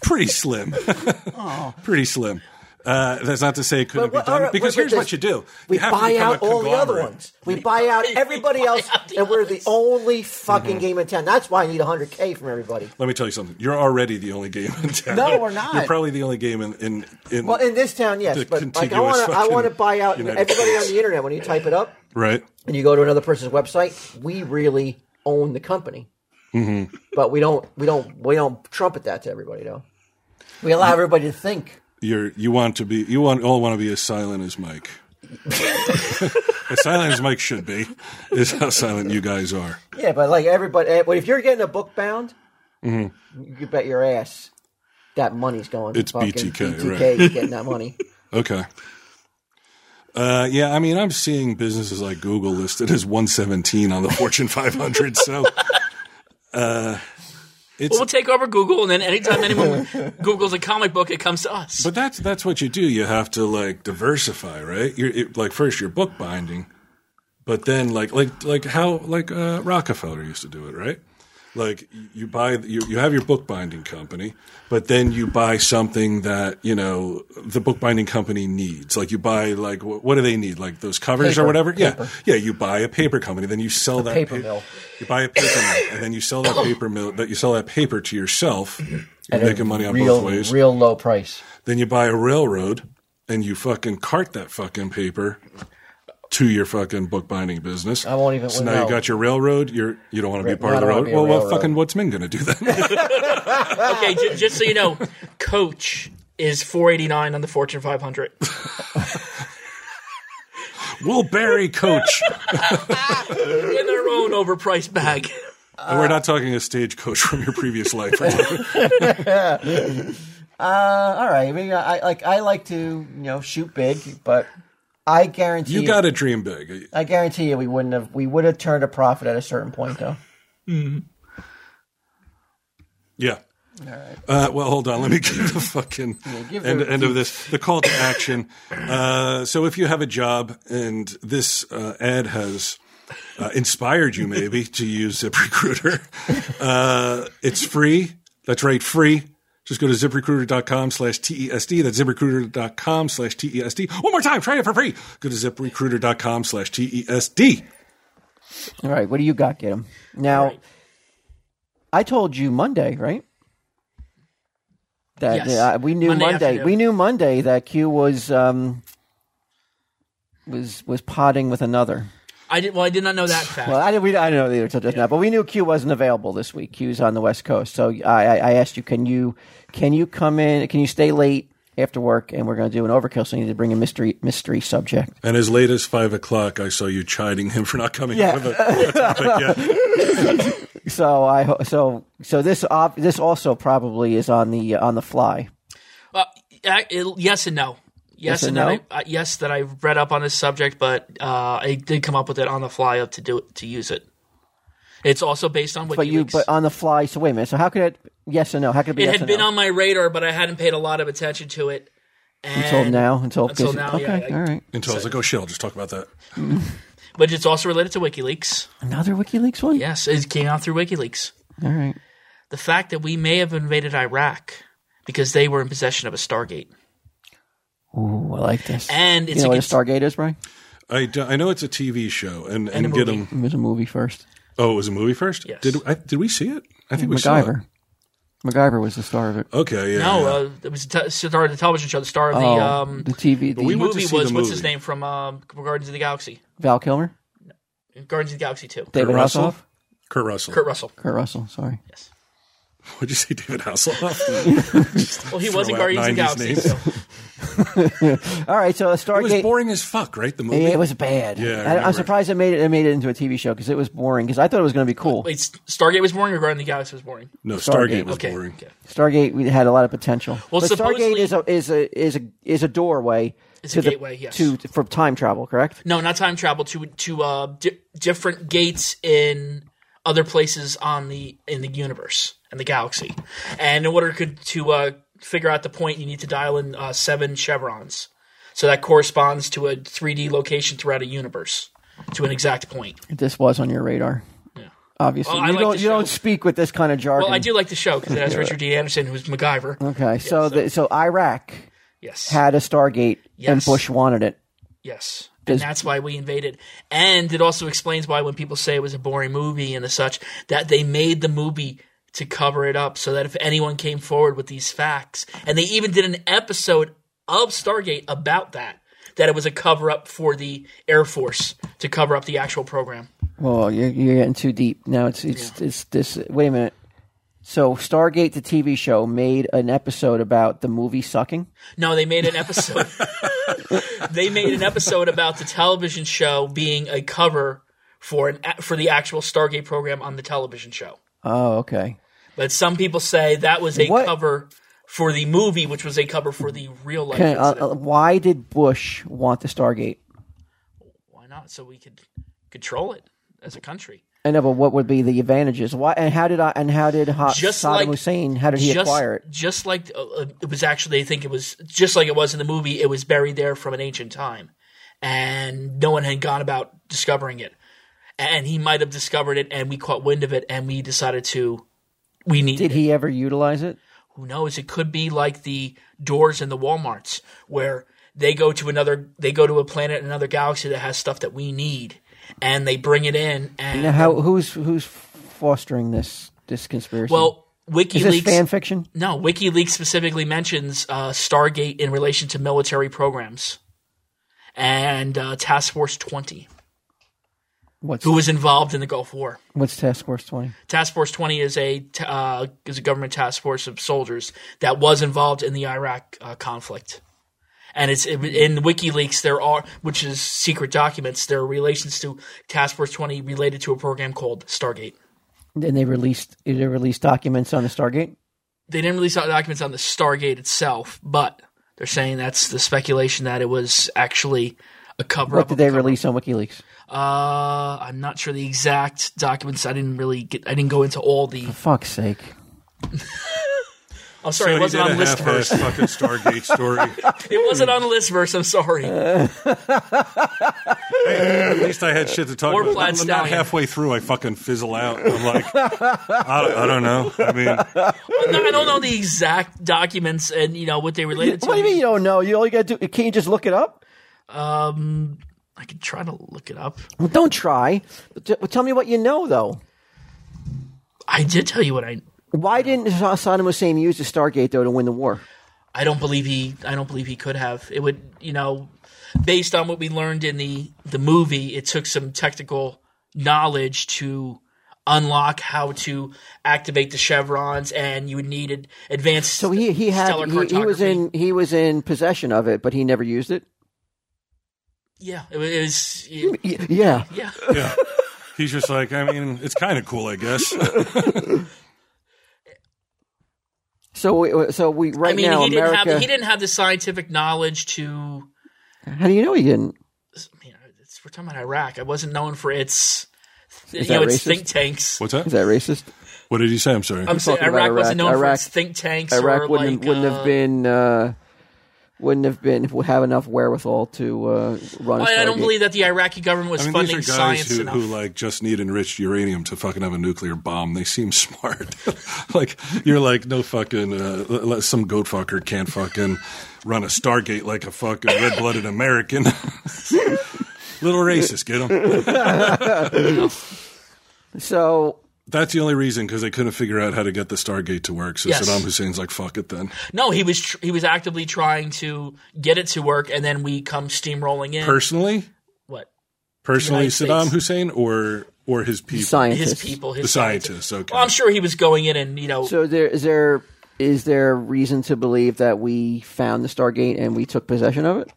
B: pretty slim. (laughs) pretty slim. Uh, that's not to say it
C: But
B: couldn't be
C: what- all
B: done
C: right,
B: because
C: wait, wait,
B: here's
C: this-
B: what you do.
C: We
B: you have to
C: buy
B: become a
C: out all the other
B: conglomerate.
C: ones. We
B: (laughs)
C: buy out everybody
D: buy
C: else,
D: out the
C: and we're the
D: others.
C: only
B: Mm-hmm.
C: fucking game in town. That's why I need 100K from everybody.
B: Let me tell you something. You're already the only game in town.
C: No, we're not.
B: You're probably the only game in in, in
C: Well, in this town, yes,
B: The
C: but like, I
B: contiguous
C: want to, I want to
B: fucking
C: buy out
B: United
C: everybody on
B: States.
C: the internet. When you type it up
B: right.
C: and you go to another person's website, we really own the company,
B: Mm-hmm.
C: but we don't, we don't, we don't trumpet that to everybody though. We allow everybody to think.
B: You're you want to be you want all want to be as silent
C: (laughs)
B: as Mike. (laughs) as silent as Mike should be is how silent you guys are.
C: Yeah, but like everybody, eh, well, if you're getting a book bound, you bet your ass that money's going. to
B: Mm-hmm. It's
C: fucking
B: BTK,
C: BTK getting that money.
B: Okay. Uh, yeah, I mean, I'm seeing businesses like Google listed as 117 on the Fortune 500. So,
D: Well, we'll take over Google, and then anytime anyone (laughs) Googles a comic book, it comes to us.
B: but that's that's what you do. You have to like diversify, right? You're it, like first your book binding, but then like like like how like uh, Rockefeller used to do it, right? Like you buy you you have your bookbinding company, but then you buy something that you know the bookbinding company needs. Like you buy like what, what do they need? Like those covers
C: Paper.
B: or whatever.
C: Paper.
B: Yeah, yeah. You buy a paper company, then you sell that
C: paper
B: pa-
C: mill.
B: You buy a paper mill, and then you sell that paper mill that you sell that paper
C: (coughs)
B: to yourself. You're
C: at a
B: (laughs) making money on
C: real,
B: both ways.
C: Real low price.
B: Then you buy a railroad and you fucking cart that fucking paper to your fucking bookbinding business.
C: I won't even-
B: So now
C: no.
B: you got your railroad. You're you don't want to be
C: Right,
B: part
C: no,
B: of the
C: I don't
B: road.
C: wanna be a
B: Well, well,
C: railroad.
B: fucking what's Ming gonna
C: (laughs)
B: do then?
D: Okay, j- just so you know, Coach is 489 on the
B: (laughs)
D: Fortune 500.
B: we'll bury Coach.
D: In their own overpriced bag.
B: and we're not talking a stagecoach from your
C: (laughs)
B: previous life. We're talking-
C: Uh, all right. I mean, I I- like I like to you know shoot big, but I guarantee
B: you got to dream big.
C: I guarantee you, we wouldn't have. We would have turned a profit at a certain point, though.
B: Yeah. Uh, well, hold on. Let me give
C: (laughs)
B: the fucking
C: give
B: end,
C: the-
B: end of this. The call to action. Uh, so, if you have a job and this uh, ad has uh, inspired you, maybe to use ZipRecruiter, (laughs) uh, it's free. That's right, free. Just go to ziprecruiter.com slash TESD. That's ziprecruiter.com slash TESD. One more time, try it for free. Go to ziprecruiter.com slash E TESD.
C: All right, what do you got, get him? Now,
D: Right.
C: I told you Monday, right? That
D: Yes.
C: uh, we knew
D: Monday
C: Monday.
D: afternoon.
C: We knew Monday that Q was um, was was potting with another.
D: I did. Well, I did not know that fact.
C: Well, I didn't. We, I didn't know either until just now. But we knew Q wasn't available this week. Q's on the West Coast, so I, I, I asked you, can you can you come in? Can you stay late after work? And we're going to do an overkill, so you need to bring a mystery mystery subject.
B: And as late as five o'clock, I saw you chiding him for not coming
C: Yeah.
B: up with
C: (laughs)
B: a, a topic yet.
C: So I ho- so so this op, this also probably is on the on the fly.
D: Uh, I- it- yes and no. Yes, and no. I, uh, yes, that I read up on this subject, but uh, I did come up with it on the fly up to do it, to use it. It's also based on WikiLeaks.
C: But you, but on the fly. So wait a minute. So how could it? Yes or no? How could it be?
D: it
C: yes
D: had
C: or
D: been
C: no?
D: on my radar, but I hadn't paid a lot of attention to it. And,
C: until now. Until,
D: until now,
C: Okay.
D: yeah, I-
C: all right.
B: Until I was like, oh shit, I'll just talk about that.
D: But it's also related to WikiLeaks.
C: Another WikiLeaks one.
D: Yes, it came out through WikiLeaks.
C: All right.
D: The fact that we may have invaded Iraq because they were in possession of a Stargate.
C: Ooh, I like this.
D: And
C: you
D: it's
C: know what a
D: against-
C: Stargate is, Brian?
B: I, d- I know it's a TV show, and and,
D: a
B: get
D: movie.
B: them.
C: It was a movie first.
B: Oh, it was a movie first.
D: Yes.
B: Did I, did we see it? I think we saw it.
C: MacGyver. MacGyver was the star of it.
B: Okay. Yeah.
D: No,
B: yeah.
D: uh, it was the t- star of the television show. The star of the
C: oh,
D: um,
C: the TV. The
B: we went to
D: movie
B: see
D: was
B: the
D: what's
B: movie.
D: his name from um, Guardians of the Galaxy,
C: Val Kilmer,
D: Guardians of the Galaxy Two.
C: David
B: Russell?
C: Hasselhoff,
B: Kurt Russell. (laughs)
D: Kurt Russell.
C: Kurt Russell. Sorry.
B: What'd you say, David Hasselhoff?
D: (laughs) Well, he was in
B: out
D: Guardians of the
B: 90s
D: Galaxy.
B: names.
D: So.
C: All right. So a
B: it was
C: Stargate.
B: boring as fuck, right? The movie.
C: it was bad.
B: Yeah, I
C: I,
B: remember
C: am
B: it.
C: surprised it made it. It made it into a TV show because it was boring. Because I thought it was going to be cool.
D: Wait, Stargate was boring, or Guardians of the Galaxy was boring?
B: no,
C: Stargate.
B: Stargate was
D: Okay.
B: boring.
D: okay.
C: Stargate we had a lot of potential.
D: Well,
C: but Stargate
D: supposedly-
C: is a is a is a is a doorway
D: It's
C: to
D: a
C: the
D: gateway, yes.
C: to for time travel, correct?
D: No, not time travel to to uh, di- different gates in other places on the in the universe and the galaxy. And in order could, to uh, figure out the point, you need to dial in uh, seven chevrons. So that corresponds to a 3D location throughout a universe to an exact point.
C: This was on your radar. Obviously,
D: Well, I
C: you
D: like
C: don't
D: the
C: you don't
D: show.
C: speak with this kind of jargon.
D: Well, I do like the show because it
B: (laughs)
D: has Richard D. Anderson, who's MacGyver.
C: Okay, so the, so Iraq
D: Yes,
C: had a Stargate, and
D: Yes.
C: Bush wanted it.
D: yes, and
C: Does-
D: that's why we invaded. And it also explains why when people say it was a boring movie and the such, that they made the movie to cover it up, so that if anyone came forward with these facts, and they even did an episode of Stargate about that, that it was a cover up for the Air Force to cover up the actual program.
C: Well, you're, you're getting too deep now. It's it's it's this. Wait a minute. So Stargate, the TV show, made an episode about the movie sucking.
D: No, they made an episode. they made an episode about the television show being a cover for an for the actual Stargate program on the television show.
C: Oh, okay.
D: But some people say that was a
C: What-
D: cover for the movie, which was a cover for the real life.
C: Okay, uh,
D: incident.
C: uh, why did Bush want the Stargate?
D: Why not? So we could control it as a country.
C: I know, but what would be the advantages? Why and how did I and how did ha-
D: Just
C: Saddam
D: like-
C: Hussein? How did he
D: just,
C: acquire it?
D: just like uh, uh, it was actually, I think it was just like it was in the movie. It was buried there from an ancient time, and no one had gone about discovering it. And he might have discovered it, and we caught wind of it, and we decided to. We need.
C: Did he ever utilize it?
D: Who knows? It could be like the doors in the WalMarts, where they go to another, they go to a planet, another galaxy that has stuff that we need, and they bring it in. And
C: Now, how who's who's fostering this this conspiracy?
D: well,
C: is this
D: WikiLeaks.
C: fan fiction?
D: No, WikiLeaks specifically mentions uh, Stargate in relation to military programs and uh, Task Force 20,
C: What's
D: who was involved in the Gulf War.
C: what's Task Force Twenty?
D: Task Force 20 is a t- uh, is a government task force of soldiers that was involved in the Iraq uh, conflict. And it's in WikiLeaks there are which is secret documents there are relations to Task Force 20 related to a program called Stargate.
C: Then they released they released documents on the Stargate.
D: They didn't release out documents on the Stargate itself, but they're saying that's the speculation that it was actually a cover
C: What
D: up.
C: did they release on WikiLeaks?
D: Uh, I'm not sure the exact documents. I didn't really get I didn't go into all the
C: Fuck's sake!
D: I'm sorry, it
B: he did
D: wasn't
B: a
D: on list
B: half-assed
D: verse.
B: fucking Stargate
D: (laughs)
B: story.
D: It wasn't on list verse. I'm sorry.
C: Uh,
B: Hey, at least I had shit to talk
D: Or
B: about.
D: Plaid
B: I'm not
D: Stallion.
B: halfway through, I fucking fizzle out. I'm like, I, don't- I don't know. I mean,
D: No, I don't know the exact documents and you know what they related to.
C: What do you mean you don't know? You all you got to do can't you just look it up?
D: I could try to look it up.
C: Well, don't try. But t- tell me what you know though.
D: I did tell you what I.
C: Why didn't Sa- Saddam Hussein use the Stargate though to win the war?
D: I don't believe he. I don't believe he could have. It would. You know, based on what we learned in the the movie, it took some technical knowledge to unlock how to activate the chevrons, and you needed advanced.
C: So he he had
D: stellar
C: he, he was
D: cartography.
C: in he was in possession of it, but he never used it.
D: Yeah, it was. It was
C: Y- yeah,
D: yeah.
B: yeah. He's just like, I mean, it's kind of cool, I
D: (laughs)
B: guess.
C: So we, so we right
D: I mean,
C: now
D: he didn't
C: America.
D: have he didn't have the scientific knowledge to.
C: how do you know he didn't?
D: I mean, it's, we're talking about Iraq. I wasn't known for its, you
C: that
D: know, its
C: racist?
D: think tanks.
B: What's
C: Is
B: that?
C: that racist?
B: What did you say? I'm sorry.
D: I'm saying
C: talking about
D: Iraq, wasn't known
C: Iraq.
D: for its
C: Iraq-
D: think tanks. or
C: Iraq wouldn't
D: like,
C: wouldn't
D: uh,
C: have been uh, wouldn't have been have enough wherewithal to uh, run. a
D: I, I don't
C: Stargate.
D: believe that the Iraqi government was
B: I mean, these
D: funding
B: are guys
D: science
B: who,
D: enough.
B: who like just need enriched uranium to fucking have a nuclear bomb. They seem (laughs) smart. like you're like no fucking uh, l- l- some goat fucker can't fucking run a Stargate like a fucking red blooded American. (laughs) Little racist, get him.
C: So
B: That's the only reason because they couldn't figure out how to get the Stargate to work. So
D: Yes.
B: Saddam Hussein's like, fuck it then.
D: no, he was tr- he was actively trying to get it to work, and then we come steamrolling in.
B: Personally,
D: what
B: personally,
D: United
B: Saddam
D: States.
B: Hussein or or his people,
D: his
C: scientists.
D: people, his
B: the scientists. Okay,
D: Well, I'm sure he was going in and you know.
C: So there is there is there reason to believe that we found the Stargate and we took possession of it?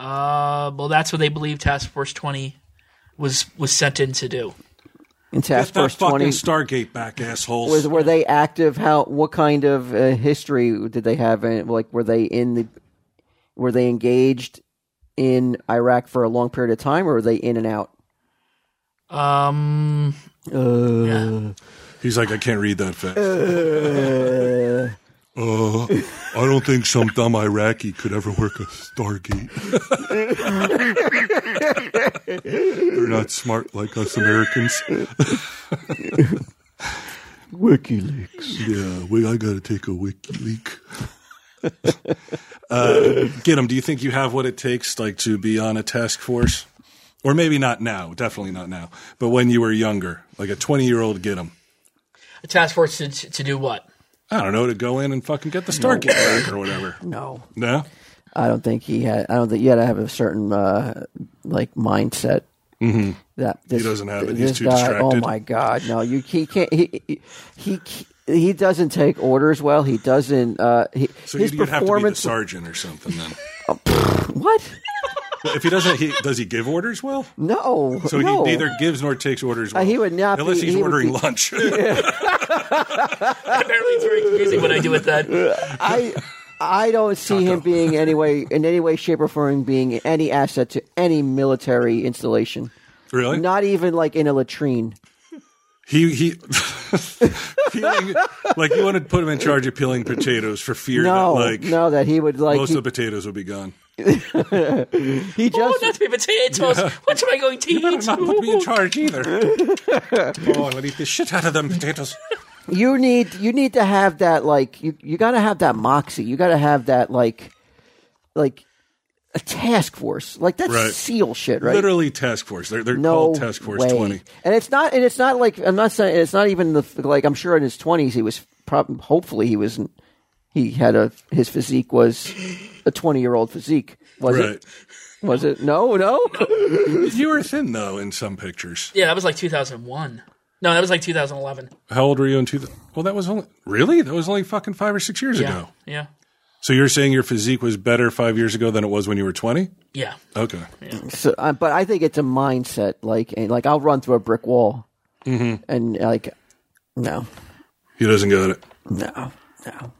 D: uh, well, that's what they believe Task Force 20 was was sent in to do.
C: In Task
B: Get that
C: Force
B: fucking
C: Twenty,
B: Stargate back, assholes.
C: was were they active? How what kind of uh, history did they have? In, like were they in the were they engaged in Iraq for a long period of time, or were they in and out?
D: Um,
B: He's like, I can't read that fast. Uh, I don't think some dumb Iraqi could ever work a Stargate. They're not smart like us Americans.
C: WikiLeaks.
B: Yeah, we, I got to take a wiki leak. uh, get him. Do you think you have what it takes, like, to be on a task force, or maybe not now? Definitely not now. But when you were younger, like a twenty-year-old, get him.
D: a task force to to do what? (laughs)
B: I don't know to go in and fucking get the Stargate back or whatever.
C: No,
B: No.
C: I don't think he had. I don't think you had to have a certain uh, like mindset. That this,
B: Mm-hmm. doesn't have it.
C: this
B: He's too
C: guy, Oh
B: distracted.
C: my god, no! You he can't. He he- he he doesn't take orders well. He doesn't. Uh, he,
B: So
C: his
B: you'd, you'd have to be the
C: performance.
B: sergeant or something then.
C: what?
B: if he doesn't, he, does he give orders well?
C: No.
B: So
C: no. Uh,
B: he neither gives nor takes orders well.
C: he would not be-
B: unless he's
C: he would
B: ordering
C: be- (laughs)
B: lunch.
D: Apparently, it's very confusing what I do with that.
C: I I don't see him being anyway in any way, shape, or form being any asset to any military installation.
B: really?
C: Not even like in a latrine.
B: He he. (laughs) peeling, like you want to put him in charge of peeling potatoes for fear
C: No,
B: that like
C: no, that he would like.
B: most
C: He,
B: of the potatoes will be gone.
C: he
D: Oh,
C: just
D: not to be potatoes. What am I going to eat?
B: Not put me in charge
C: (laughs)
B: either. oh, I'm gonna eat the shit out of them potatoes.
C: you need you need to have that like you you got to have that moxie. You got to have that like like a task force. Like that's
B: Right.
C: seal shit, right?
B: Literally task force. They're they're
C: no
B: called task force
C: way.
B: twenty.
C: And it's not. And it's not like I'm not saying. It's not even the like. I'm sure in his 20s he was. Prob- hopefully he was. He had a his physique was a 20 year old physique. Was
B: Right.
C: it? Was it? No, no.
B: You were thin though in some pictures.
D: Yeah, that was like 2001. No, that was like 2011.
B: How old were you in two? Well, that was only really that was only fucking five or six years
D: Yeah.
B: ago.
D: Yeah.
B: So you're saying your physique was better five years ago than it was when you were 20?
D: Yeah.
B: Okay.
C: So, uh, but I think it's a mindset. Like, and, like I'll run through a brick wall. Mm-hmm. And like, no,
B: He doesn't get it.
C: no, no.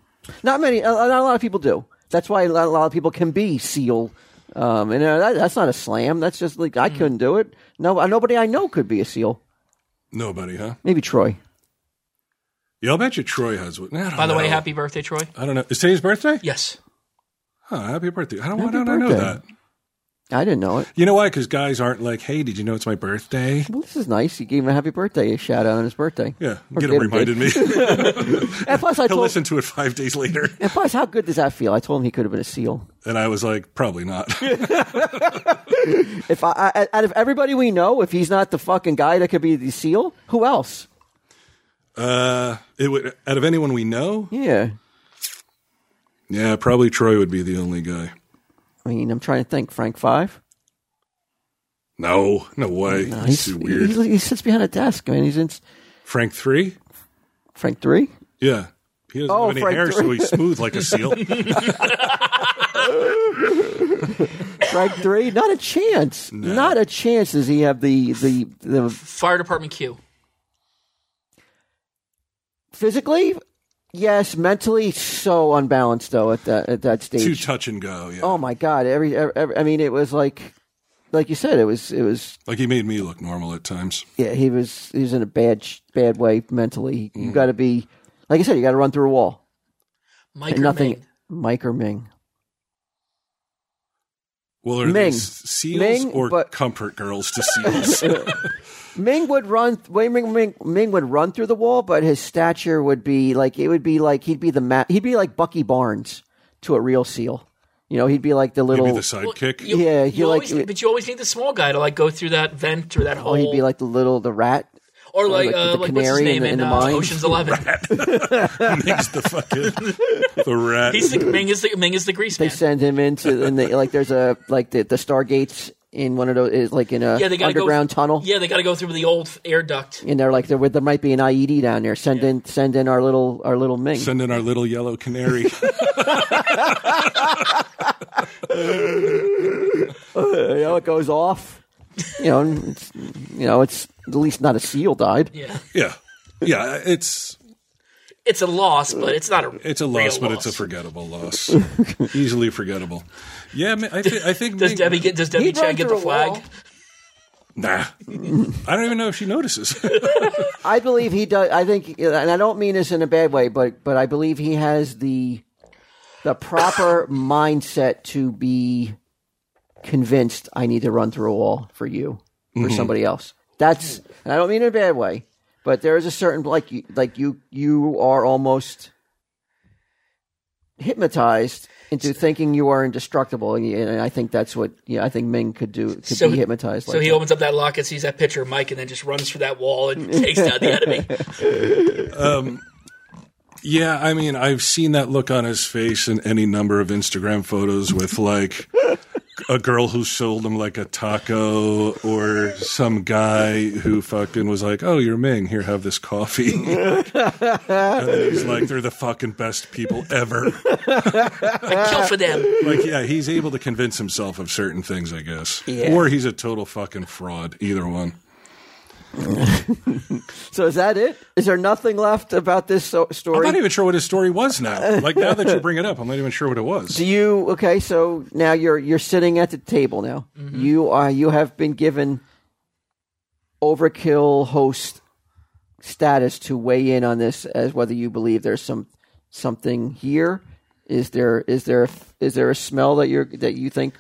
C: Not many. uh, Not a lot of people do. That's why a lot, a lot of people can be seal. Um, and uh, that, that's not a slam. That's just like I couldn't do it. uh, No, nobody I know could be a seal.
B: Nobody, huh?
C: Maybe Troy.
B: Yeah, I'll bet you Troy has one. I don't
D: By the way,
B: know.
D: happy birthday, Troy.
B: I don't know. Is today's birthday?
D: Yes.
B: Huh, happy birthday. I don't, why
C: Happy
B: don't I know
C: birthday.
B: that?
C: I didn't know it.
B: You know why? Because guys aren't like, hey, did you know it's my birthday?
C: Well, this is nice. You gave him a happy birthday, a shout out on his birthday.
B: Yeah,
C: Or
B: get him
C: David did.
B: reminded me. (laughs) He'll
C: And plus,
B: (laughs)
C: I told.
B: listen to it five days later. (laughs)
C: And plus, how good does that feel? I told him he could have been a seal.
B: And I was like, probably not.
C: If I, I out of everybody we know, if he's not the fucking guy that could be the seal, who else?
B: uh, it would, out of anyone we know,
C: Yeah,
B: yeah, probably Troy would be the only guy.
C: I mean, I'm trying to think. Frank Five.
B: No, no way.
C: No,
B: That's
C: he's,
B: too weird.
C: he, he sits behind a desk. I mean, he's in s-
B: Frank three?
C: Frank Three.
B: Yeah. He doesn't
C: Oh,
B: have any
C: Frank
B: hair, so
C: three.
B: he's smooth like a seal.
C: Frank Three. Not a chance. Not a chance. Does he have the the, the
D: Fire department Q.
C: physically? Yes, mentally so unbalanced though at that at that stage.
B: Too touch and go. Yeah.
C: oh my god! Every, every I mean, it was like like you said, it was it was
B: Like he made me look normal at times.
C: yeah, he was he was in a bad sh- bad way mentally. You got to be like I said, you got to run through a wall.
D: Mike or
C: Nothing.
D: Ming?
C: Mike or Ming.
B: Well, are
C: Ming.
B: these seals
C: Ming,
B: or
C: but-
B: comfort girls to seals?
C: Ming would run. Wei Ming, Ming Ming would run through the wall, but his stature would be like it would be like he'd be the ma- he'd be like Bucky Barnes to a real seal. You know, he'd be like the little.
B: Maybe the sidekick.
D: You,
C: Yeah,
D: you
C: you like-
D: always, but you always need the small guy to like go through that vent or that
C: oh,
D: hole.
C: he'd be like the little the rat.
D: or like,
C: like
D: uh,
C: the
D: like what's his
C: canary in
D: name
C: the-
D: in,
C: in the
D: uh,
C: mine.
D: Ocean's Eleven.
B: (laughs) Ming's the fucking the rat.
D: He's the, Ming is the Ming is the grease
C: They
D: man.
C: send him into and (laughs) they like there's a like the the Stargates in one of those is like in a
D: yeah, they gotta
C: underground
D: go,
C: tunnel.
D: Yeah, they got to go through the old air duct.
C: and they're like there there might be an IED down there. Send in send in our little our little Ming.
B: Send in our little yellow canary. (laughs)
C: you know, it goes off. You know, and it's, you know, it's at least not a seal died.
D: Yeah,
B: yeah, yeah. It's
D: it's a loss, but it's not a.
B: it's a loss,
D: real
B: but it's a forgettable loss. Easily forgettable. Yeah, Ma- I, th- I think
D: Does
B: Ming-
D: Debbie get? Does Debbie
C: He'd run
D: Chang get the
C: through a wall.
D: flag?
B: Nah, I don't even know if she notices. (laughs)
C: I believe he does. I think, and I don't mean this in a bad way, but but I believe he has the the
D: (coughs)
C: proper mindset to be convinced. I need to run through a wall for you for
D: Mm-hmm.
C: somebody else. That's. And I don't mean it in a bad way, but there is a certain like you like you you are almost hypnotized into thinking you are indestructible, and, and I think that's what yeah. I think Ming could do could be hypnotized.
D: So
C: like
D: he
C: that.
D: opens up that locket, sees that picture of Mike, and then just runs through that
C: (laughs)
D: wall and takes down the enemy. (laughs)
B: Yeah, I mean, I've seen that look on his face in any number of Instagram photos with like a girl who sold him like a taco or some guy who fucking was like, "Oh, you're Ming. Here, have this coffee." (laughs) and then he's like, "They're the fucking best people ever."
D: I kill for them.
B: Like, yeah, he's able to convince himself of certain things, I guess, or he's a total fucking fraud. Either one.
C: So is that it? Is there nothing left about this so-
B: I'm
C: story?
B: not even sure what his story was now. Like now that you bring it up, I'm not even sure what it was.
C: Do you okay? So now you're you're sitting at the table now.
D: Mm-hmm.
C: You are you have been given overkill host status to weigh in on this as whether you believe there's some something here. Is there is there is there a smell that you're that you think,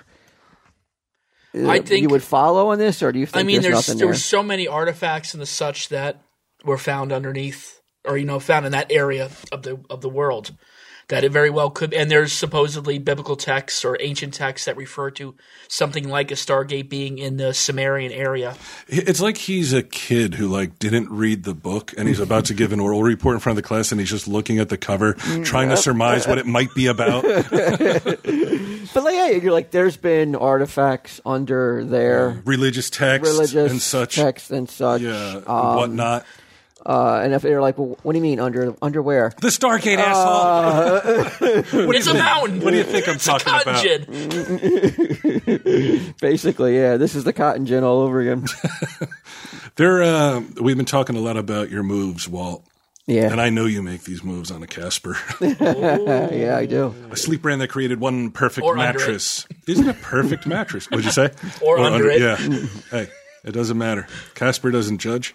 C: uh,
D: I think-
C: you would follow on this, or do you think
D: I mean,
C: there's,
D: there's,
C: nothing
D: there
C: there?
D: were so many artifacts and the such that were found underneath, or you know, found in that area of the of the world, that it very well could. And there's supposedly biblical texts or ancient texts that refer to something like a Stargate being in the Sumerian area.
B: It's like he's a kid who like didn't read the book and he's about to give an oral report in front of the class and he's just looking at the cover
C: Mm,
B: trying to surmise what it might
C: (laughs)
B: be about.
C: But like, yeah, you're like there's been artifacts under there.
B: Religious texts
C: Religious
B: and such.
C: texts and such,
B: Yeah,
C: um,
B: whatnot.
C: Uh, and if they're like, well, what do you mean under underwear?
B: The Stargate
C: uh,
B: asshole. what
D: It's a mountain.
B: What do you think I'm
D: It's
B: talking
D: a
B: about?
C: (laughs)
D: dungeon.
C: Basically, yeah, this is the cotton gin all over again.
B: There, uh, we've been talking a lot about your moves, Walt.
C: (laughs) Yeah,
B: And I know you make these moves on a Casper. (laughs)
C: yeah, I do.
B: a sleep brand that created one perfect
D: Or under it.
B: mattress. Isn't a
D: (laughs)
B: perfect mattress? Would you say?
D: Or under it.
B: Yeah. hey, it doesn't matter. Casper doesn't judge.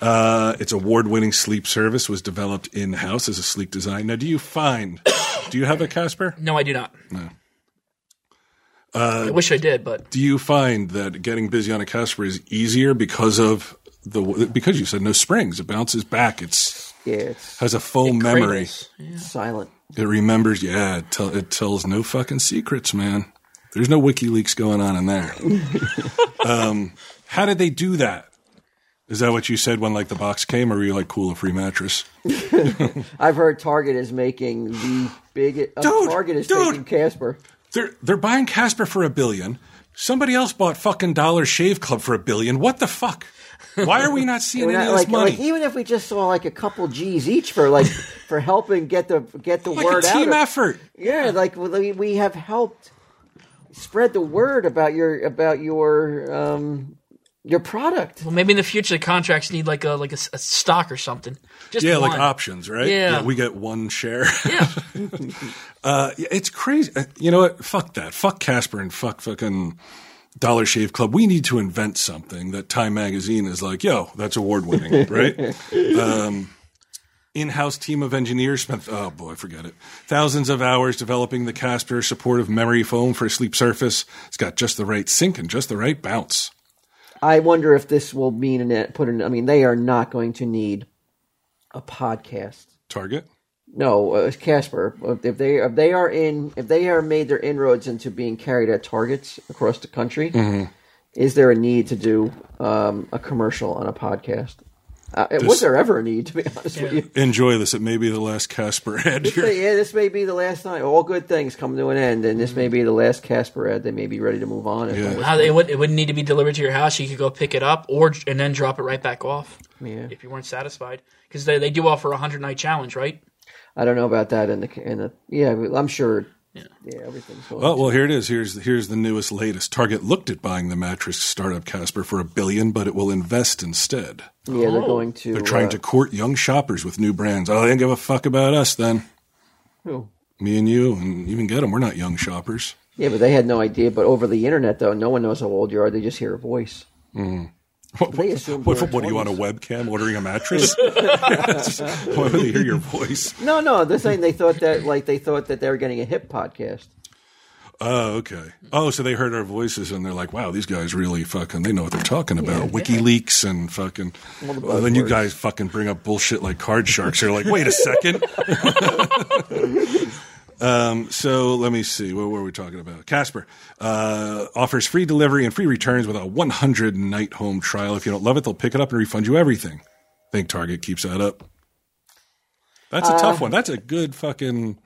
B: Uh, its award-winning sleep service was developed in-house as a sleep design. Now, do you find? do you have a Casper?
D: No, I do not. I wish I did, but
B: Do you find that getting busy on a Casper is easier because of the because you said no springs? It bounces back. It's
C: Yeah, it's
B: has a full memory.
D: Cradles. Yeah.
C: silent.
B: It remembers. Yeah, it, tell, it tells no fucking secrets, man. There's no WikiLeaks going on
C: (laughs)
B: in there. um, how did they do that? Is that what you said when like the box came, or were you like cool a free mattress?
C: I've heard Target is making the big. Uh,
B: Dude,
C: Target is
B: dude.
C: taking Casper.
B: They're they're buying Casper for a billion. Somebody else bought fucking Dollar Shave Club for a billion. What the fuck? Why are
C: (laughs)
B: we not seeing
C: We're
B: any
C: not,
B: of this
C: like,
B: money?
C: like, even if we just saw like a couple G's each for
B: (laughs)
C: like for helping get the get the
B: like
C: word
B: a team
C: out.
B: effort.
C: Yeah, like we we have helped spread the word about your about your um your product.
D: Well, maybe in the future the contracts need like a like a, s- a stock or something. Just
B: Yeah, like
D: one.
B: options, right?
D: Yeah.
B: we get one share.
D: Yeah,
B: (laughs) Uh, yeah, it's crazy. Uh, You know what? Fuck that. Fuck Casper and fuck fucking Dollar Shave Club. We need to invent something that Time Magazine is like, yo, that's award
D: (laughs)
B: winning, right? Um, in house team of engineers spent, oh boy, forget it. Thousands of hours developing the Casper supportive memory foam for a sleep surface. It's got just the right sink and just the right bounce.
C: I wonder if this will mean an it put in. I mean, they are not going to need a podcast.
B: Target?
C: No, uh, Casper. If they if they are in if they are made their inroads into being carried at Targets across the country, is there a need to do um, a commercial on a podcast? Uh, was there ever a need to be (laughs) honest with you?
B: Enjoy this. It may be the last Casper (laughs) ad
C: But
B: here.
C: yeah, this may be the last time. All good things come to an end, and this may be the last Casper ad. They may be ready to move on. if
B: Yeah.
D: How they would it wouldn't need to be delivered to your house. You could go pick it up or and then drop it right back off
C: Yeah.
D: if you weren't satisfied because they they do offer a hundred night challenge, right?
C: I don't know about that. In the in the yeah, I'm sure. Yeah, everything's going.
B: Oh well, here it is. Here's here's the newest, latest. Target looked at buying the mattress startup Casper for a billion, but it will invest instead.
C: yeah, they're going to.
B: They're trying to court young shoppers with new brands. Oh, they don't give a fuck about us then.
C: Who?
B: Me and you, and even get them. We're not
C: (laughs)
B: young shoppers.
C: Yeah, but they had no idea. But over the internet, though, no one knows how old you are. They just hear a voice.
B: What,
C: They
B: what,
C: assume
B: what-
C: we're
B: what do you want a webcam ordering a mattress? (laughs) Why would they hear your voice?
C: No, no, they're saying they thought that like they thought that they were getting a hip podcast.
B: Oh, okay. Oh, so they heard our voices and they're like, "Wow, these guys really fucking they know what they're talking about." WikiLeaks and fucking.
C: the
B: Well, then you
C: buzzwords.
B: guys fucking bring up bullshit like card sharks. They're like, "Wait a second. (laughs) um, so let me see. What were we talking about? Casper uh, offers free delivery and free returns with a 100 night home trial. If you don't love it, they'll pick it up and refund you everything. think Target keeps that up. That's a
C: Uh,
B: tough one. That's a good fucking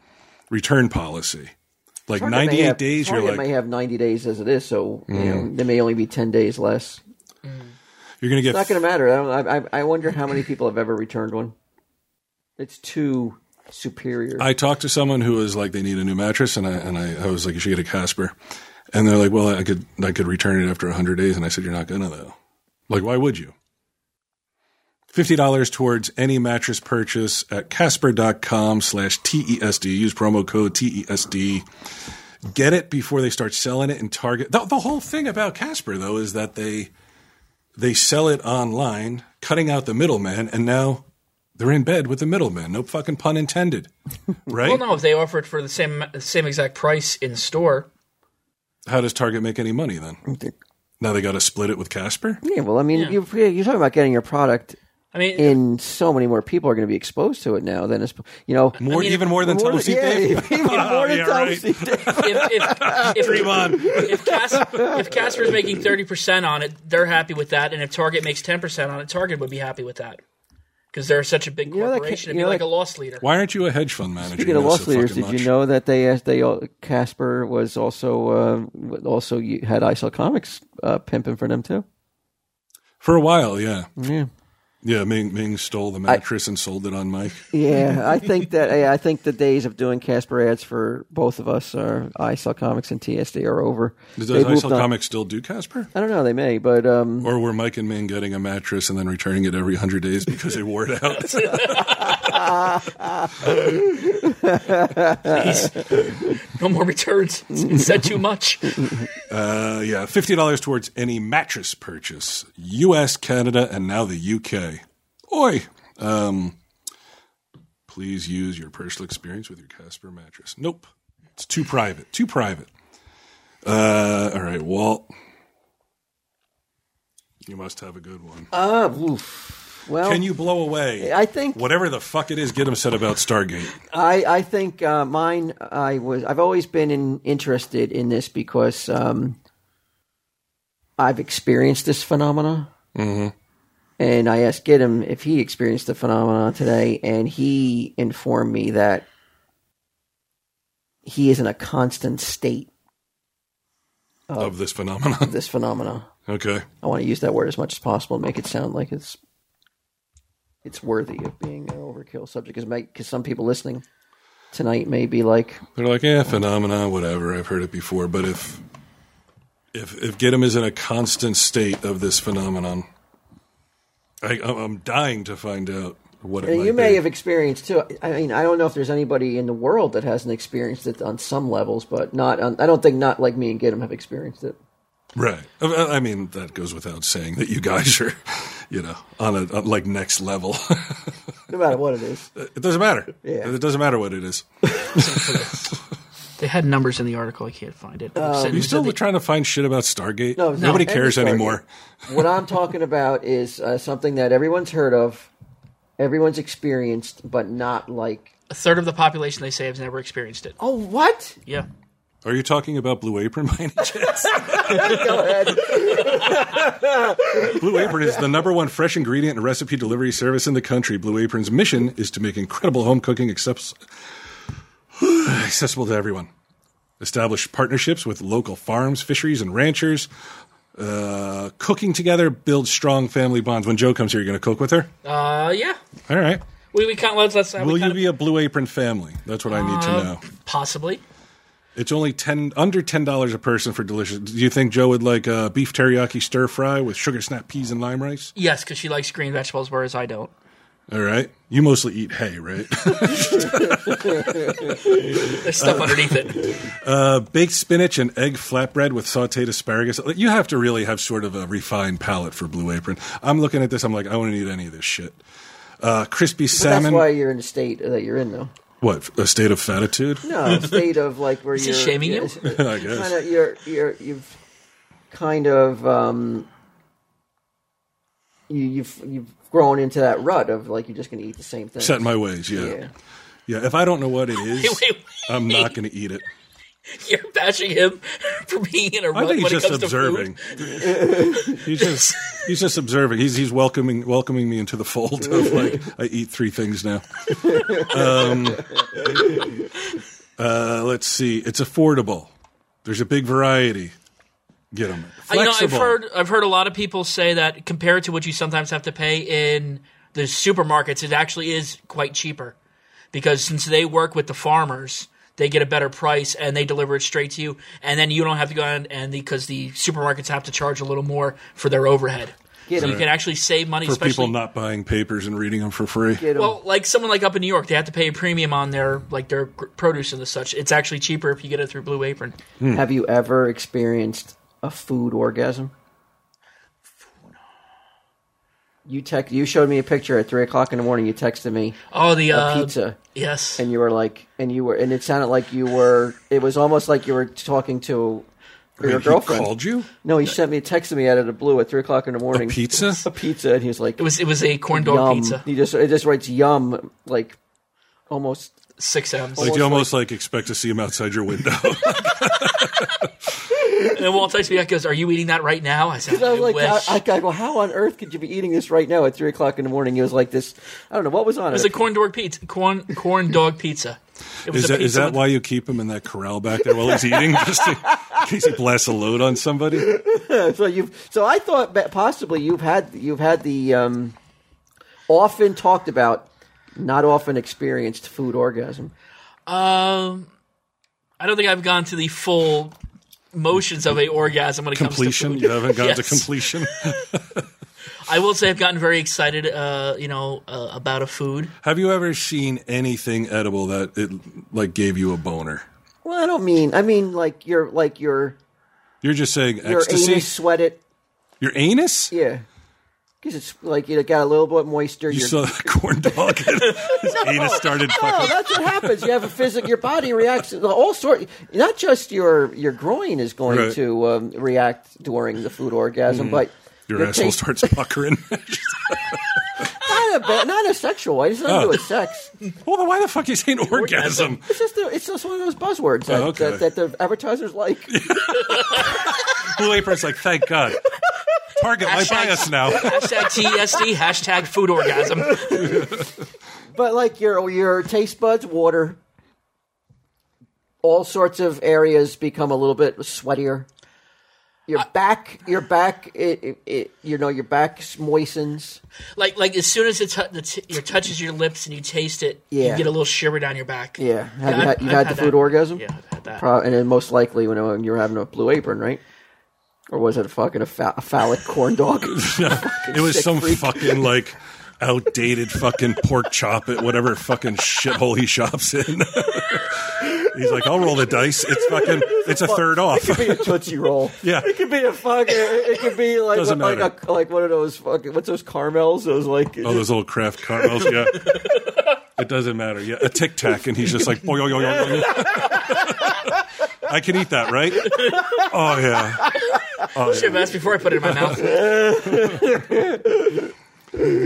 B: return policy. Like
C: Target may
B: 98
C: have-
B: days,
C: Target
B: you're like,
C: may have ninety days as it is, so you know, there may only be ten days less.
B: You're gonna get
C: Mm. It's not going to matter. I, don't, I- I, I wonder how many people have ever returned one. It's too superior.
B: I talked to someone who was like, they need a new mattress, and I and I, I was like, you should get a Casper, and they're like, well, I could I could return it after hundred days, and I said, you're not gonna though. Like, why would you? Fifty dollars towards any mattress purchase at Casper.com slash TESD. Use promo code E TESD. Get it before they start selling it in Target. The, the whole thing about Casper though is that they they sell it online, cutting out the middleman, and now they're in bed with the middleman. No fucking pun
D: (laughs)
B: intended, right?
D: Well, no, if they offer it for the same same exact price in store,
B: How does Target make any money then? Now they got to split it with Casper.
C: yeah, well, I mean, you, you're talking about getting your product
D: I mean,
C: in so many more people are going to be exposed to it now than it's, you know,
B: More, even more than
C: more
B: Total
C: than,
B: Seat
C: yeah, (laughs)
B: Dave.
C: even more than
B: (laughs) yeah,
C: Tom
B: right.
C: Seat Dave.
D: if
B: (laughs)
D: if if,
B: Come on.
D: if, Cas- if Casper is making thirty percent on it, they're happy with that, and if Target makes ten percent on it, Target would be happy with that because they're such a big
C: know that ca-
D: corporation.
C: you
D: It'd
C: know
D: be like
C: that-
D: a loss leader.
B: Why aren't you a hedge fund manager?
C: Speaking of
B: You know
C: loss
B: so
C: leaders, did
B: fucking
C: you
B: much.
C: know that they asked, they all- Casper was also uh, also you had ISO Comics uh, pimping for them too.
B: For a while, yeah,
C: Yeah.
B: yeah. Ming Ming stole the mattress and sold it on Mike. (laughs)
C: Yeah, I think that I I think the days of doing Casper ads for both of us are ISL Comics and TSD are over.
B: Does
C: They've moved
B: ISL
C: on.
B: Comics still do Casper?
C: I don't know. They may, but um,
B: Or were Mike and Ming getting a mattress and then returning it every hundred days because they wore it out?
D: No more returns. It's said
C: (laughs)
D: too much.
B: Uh, yeah, fifty dollars towards any mattress purchase, U.S., Canada, and now the U.K. Oi! Um, please use your personal experience with your Casper mattress. Nope. It's too private. Too private. Uh, all right, Walt. You must have a good one.
C: Uh, oof. Well,
B: Can you blow away?
C: Oh. I think
B: Whatever the fuck it is, get him said about Stargate.
C: I, I think uh, mine. I was. I've always been in, interested in this because um, I've experienced this phenomena, mm-hmm. and I asked Gidim if he experienced the phenomenon today, and he informed me that he is in a constant state
B: of this phenomenon. (laughs)
C: of this phenomena.
B: Okay.
C: I want to use that word as much as possible and make it sound like it's it's worthy of being an overkill subject because because some people listening tonight may be like,
B: They're like, yeah, phenomena, whatever. I've heard it before. But if if if Get'em is in a constant state of this phenomenon, I, I'm I'm dying to find out what it
C: and
B: might
C: you may
B: be.
C: have experienced too. I mean, I don't know if there's anybody in the world that hasn't experienced it on some levels, but not. On, I don't think not like me and Gidim have experienced it.
B: Right. I- I I mean, that goes without saying that you guys are, you know, on a on, like next level. (laughs)
C: No matter what it (laughs) is,
B: it doesn't matter. Yeah. It doesn't matter what it is.
D: They had numbers in the article. I can't find it. Said-
B: Are Uh, you
D: said
B: still
D: they-
B: trying to find shit about Stargate?
C: No, no.
B: Nobody
C: Any
B: cares
C: Stargate.
B: anymore.
C: what I'm talking about is uh, something that everyone's heard of, everyone's experienced, but not like.
D: a third of the population they say has never experienced it.
C: Oh, what?
D: Yeah.
B: Are you talking about Blue Apron by any chance?
C: Go ahead.
B: Blue Apron is the number one fresh ingredient and recipe delivery service in the country. Blue Apron's mission is to make incredible home cooking access- (sighs) accessible to everyone. Establish partnerships with local farms, fisheries, and ranchers. Uh, cooking together builds strong family bonds. When Joe comes here, you're going to cook with her?
D: Uh, yeah.
B: All right.
D: We, we can't let's let's.
B: Will
D: we
B: you
D: kinda- Uh,
B: be a Blue Apron family? That's what I need to know.
D: possibly?
B: It's only ten under ten dollars a person for delicious. Do you think Joe would like a beef teriyaki stir fry with sugar snap peas and lime rice?
D: Yes, because she likes green vegetables, whereas I don't.
B: All right. You mostly eat hay, right? (laughs)
D: There's stuff underneath it. (laughs)
B: uh, baked spinach and egg flatbread with sautéed asparagus. You have to really have sort of a refined palate for Blue Apron. I'm looking at this. I'm like, I wouldn't eat any of this shit. Uh, crispy
C: That's
B: salmon.
C: why you're in the state that you're in, though.
B: what a state of fatitude.
C: No, state of like where
D: he
C: you're
D: shaming you?
B: (laughs) I guess.
C: Kind of, you're you're you've kind of um, you, you've you've grown into that rut of like you're just going to eat the same thing.
B: Set in my ways. Yeah. yeah. If I don't know what it is,
D: Wait, wait.
B: I'm not going to eat it.
D: You're bashing him (laughs) for being in a
B: I
D: rut
B: think
D: when
B: he's just
D: it comes
B: observing.
D: to (laughs)
B: he's just he's just observing. He's he's welcoming welcoming me into the fold of like I eat three things now. Um, uh, let's see. It's affordable. There's a big variety. Get them
D: food. I know
B: flexible.
D: I've heard I've heard a lot of people say that compared to what you sometimes have to pay in the supermarkets, it actually is quite cheaper because since they work with the farmers. They get a better price and they deliver it straight to you, and then you don't have to go out and because the supermarkets have to charge a little more for their overhead,
C: Get
D: so
C: him.
D: you can actually save money.
B: for
D: especially
B: people not buying papers and reading them for free.
C: Get 'em.
D: Well, like someone like up in New York, they have to pay a premium on their like their gr- produce and the such. It's actually cheaper if you get it through Blue Apron.
C: Have you ever experienced a food orgasm? You text. You showed me a picture at three o'clock in the morning. You texted me
D: Oh, the
C: a
B: Um,
D: uh,
C: pizza,
D: Yes,
C: and you were like, and you were, and it sounded like you were. It was almost like you were talking to your
B: He
C: girlfriend.
B: called you
C: No, he sent me, texted me out of the blue at three o'clock in the
B: a
C: morning. (laughs)
B: pizza.
C: A pizza, and he was like,
D: it was it was a corn dog
C: "Yum."
D: pizza,
C: He just, it just writes "yum," like almost.
D: six M's.
B: Like you almost like expect to see him outside your window.
D: and then Walt texts me back, goes, "Are you eating that right now?" I said,
C: I
D: "I
C: was like,
D: wish."
C: I, I go, how on earth could you be eating this right now at three o'clock in the morning? It was like this. I don't know what was on it.
D: it was a corn dog pizza, corn corn dog pizza. It was
B: Is
D: a
B: that,
D: pizza
B: is that
D: with-
B: why you keep him in that corral back there while he's eating, just
D: (laughs)
B: in case he blasts a load on somebody?
C: So you, so I thought that possibly you've had you've had the um, often talked about, not often experienced food orgasm.
D: Um, I don't think I've gone to the full motions of a orgasm when it
B: completion.
D: comes to
B: You
D: food.
B: haven't gotten to
D: (laughs) Yes.
B: completion. (laughs)
D: I will say I've gotten very excited, uh, you know, uh, about a food.
B: Have you ever seen anything edible that it like gave you a boner?
C: Well, I don't mean. I mean like your like your
B: You're just saying
C: your
B: ecstasy.
C: anus sweat it.
B: Your anus?
C: Yeah. because it's like you got a little bit moisture.
B: You
C: your-
B: saw that corn dog.
C: (laughs)
B: His anus started
C: No,
B: fucking.
C: Oh, that's what happens. You have a physical. Your body reacts. to All sort. Not just your your groin is going
B: Right. Mm.
C: to um, react during the food orgasm, but
B: Your asshole
C: taste-
B: starts
C: (laughs)
B: puckering.
C: Not a ba- not a sexual. way. It's not
B: Oh.
C: do with sex.
B: well, then why the fuck you saying orgasm?
C: It's just a, it's just one of those buzzwords that,
B: Oh, okay.
C: that, that the advertisers like.
B: Blue Apron's like,
C: (laughs)
B: thank God. Target might buy us now.
D: hashtag TSD, (laughs) hashtag food orgasm. (laughs)
C: But like your your taste buds, water, all sorts of areas become a little bit sweatier. Your back, your back, it, it, it, you know, your back moistens.
D: Like, like as soon as it, t- the t- it touches your lips and you taste it,
C: Yeah.
D: you get a little shiver down your back.
C: Yeah, have you
D: I've-
C: had, you
D: I've
C: had the
D: that.
C: food orgasm?
D: Yeah, I've had that.
C: Pro- and then most likely when, when you were having a blue apron, right? Or was it a fucking a, fa- a phallic corn dog?
B: It was
C: sick
B: some
C: freak.
B: fucking like outdated fucking pork chop at whatever fucking shithole he shops in. (laughs) He's like, I'll roll the dice. It's fucking, it's a third off.
C: It could be a tootsie roll.
B: (laughs) Yeah.
C: it could be a fucking. It could be like
B: Doesn't
C: like,
B: matter.
C: a, like one of those fucking. What's those caramels? Those like.
B: Oh, those little craft caramels. Yeah. It doesn't matter. Yeah. A tic tac. And he's just like, boy, yo, yo, yo, yo. I can eat that, right? Oh, yeah.
D: Should have asked before I put it in my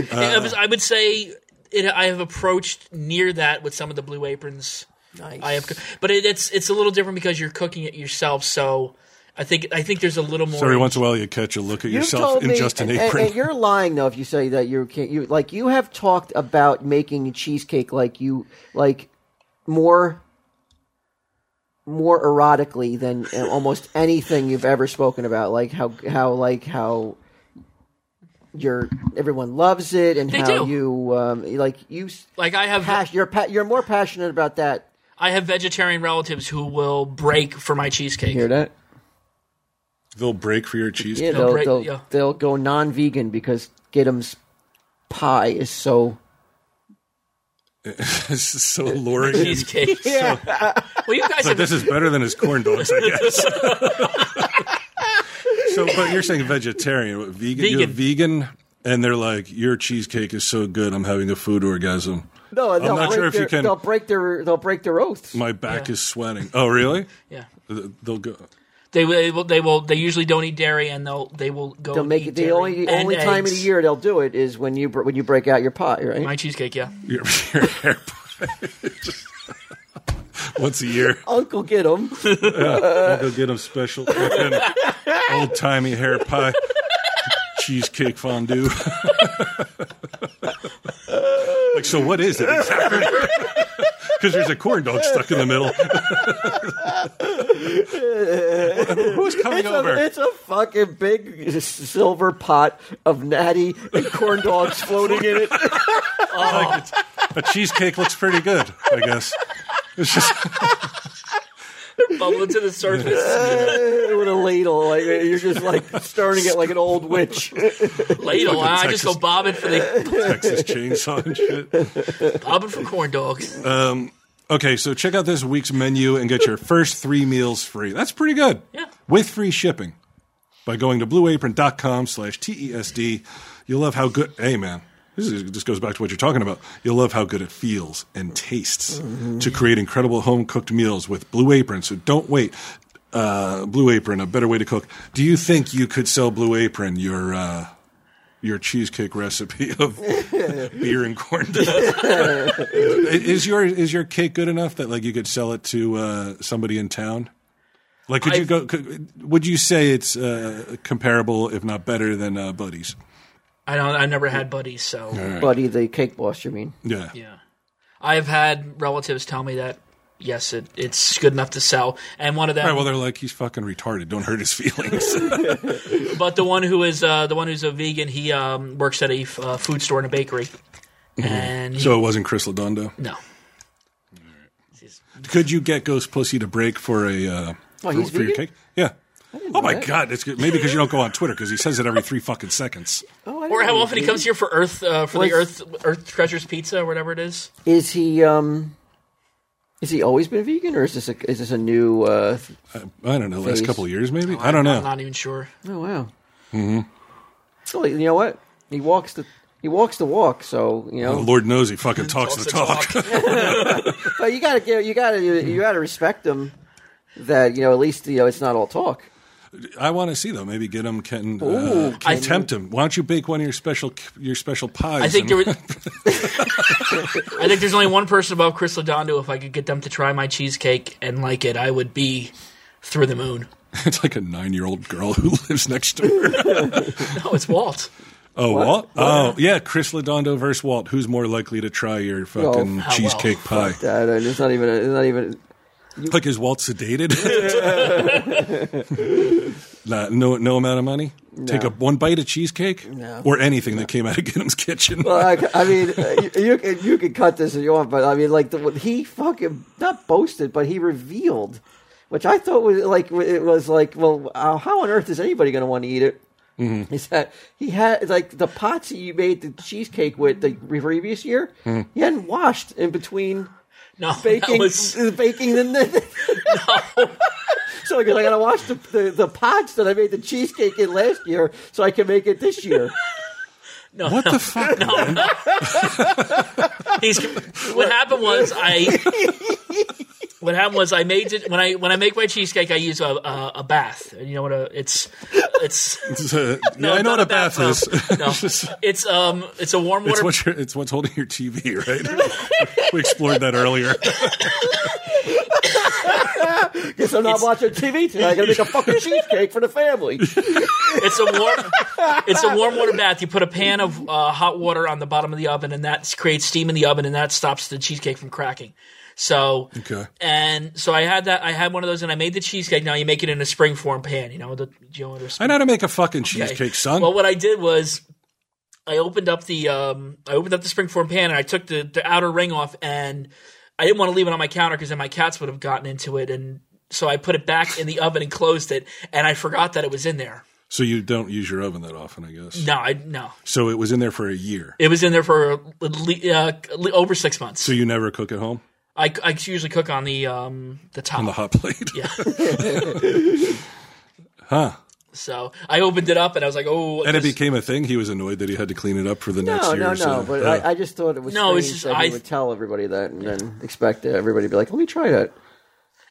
D: (laughs) mouth. I, was- I would say it, I have approached near that with some of the blue aprons.
C: nice.
D: I have, co- but it, it's it's a little different because you're cooking it yourself. So I think I think there's a little more.
B: So every once in a while you catch a look at
C: You've
B: yourself in just an
C: and- and-
B: apron.
C: And, you're lying though if you say that you can't. You like you have talked about making cheesecake like you like more more erotically than uh, almost anything you've ever spoken about. Like how how like how your everyone loves it and
D: They
C: how
D: do.
C: you um, like you s-
D: like I have
C: pas- you're pa- you're more passionate about that.
D: I have vegetarian relatives who will break for my cheesecake.
C: Hear that?
B: They'll break for your cheese.
C: Yeah,
D: They'll
C: they'll
D: break-
C: they'll,
D: yeah.
C: they'll go non-vegan because Giddim's pie is so.
B: (laughs) This is so alluring.
D: Cheesecake.
C: Yeah.
D: Well, you guys
B: So
D: have
B: this is better than his corn dogs, I guess. so, but you're saying vegetarian, what, vegan, You're vegan, and they're like, your cheesecake is so good, I'm having a food orgasm.
C: No,
B: I'm
C: they'll
B: not
C: break
B: sure if
C: their,
B: you can-
C: They'll break their. They'll break their oaths.
B: My back is sweating. Oh, really?
D: yeah.
B: Th- They'll go.
D: They, will- they will. They will. They usually don't eat dairy, and they'll they will go.
C: They'll make
D: eat
C: it the
D: dairy
C: only
D: and
C: only time of the
D: eggs.
C: year they'll do it is when you br- when you break out your pot, right?
D: My cheesecake, yeah.
B: Your, (laughs) your hair. Once a year,
C: Uncle get 'em.
B: I'll go get him special old timey hair pie, cheesecake fondue. (laughs) like, so what is it exactly? (laughs) Because there's a corn dog stuck in the middle. (laughs) (laughs) Who's coming
C: It's
B: over?
C: a, it's a fucking big s- silver pot of natty and corn dogs floating
B: (laughs)
C: in it. (laughs)
B: Like, it's- a cheesecake looks pretty good, I guess. It's just
D: Bubble to the surface.
C: with a ladle. Like you're just like starting it like an old
B: (laughs)
C: witch.
D: Ladle.
B: Fucking
D: I just go
B: Texas.
D: bobbing for the
B: Texas chainsaw and shit.
D: bobbing for corn dogs.
B: Okay, so check out this week's menu and get your first three meals free. That's pretty good.
D: Yeah.
B: With free shipping by going to blueapron.com slash TESD. You'll love how good, hey man, this is, just goes back to what you're talking about. You'll love how good it feels and tastes to create incredible home cooked meals with Blue Apron. So don't wait. Uh, Blue Apron, a better way to cook. Do you think you could sell Blue Apron your, uh, your cheesecake recipe of (laughs) beer and corn dogs? is your is your cake good enough that like you could sell it to uh, somebody in town? Like, could you
D: I've-
B: go? Could, would you say it's uh, comparable, if not better, than uh, Buddies?
D: I don't. I never had buddies, so
C: Buddy, the cake boss. You mean?
B: Yeah.
D: yeah. I have had relatives tell me that yes, it, it's good enough to sell. And one of them,
B: All right, well, they're like he's fucking retarded. Don't hurt his feelings. (laughs)
D: but the one who is uh, the one who's a vegan, he um, works at a f- uh, food store and a bakery. And he,
B: Mm-hmm. so it wasn't Chris Ladondo.
D: no,
B: Could you get Ghost Pussy to break for a uh, for,
C: he's
B: for your
C: vegan?
B: cake? Yeah. Oh my
C: that.
B: God! It's good. maybe because you don't go on Twitter because he says it every three fucking seconds.
C: Oh, I
D: or
C: didn't
D: how
C: know
D: often he
C: did.
D: comes here for Earth uh, for the
C: Was-
D: Earth Earth Treasures Pizza or whatever it is.
C: Is he um? Is he always been vegan, or is this a, is this a new? Uh,
B: I don't know, last
C: Face.
B: couple of years maybe. I don't know.
D: I'm not even sure.
C: oh wow. Mm-hmm. Well, you know what? He walks the he walks the walk, so you know.
B: Lord knows he (laughs) fucking talks the talk.
C: But you gotta give you gotta you, you gotta respect him. That you know, at least you know it's not all talk.
B: I want to see though. Maybe get him, Ken. Uh,
C: Ooh,
B: Ken- tempt him. Why don't you bake one of your special your special pies?
D: I think there
B: and-
D: was, (laughs) I think there's only one person above Chris Lodondo. If I could get them to try my cheesecake and like it, I would be through the moon.
B: (laughs) it's like a nine year old girl who (laughs) lives next door.
D: No, it's Walt.
B: Oh, Walt? Oh, yeah. Chris Lodondo versus Walt. Who's more likely to try your fucking
D: Oh, well,
B: cheesecake pie?
C: That uh, it's not even it's not even
B: Like, is Walt
D: (laughs)
B: sedated? (laughs) Nah, no, no amount of money. Take a one bite of cheesecake or anything that came out of Ginnam's kitchen.
C: Well, I, I mean, uh, you, you can you can cut this if you want, but I mean, like the, what he fucking not boasted, but he revealed, which I thought was like it was like, well, uh, how on earth is anybody going to want to eat it?
D: Mm-hmm.
C: Is that he had like the pots that you made the cheesecake with the previous year? He hadn't washed in between
D: No,
C: baking
D: Mm-hmm. (laughs) that was
C: (laughs) baking the. (laughs) So I gotta wash the, the the pots that I made the cheesecake in last year, so I can make it this year.
B: (laughs) what the
D: (laughs)
B: fuck? man?
D: He's, what happened was I. What happened was I made it when I when I make my cheesecake I use a a, a bath and you know what a, it's it's
B: It's, uh, yeah, I
D: it's
B: know
D: not
B: what a bath
D: no.
B: is. (laughs)
D: No, it's um it's a warm
B: It's
D: water
B: what's your, it's what's holding your TV, right? (laughs) we explored that earlier.
C: Guess I'm not watching TV tonight. I
E: (laughs)
C: gotta make a fucking cheesecake for the family.
D: It's a warm. it's a warm water bath. You put a pan of uh, hot water on the bottom of the oven, and that creates steam in the oven, and that stops the cheesecake from cracking. So
B: Okay.
D: and so I had that. I had one of those, and I made the cheesecake. Now you make it in a springform pan. You know the you know, the
B: I know how to make a fucking
D: Okay.
B: cheesecake, son.
D: Well, what I did was I opened up the um, I opened up the springform pan and I took the, the outer ring off and I didn't want to leave it on my counter because then my cats would have gotten into it and so I put it back in the oven and closed it and I forgot that it was in there.
B: so you don't use your oven that often, I guess.
D: No, I no.
B: So it was in there for a year.
D: It was in there for at le- uh, le- over six months.
B: So you never cook at home
D: I, I usually cook on the um the top.
B: on the hot plate.
D: Yeah.
B: huh?
D: So I opened it up and I was like, oh.
B: And it
D: this-
B: became a thing. He was annoyed that he had to clean it up for the next
C: No,
B: year.
C: no, no.
B: or so.
C: But
B: Uh,
C: I, I just thought it was
D: No,
C: strange
D: it's just-
C: that he
D: I-
C: would tell everybody that and then expect everybody to be like, "Let me try that."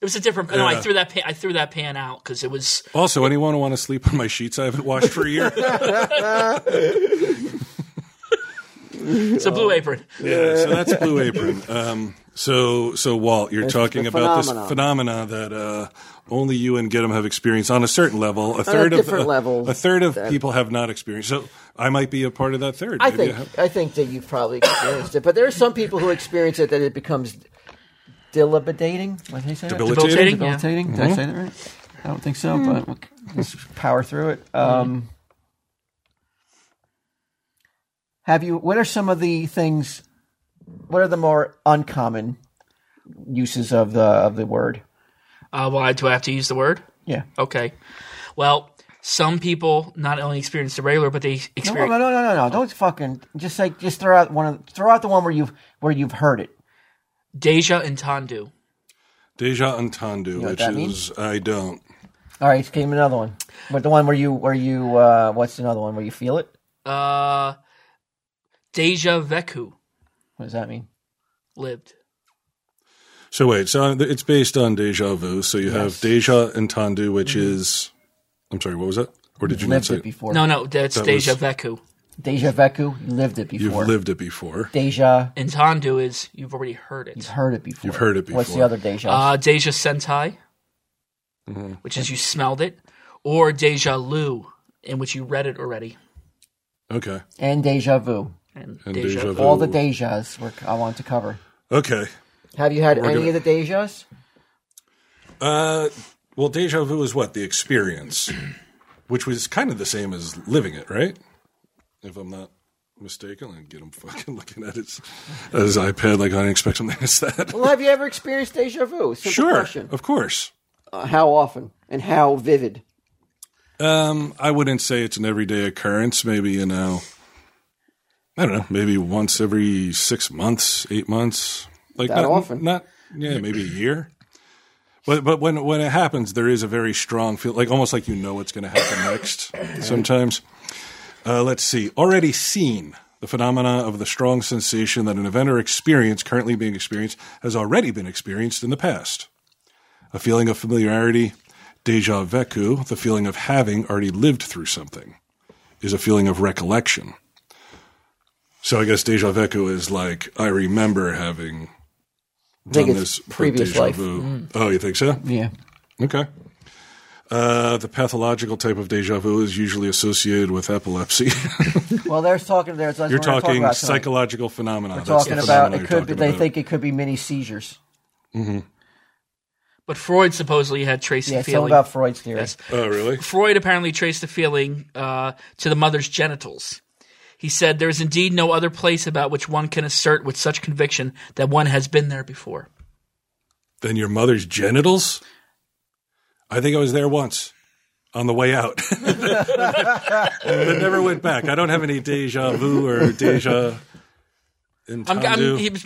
D: it was a different. No, I
B: Yeah.
D: threw that pan, I threw that pan out because it was
B: also, anyone want to sleep on my sheets I haven't washed for
C: (laughs)
B: a year?
D: it's a blue apron.
B: yeah. So that's Blue Apron. Um, so, so Walt, you're talking
C: the
B: about this
C: phenomenon.
B: phenomena that uh, only you and Gidim have experienced on a certain level. A third of
C: different
B: a,
C: level
B: a third of
C: than-
B: people have not experienced. So I might be a part of that third.
E: I
B: Maybe
E: think
B: have-
E: I think that you've probably experienced it, but there are some people who experience it that it becomes debilitating. What did I say? that?
B: Debilitating?
D: Debilitating? Yeah. Hmm.
E: Debilitating. Did I say that right? I don't think so, but we'll let's power through it. Um, have you? What are some of the things? What are the more uncommon uses of the of the word?
D: Uh, why do I have to use the word?
E: Yeah.
D: Okay. Well, some people not only experience the regular, but they
E: No, no,
D: experience.
E: no, no, no, no! Don't fucking just say just throw out one of throw out the one where you've where you've heard it.
D: Deja and Tandu.
B: Deja entendu,
E: what
B: which
E: that
B: is
E: means?
B: I don't.
E: All right, came another one. But the one where you where you uh what's another one where you feel it?
D: Uh, Deja Veku
E: What does that mean?
D: lived.
B: So wait, so uh, it's based on deja vu. So you have deja entendu, which is, I'm sorry, what was that? Or did you not
E: lived
B: say
E: it before.
D: No, no, that's
B: That
D: Deja
B: was-
D: Veku.
E: Deja Veku, you lived it
B: You've
E: before.
B: lived it before.
E: Deja,
D: And Tandu is you've already heard it.
E: you've heard it before.
B: You've heard it
E: What's the
B: before.
E: other Deja?
D: Uh, Deja Sentai,
C: Mm-hmm.
D: which is you smelled it, or Deja Lu, in which you read it already.
B: Okay.
E: and Deja Vu.
D: And,
B: And
D: Deja,
B: deja vu.
E: All the Dejas were, I want to cover.
B: Okay.
E: Have you had
B: We're
E: any
B: gonna-
E: of the Dejas?
B: Uh, well, deja vu is what the experience, (clears throat) which was kind of the same as living it, right? If I'm not mistaken, I get him fucking (laughs) looking at his at his iPad like I didn't expect him to miss that.
E: Well, have you ever experienced Deja Vu? Simple
B: Sure,
E: question.
B: of course.
C: Uh, how often and how vivid?
B: Um, I wouldn't say it's an everyday occurrence. Maybe you know, I don't know. Maybe once every six months, eight months, like
C: That
B: not,
C: often?
B: Not yeah, maybe a year. But but when when it
C: (coughs)
B: happens, there is a very strong feel, like almost like you know what's going to happen next. Sometimes, Uh, let's see. Already seen. The phenomena of the strong sensation that an event or experience currently being experienced has already been experienced in the past. A feeling of familiarity, deja vu, the feeling of having already lived through something, is a feeling of recollection. So I guess deja vu is like, I remember having done
C: think it's
B: this but
C: previous
B: deja
C: life. Mm.
B: vu. Oh, you think so?
C: Yeah.
B: Okay. Uh, the pathological type of deja vu is usually associated with epilepsy. (laughs)
C: Well, there's talking there. So
B: You're talking
C: about tonight.
B: psychological phenomena.
C: We're
B: That's
C: talking
B: the
C: about
B: phenomena
C: it
B: you're
C: could be.
B: talking
C: They
B: about.
C: think it could be mini seizures.
D: But Freud supposedly had traced
C: Yeah,
D: the
C: something
D: feeling.
C: about Freud's theory.
D: Yes.
B: Oh, really?
D: Freud apparently traced the feeling uh, to the mother's genitals. He said, There is indeed no other place about which one can assert with such conviction that one has been there before.
B: Then your mother's genitals? I think I was there once on the way out. (laughs) but never went back. I don't have any deja vu or deja
D: I'm, I'm,
B: entendu.
D: he was-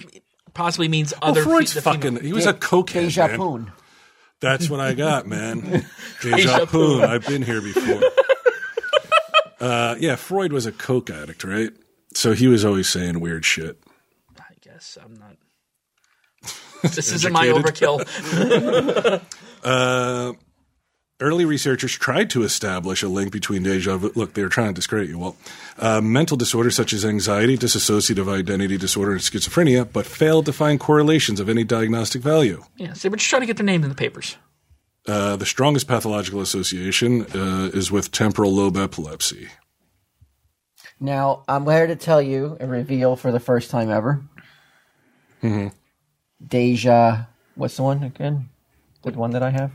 D: possibly means
B: Oh,
D: other. fe-
B: Freud's
D: the female.
B: fucking. He was a cocaine.
C: Deja
B: man.
C: poon.
B: That's what I got, (laughs) man. Deja vu. I've been here
D: (laughs)
B: before. Uh, yeah, Freud was a coke addict, right? So he was always saying weird shit.
D: I guess I'm not. (laughs) This isn't my
B: Educated.
D: overkill.
B: Early researchers tried to establish a link between deja vu. Look, they were trying to discredit you. Well, uh, mental disorders such as anxiety, dissociative identity disorder, and schizophrenia, but failed to find correlations of any diagnostic value.
D: Yeah, see, we're just trying to get their names in the papers.
B: Uh, the strongest pathological association uh, is with temporal lobe epilepsy.
C: Now I'm here to tell you a reveal for the first time ever.
B: Mm-hmm.
C: Deja. What's the one again? The one that I have,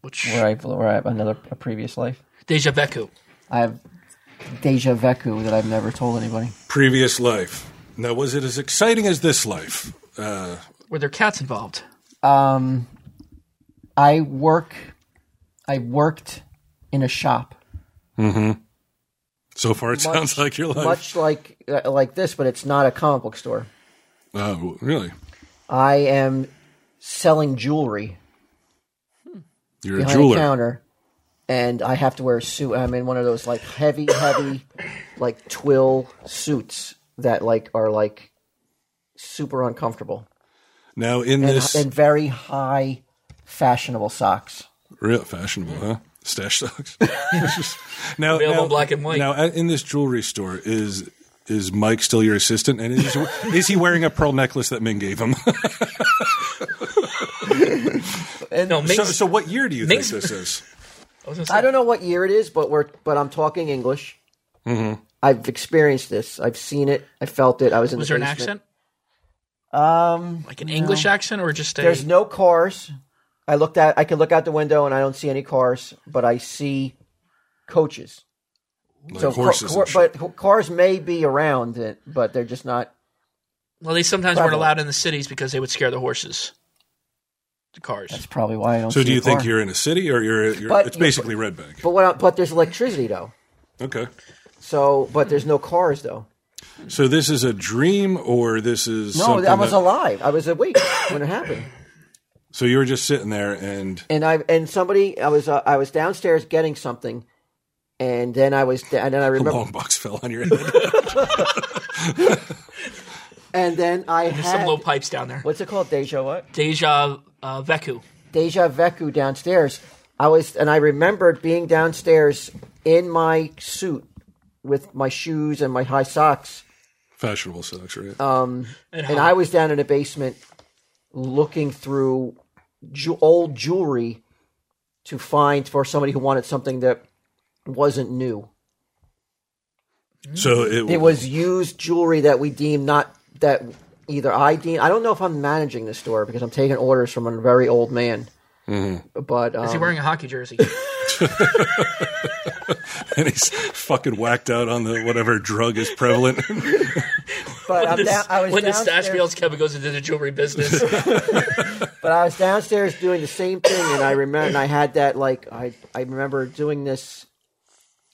D: Which
C: where I where I have another a previous life.
D: deja vu.
C: I have deja vu that I've never told anybody.
B: Previous life. Now, was it as exciting as this life? Uh,
D: Were there cats involved?
C: Um, I work. I worked in a shop,
B: so far, it sounds like your life.
C: much like uh, like this, but it's not a comic book store.
B: Oh, really?
C: I am selling jewelry
B: You're a
C: behind
B: jeweler.
C: a counter, and I have to wear a suit. I'm in one of those like heavy, heavy, like twill suits that like are like super uncomfortable
B: Now,
C: and,
B: in this
C: and very high, fashionable socks.
B: real fashionable, huh? Stash socks. now,
D: Available
B: now-
D: black and white.
B: Now, uh, in this jewelry store, is is Mike still your assistant? And is, is he (laughs) wearing a pearl necklace that Ming gave him? (laughs)
D: No, Ming's,
B: so, so, what year do you think
D: Ming's-
B: this is?
D: I, was gonna say,
C: I don't know what year it is, but we're but I'm talking English.
B: Mm-hmm.
C: I've experienced this. I've seen it. I felt it. I was in
D: Was
C: the
D: there an
C: basement.
D: accent?
C: Um,
D: Like an English accent or just a.
C: there's no cars. I looked at. I can look out the window and I don't see any cars, but I see coaches.
B: Like
C: so
B: horses,
C: car-
B: and shit.
C: car- but h- cars may be around, it, but they're just not.
D: well, they sometimes weren't
C: Probably.
D: allowed in the cities because they would scare the horses, the cars.
C: That's probably why I don't.
B: so,
C: see
B: do
C: a
B: you think
C: car.
B: you're in a city or you're? you're
C: But-
B: it's basically Red Bank.
C: But what? I- But there's electricity though.
B: Okay.
C: So, but there's no cars though.
B: So this is a dream, or this is
C: No,
B: something
C: I was
B: that-
C: alive. I was awake when it happened.
B: So you were just sitting there, and
C: and I and somebody I was uh, I was downstairs getting something, and then I was and then I
B: a
C: remember
B: long box fell on your head.
C: and then I
D: There's some
C: had
D: low pipes down there.
C: what's it called deja what
D: Deja uh, Veku.
C: deja vu downstairs. I was and I remembered being downstairs in my suit with my shoes and my high socks,
B: Fashionable socks, right?
C: and I was down in the basement looking through ju- old jewelry to find for somebody who wanted something that wasn't new.
B: so it,
C: It was used jewelry that we deem not that either I deem. I don't know if I'm managing this store because I'm taking orders from a very old man. But um,
D: Is he wearing a
C: (laughs)
D: hockey jersey?
B: (laughs) and he's fucking whacked out on the whatever drug is prevalent.
C: but I'm down, I was
D: when the stash
C: downstairs,
D: meals Kevin goes into the jewelry business.
C: but I was downstairs doing the same thing, and I remember, and I had that like I I remember doing this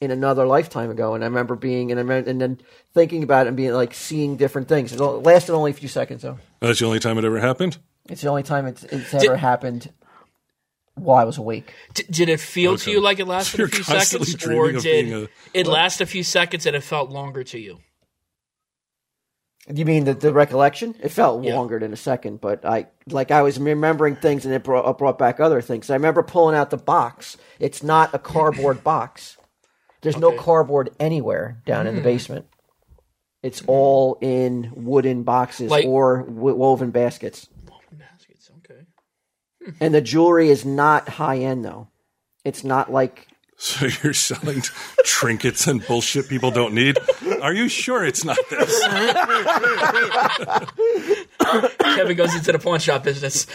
C: in another lifetime ago, and I remember being and I remember, and then thinking about it and being like seeing different things. It all- lasted only a few seconds though.
B: That's the only time it ever happened. (laughs)
C: It's the only time it's, it's ever happened.
E: while I was awake.
D: D- did it feel to you like it lasted
B: You're
D: a few
B: constantly
D: seconds,
B: dreaming
D: or
B: of
D: did
B: being a-
D: it last a few seconds and it felt longer to you?
E: You
C: You mean the, the recollection? It felt
D: Yeah.
C: longer than a second, but I like I was remembering things and it brought, uh, brought back other things. I remember pulling out the box. It's not a
D: (laughs)
C: cardboard box.
E: There's no
D: Okay. Hmm.
E: cardboard anywhere down in the basement.
C: It's all in wooden boxes
D: Like-
C: or w- woven baskets.
D: Baskets, okay.
C: And the jewelry is not high end though. It's not like
B: So you're selling t- trinkets and bullshit people don't need? Are you sure it's not this?
D: Kevin goes into the pawn shop business.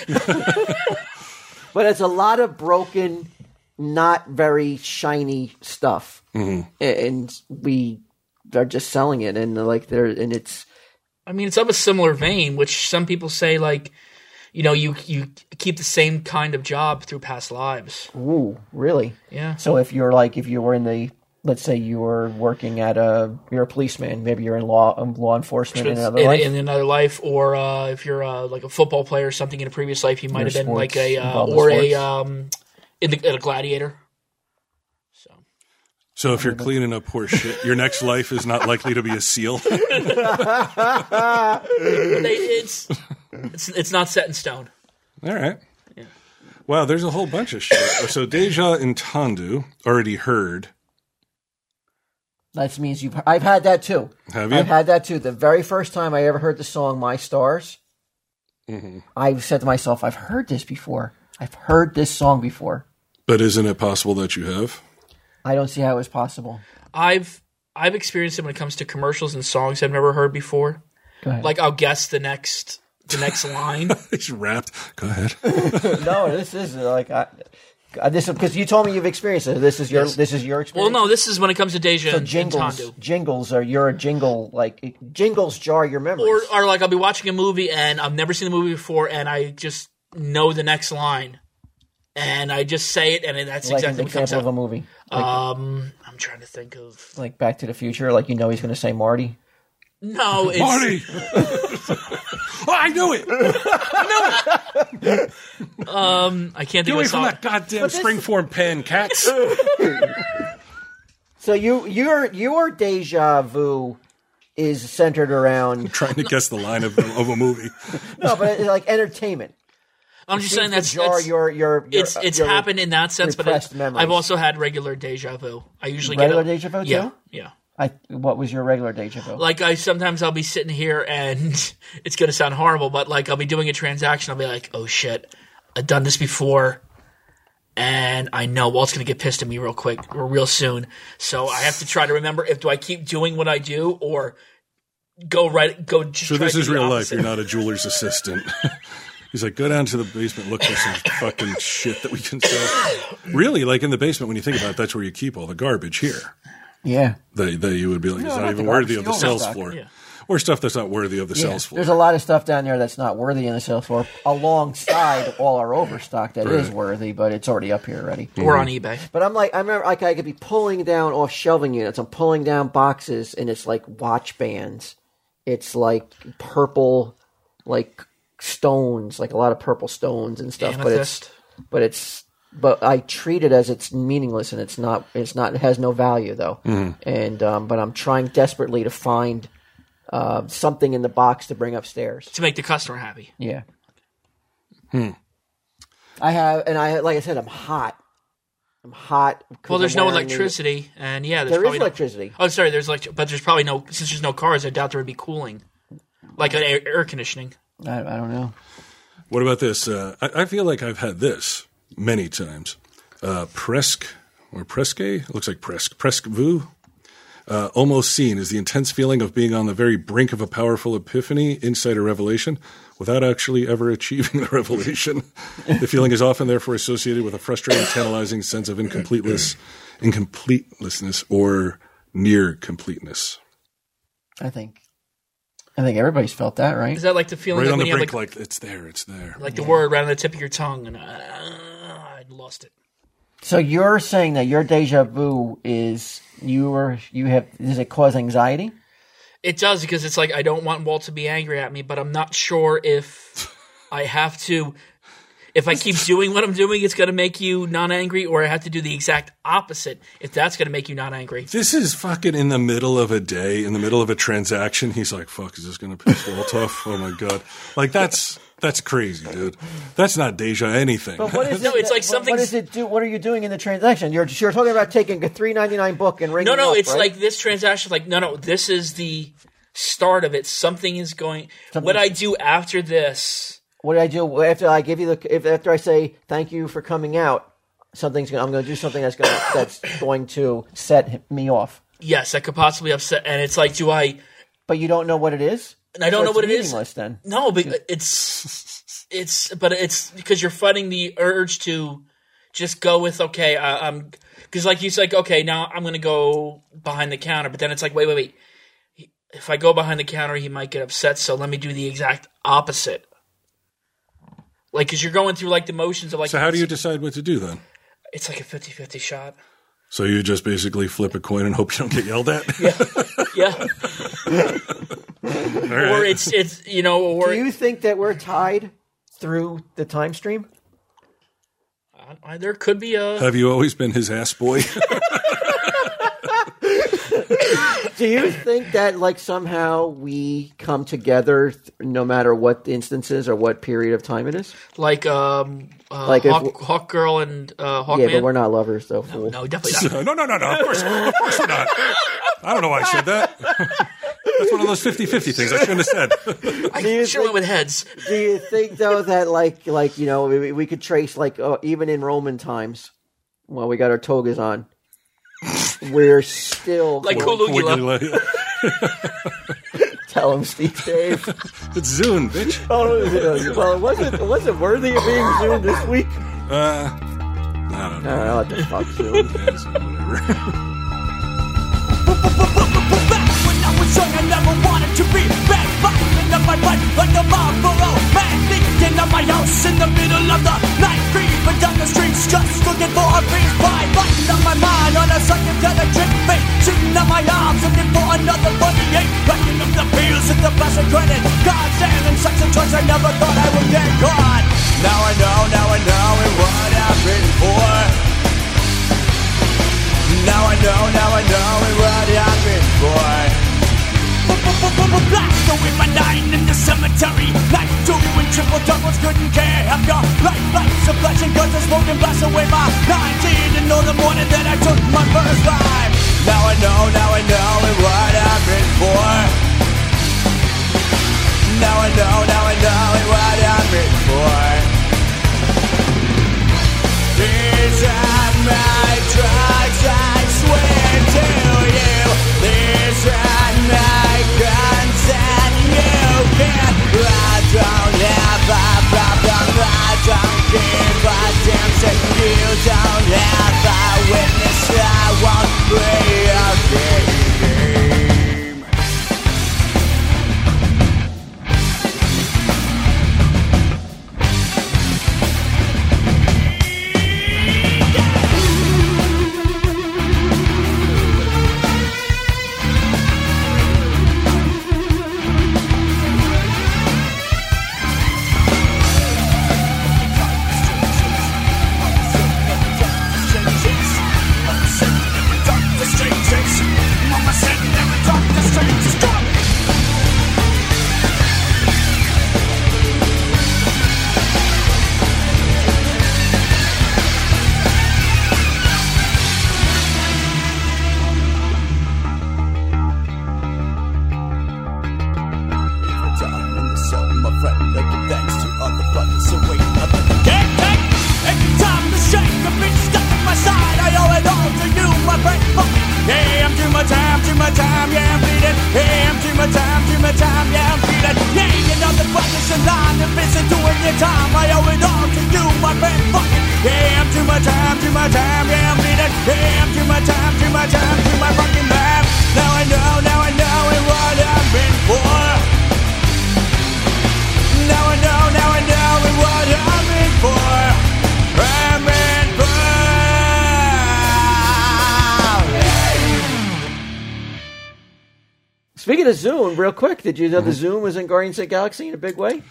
C: but it's a lot of broken, not very shiny stuff,
B: Mm-hmm.
C: A- and we are just selling it, and like they're and it's
D: I mean, it's of a similar vein, which some people say like, you know, you you keep the same kind of job through past lives.
E: Ooh, really?
D: Yeah.
E: So if you're like, if you were in the, let's say you were working at a, you're a policeman, maybe you're in law um, law enforcement in
D: in,
E: another life.
D: in another life, or uh, if you're uh, like a football player or something in a previous life, you might
E: Or
D: have been like
E: sports,
D: a uh,
E: involved in
D: or a
E: sports.
D: um, in the, a gladiator. So
B: So if you're cleaning up horse shit, your next life is not likely to be a seal. (laughs)
D: But they, it's it's it's not set in stone.
B: All right. Wow, there's a whole bunch of shit. So Deja and Tandu already heard.
E: That means you've, I've had that too.
B: Have you?
E: I've had that too. The very first time I ever heard the song My Stars,
B: Mm-hmm.
E: I said to myself, I've heard this before. I've heard this song before.
B: But isn't it possible that you have? (laughs)
E: I don't see how it was possible.
D: I've I've experienced it when it comes to commercials and songs I've never heard before.
E: Go ahead.
D: Like I'll guess the next the next
E: (laughs)
D: line.
B: He's wrapped. Go ahead.
E: no, this is like, I, I- this because you told me you've experienced it. This is your, this is your
D: Well,
E: experience.
D: no, this is when it comes to
E: So
D: Deja and, and
E: jingles,
D: Tondo.
E: jingles are your jingle like it- jingles jar your memories.
D: Or, oh, or like I'll be watching a movie and I've never seen the movie before and I just know the next line. And I just say it and that's
E: like
D: exactly
E: an
D: what comes
E: example of a
D: out.
E: movie,
D: Um, I'm trying to think of
E: like Back to the Future. Like you know he's going to say Marty.
D: no. It's,
B: Marty! oh, I knew it!
D: I can't
B: Get
D: think
B: away
D: of
B: from
D: a song.
B: that goddamn springform pen, cats!
C: so you your your deja vu is centered around
B: Trying to guess the line of, of a movie.
C: no,
D: (laughs)
C: but it's like entertainment.
D: I'm just saying that's,
C: jar
D: that's
C: your your, your
D: it's it's
C: your-
D: happened in that sense, but it,
C: repressed memories.
D: I've also had regular deja vu. I usually
E: Regular
D: get
E: deja
D: a,
E: vu,
D: yeah,
E: too?
D: yeah.
E: I what was your regular deja vu?
D: Like I sometimes I'll be sitting here and (laughs) it's gonna sound horrible, but like I'll be doing a transaction, I'll be like, oh shit, I've done this before, and I know Walt's gonna get pissed at me real quick or real soon, so I have to try to remember if do I keep doing what I do or go right go.
B: So this is real life.
D: (laughs)
B: You're not a jeweler's assistant. (laughs) He's like, go down to the basement, look for some fucking shit that we can sell. Really, like in the basement, when you think about it, that's where you keep all the garbage here.
E: yeah,
B: That, that you would be like, it's
E: not
B: not even
E: the
B: worthy
E: garbage,
B: of the
E: the
B: sales
E: overstock.
B: floor. Or stuff that's not worthy of the sales floor.
E: there's a lot of stuff down there that's not worthy in the sales floor, alongside all our overstock that is
B: Right.
E: worthy, but it's already up here already.
D: We're on eBay.
C: But I'm like, I remember, like, I could be pulling down off shelving units. I'm pulling down boxes, and it's like watch bands. It's like purple, like stones, like a lot of purple stones and stuff.
D: Amethyst.
C: But it's, but it's, but I treat it as it's meaningless and it's not, it's not, it has no value though. And um, but I'm trying desperately to find uh, something in the box to bring upstairs.
D: to make the customer happy.
E: Yeah,
D: Hmm.
C: I have, and I like I said, I'm hot. I'm hot. 'cause
D: Well, there's
C: I'm
D: no
C: wearing the-
D: electricity, and yeah, there's
C: There
D: probably
C: is
D: no-
C: electricity.
D: oh, sorry, there's electric, but there's probably no since there's no cars. I doubt there would be cooling, like an air, air conditioning.
E: I, I don't know.
B: What about this? Uh, I, I feel like I've had this many times. Uh, Presque or Presque? It looks like Presque. Presque vous? Uh, almost seen is the intense feeling of being on the very brink of a powerful epiphany, insight, or revelation without actually ever (laughs) achieving the revelation. the feeling is often therefore associated with a frustrating, tantalizing sense of incompleteness, incompleteness, or near completeness.
E: I think, I think everybody's felt that, right?
D: Is that like the feeling
B: Right
D: like
B: on the
D: when you
B: brink,
D: have like,
B: like, it's there, it's there.
D: like the word right on the tip of your tongue, and uh, I lost it.
E: So you're saying that your deja vu is you were you have does it cause anxiety?
D: It does because it's like
E: (laughs)
D: I don't want Walt to be angry at me, but I'm not sure if I have to. If I keep doing what I'm doing, it's going to make you not angry, or I have to do the exact opposite if that's going to make you not angry.
B: This is fucking in the middle of a day, in the middle of a transaction. He's like, "Fuck, is this going to piss Walt off? Oh my god!" Like that's that's crazy, dude. That's not deja anything.
E: But (laughs)
B: (laughs)
E: what is
D: No,
E: it
D: it's
E: that-
D: like
E: what-
D: something's-
E: What is it? Do, what are you doing in the transaction? You're you're talking about taking a three ninety nine book and ringing.
D: No,
E: it
D: no,
E: up,
D: it's
E: right?
D: like this transaction. Like, no, no, this is the start of it. Something is going. What I do after this,
E: what do I do after I give you the if after I say thank you for coming out? Something's gonna, I'm going to do something that's going to, that's going to set me off.
D: yes, that could possibly upset. And it's like, do I?
E: But you don't know what it is.
D: And I don't
E: So
D: know
E: it's
D: what it is.
E: meaningless Then
D: No, but it's it's but it's because you're fighting the urge to just go with okay. I, I'm because like you said, like, okay, now I'm gonna go behind the counter, but then it's like wait, wait, wait. If I go behind the counter, he might get upset. So let me do the exact opposite. Like, because you're going through like the motions of like.
B: So how do you decide what to do then?
D: It's like a 50-50 shot.
B: So you just basically flip a coin and hope you don't get
E: (laughs)
B: yelled at. (laughs)
D: Yeah,
B: All right.
D: or it's it's you know, or
E: do you think that we're tied through the time stream?
D: I- there could be a.
B: Have you always been his ass boy? (laughs)
E: Do you
C: think that like somehow we come together th- no matter what the instances or what period of time it is
D: like um uh,
C: Like if
D: Hawk,
C: w-
D: Hawk Girl and uh, Hawkman.
C: yeah but we're not lovers though fool.
D: no, definitely not.
B: no, no, no, no. Of course, of course we're not. I don't know why I said that. (laughs) That's one of those 50-50 things I shouldn't have said.
D: I sure went with heads.
C: do you think though that like like you know we, we could trace like oh, even in roman times while we got our togas on we're still
D: Like Kulugula.
B: Wigula.
C: tell him steve (laughs) dave
B: it's Zune, bitch.
C: oh, well it wasn't it wasn't worthy of being zoomed this week
B: Uh, I don't know.
C: i don't know what the fuck Zoom.
B: Yeah, it's whatever. (laughs)
G: Back when I was young, I never wanted to be back. Fighting up my butt like a Marlboro man. Thinking of my house in the middle of the night. Creeping down the streets, just looking for a free pie. Biting up my mind on a psychedelic trip. Fate shooting up my arms, looking for another 48. Racking up the pills at the bus and credit. God damn, sex and drugs, I never thought I would get caught. Now I know, now I know, and what I've been for. Now I know, now I know we're what I've been for. Blast away my nine in the cemetery. Night to you in triple doubles, couldn't care. Have your life, life's a blessing, cause I smoked and blast away my 19 and know the morning that I took my first ride. Now I know, now I know we're what I've been for. Now I know, now I know we're what I've been for. These are my drugs, I swear to you. These are my guns, and you can. I don't have a problem, I don't give a damn. Say you don't have a witness, I won't play a game. Mama said never talk the strangers, come Every time in the cell, my friend, looking thanks to other brothers who wait up at the gang tank. Every time the shake, the bitch stuck in my side. I owe it all to you, my friend. Fuck. Yeah, I'm too much time, too much time, yeah, I'm bleeding. Yeah, I'm too much time, too much time, yeah, I'm bleeding. Yeah, you know the brothers in line, they're busy doing your time. I owe it all to you, my friend. Fuck. Yeah, I'm too much time, too much time, yeah, I'm bleeding. Yeah, I'm too much time, too much time, too my fucking man. Now I know, now I know, and what I've been for. Now I know, now I know and what I'm in for. I'm in for.
C: Speaking of Zoom, real quick, did you know the Zoom was in Guardians of the Galaxy in a big way?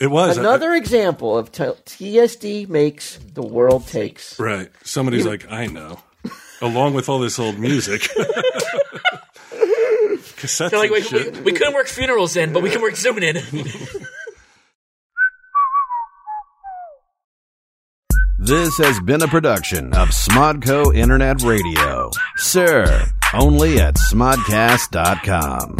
B: It was
C: Another example of t- TSD makes the world takes.
B: I- right. Somebody's like, I know. Along with all this old
D: (laughs)
B: music, cassettes
D: They're like,
B: and
D: wait, we,
B: shit.
D: we couldn't work funerals in, but we can work Zoom in.
H: This has been a production of Smodco Internet Radio. Sir, only at smodcast.com.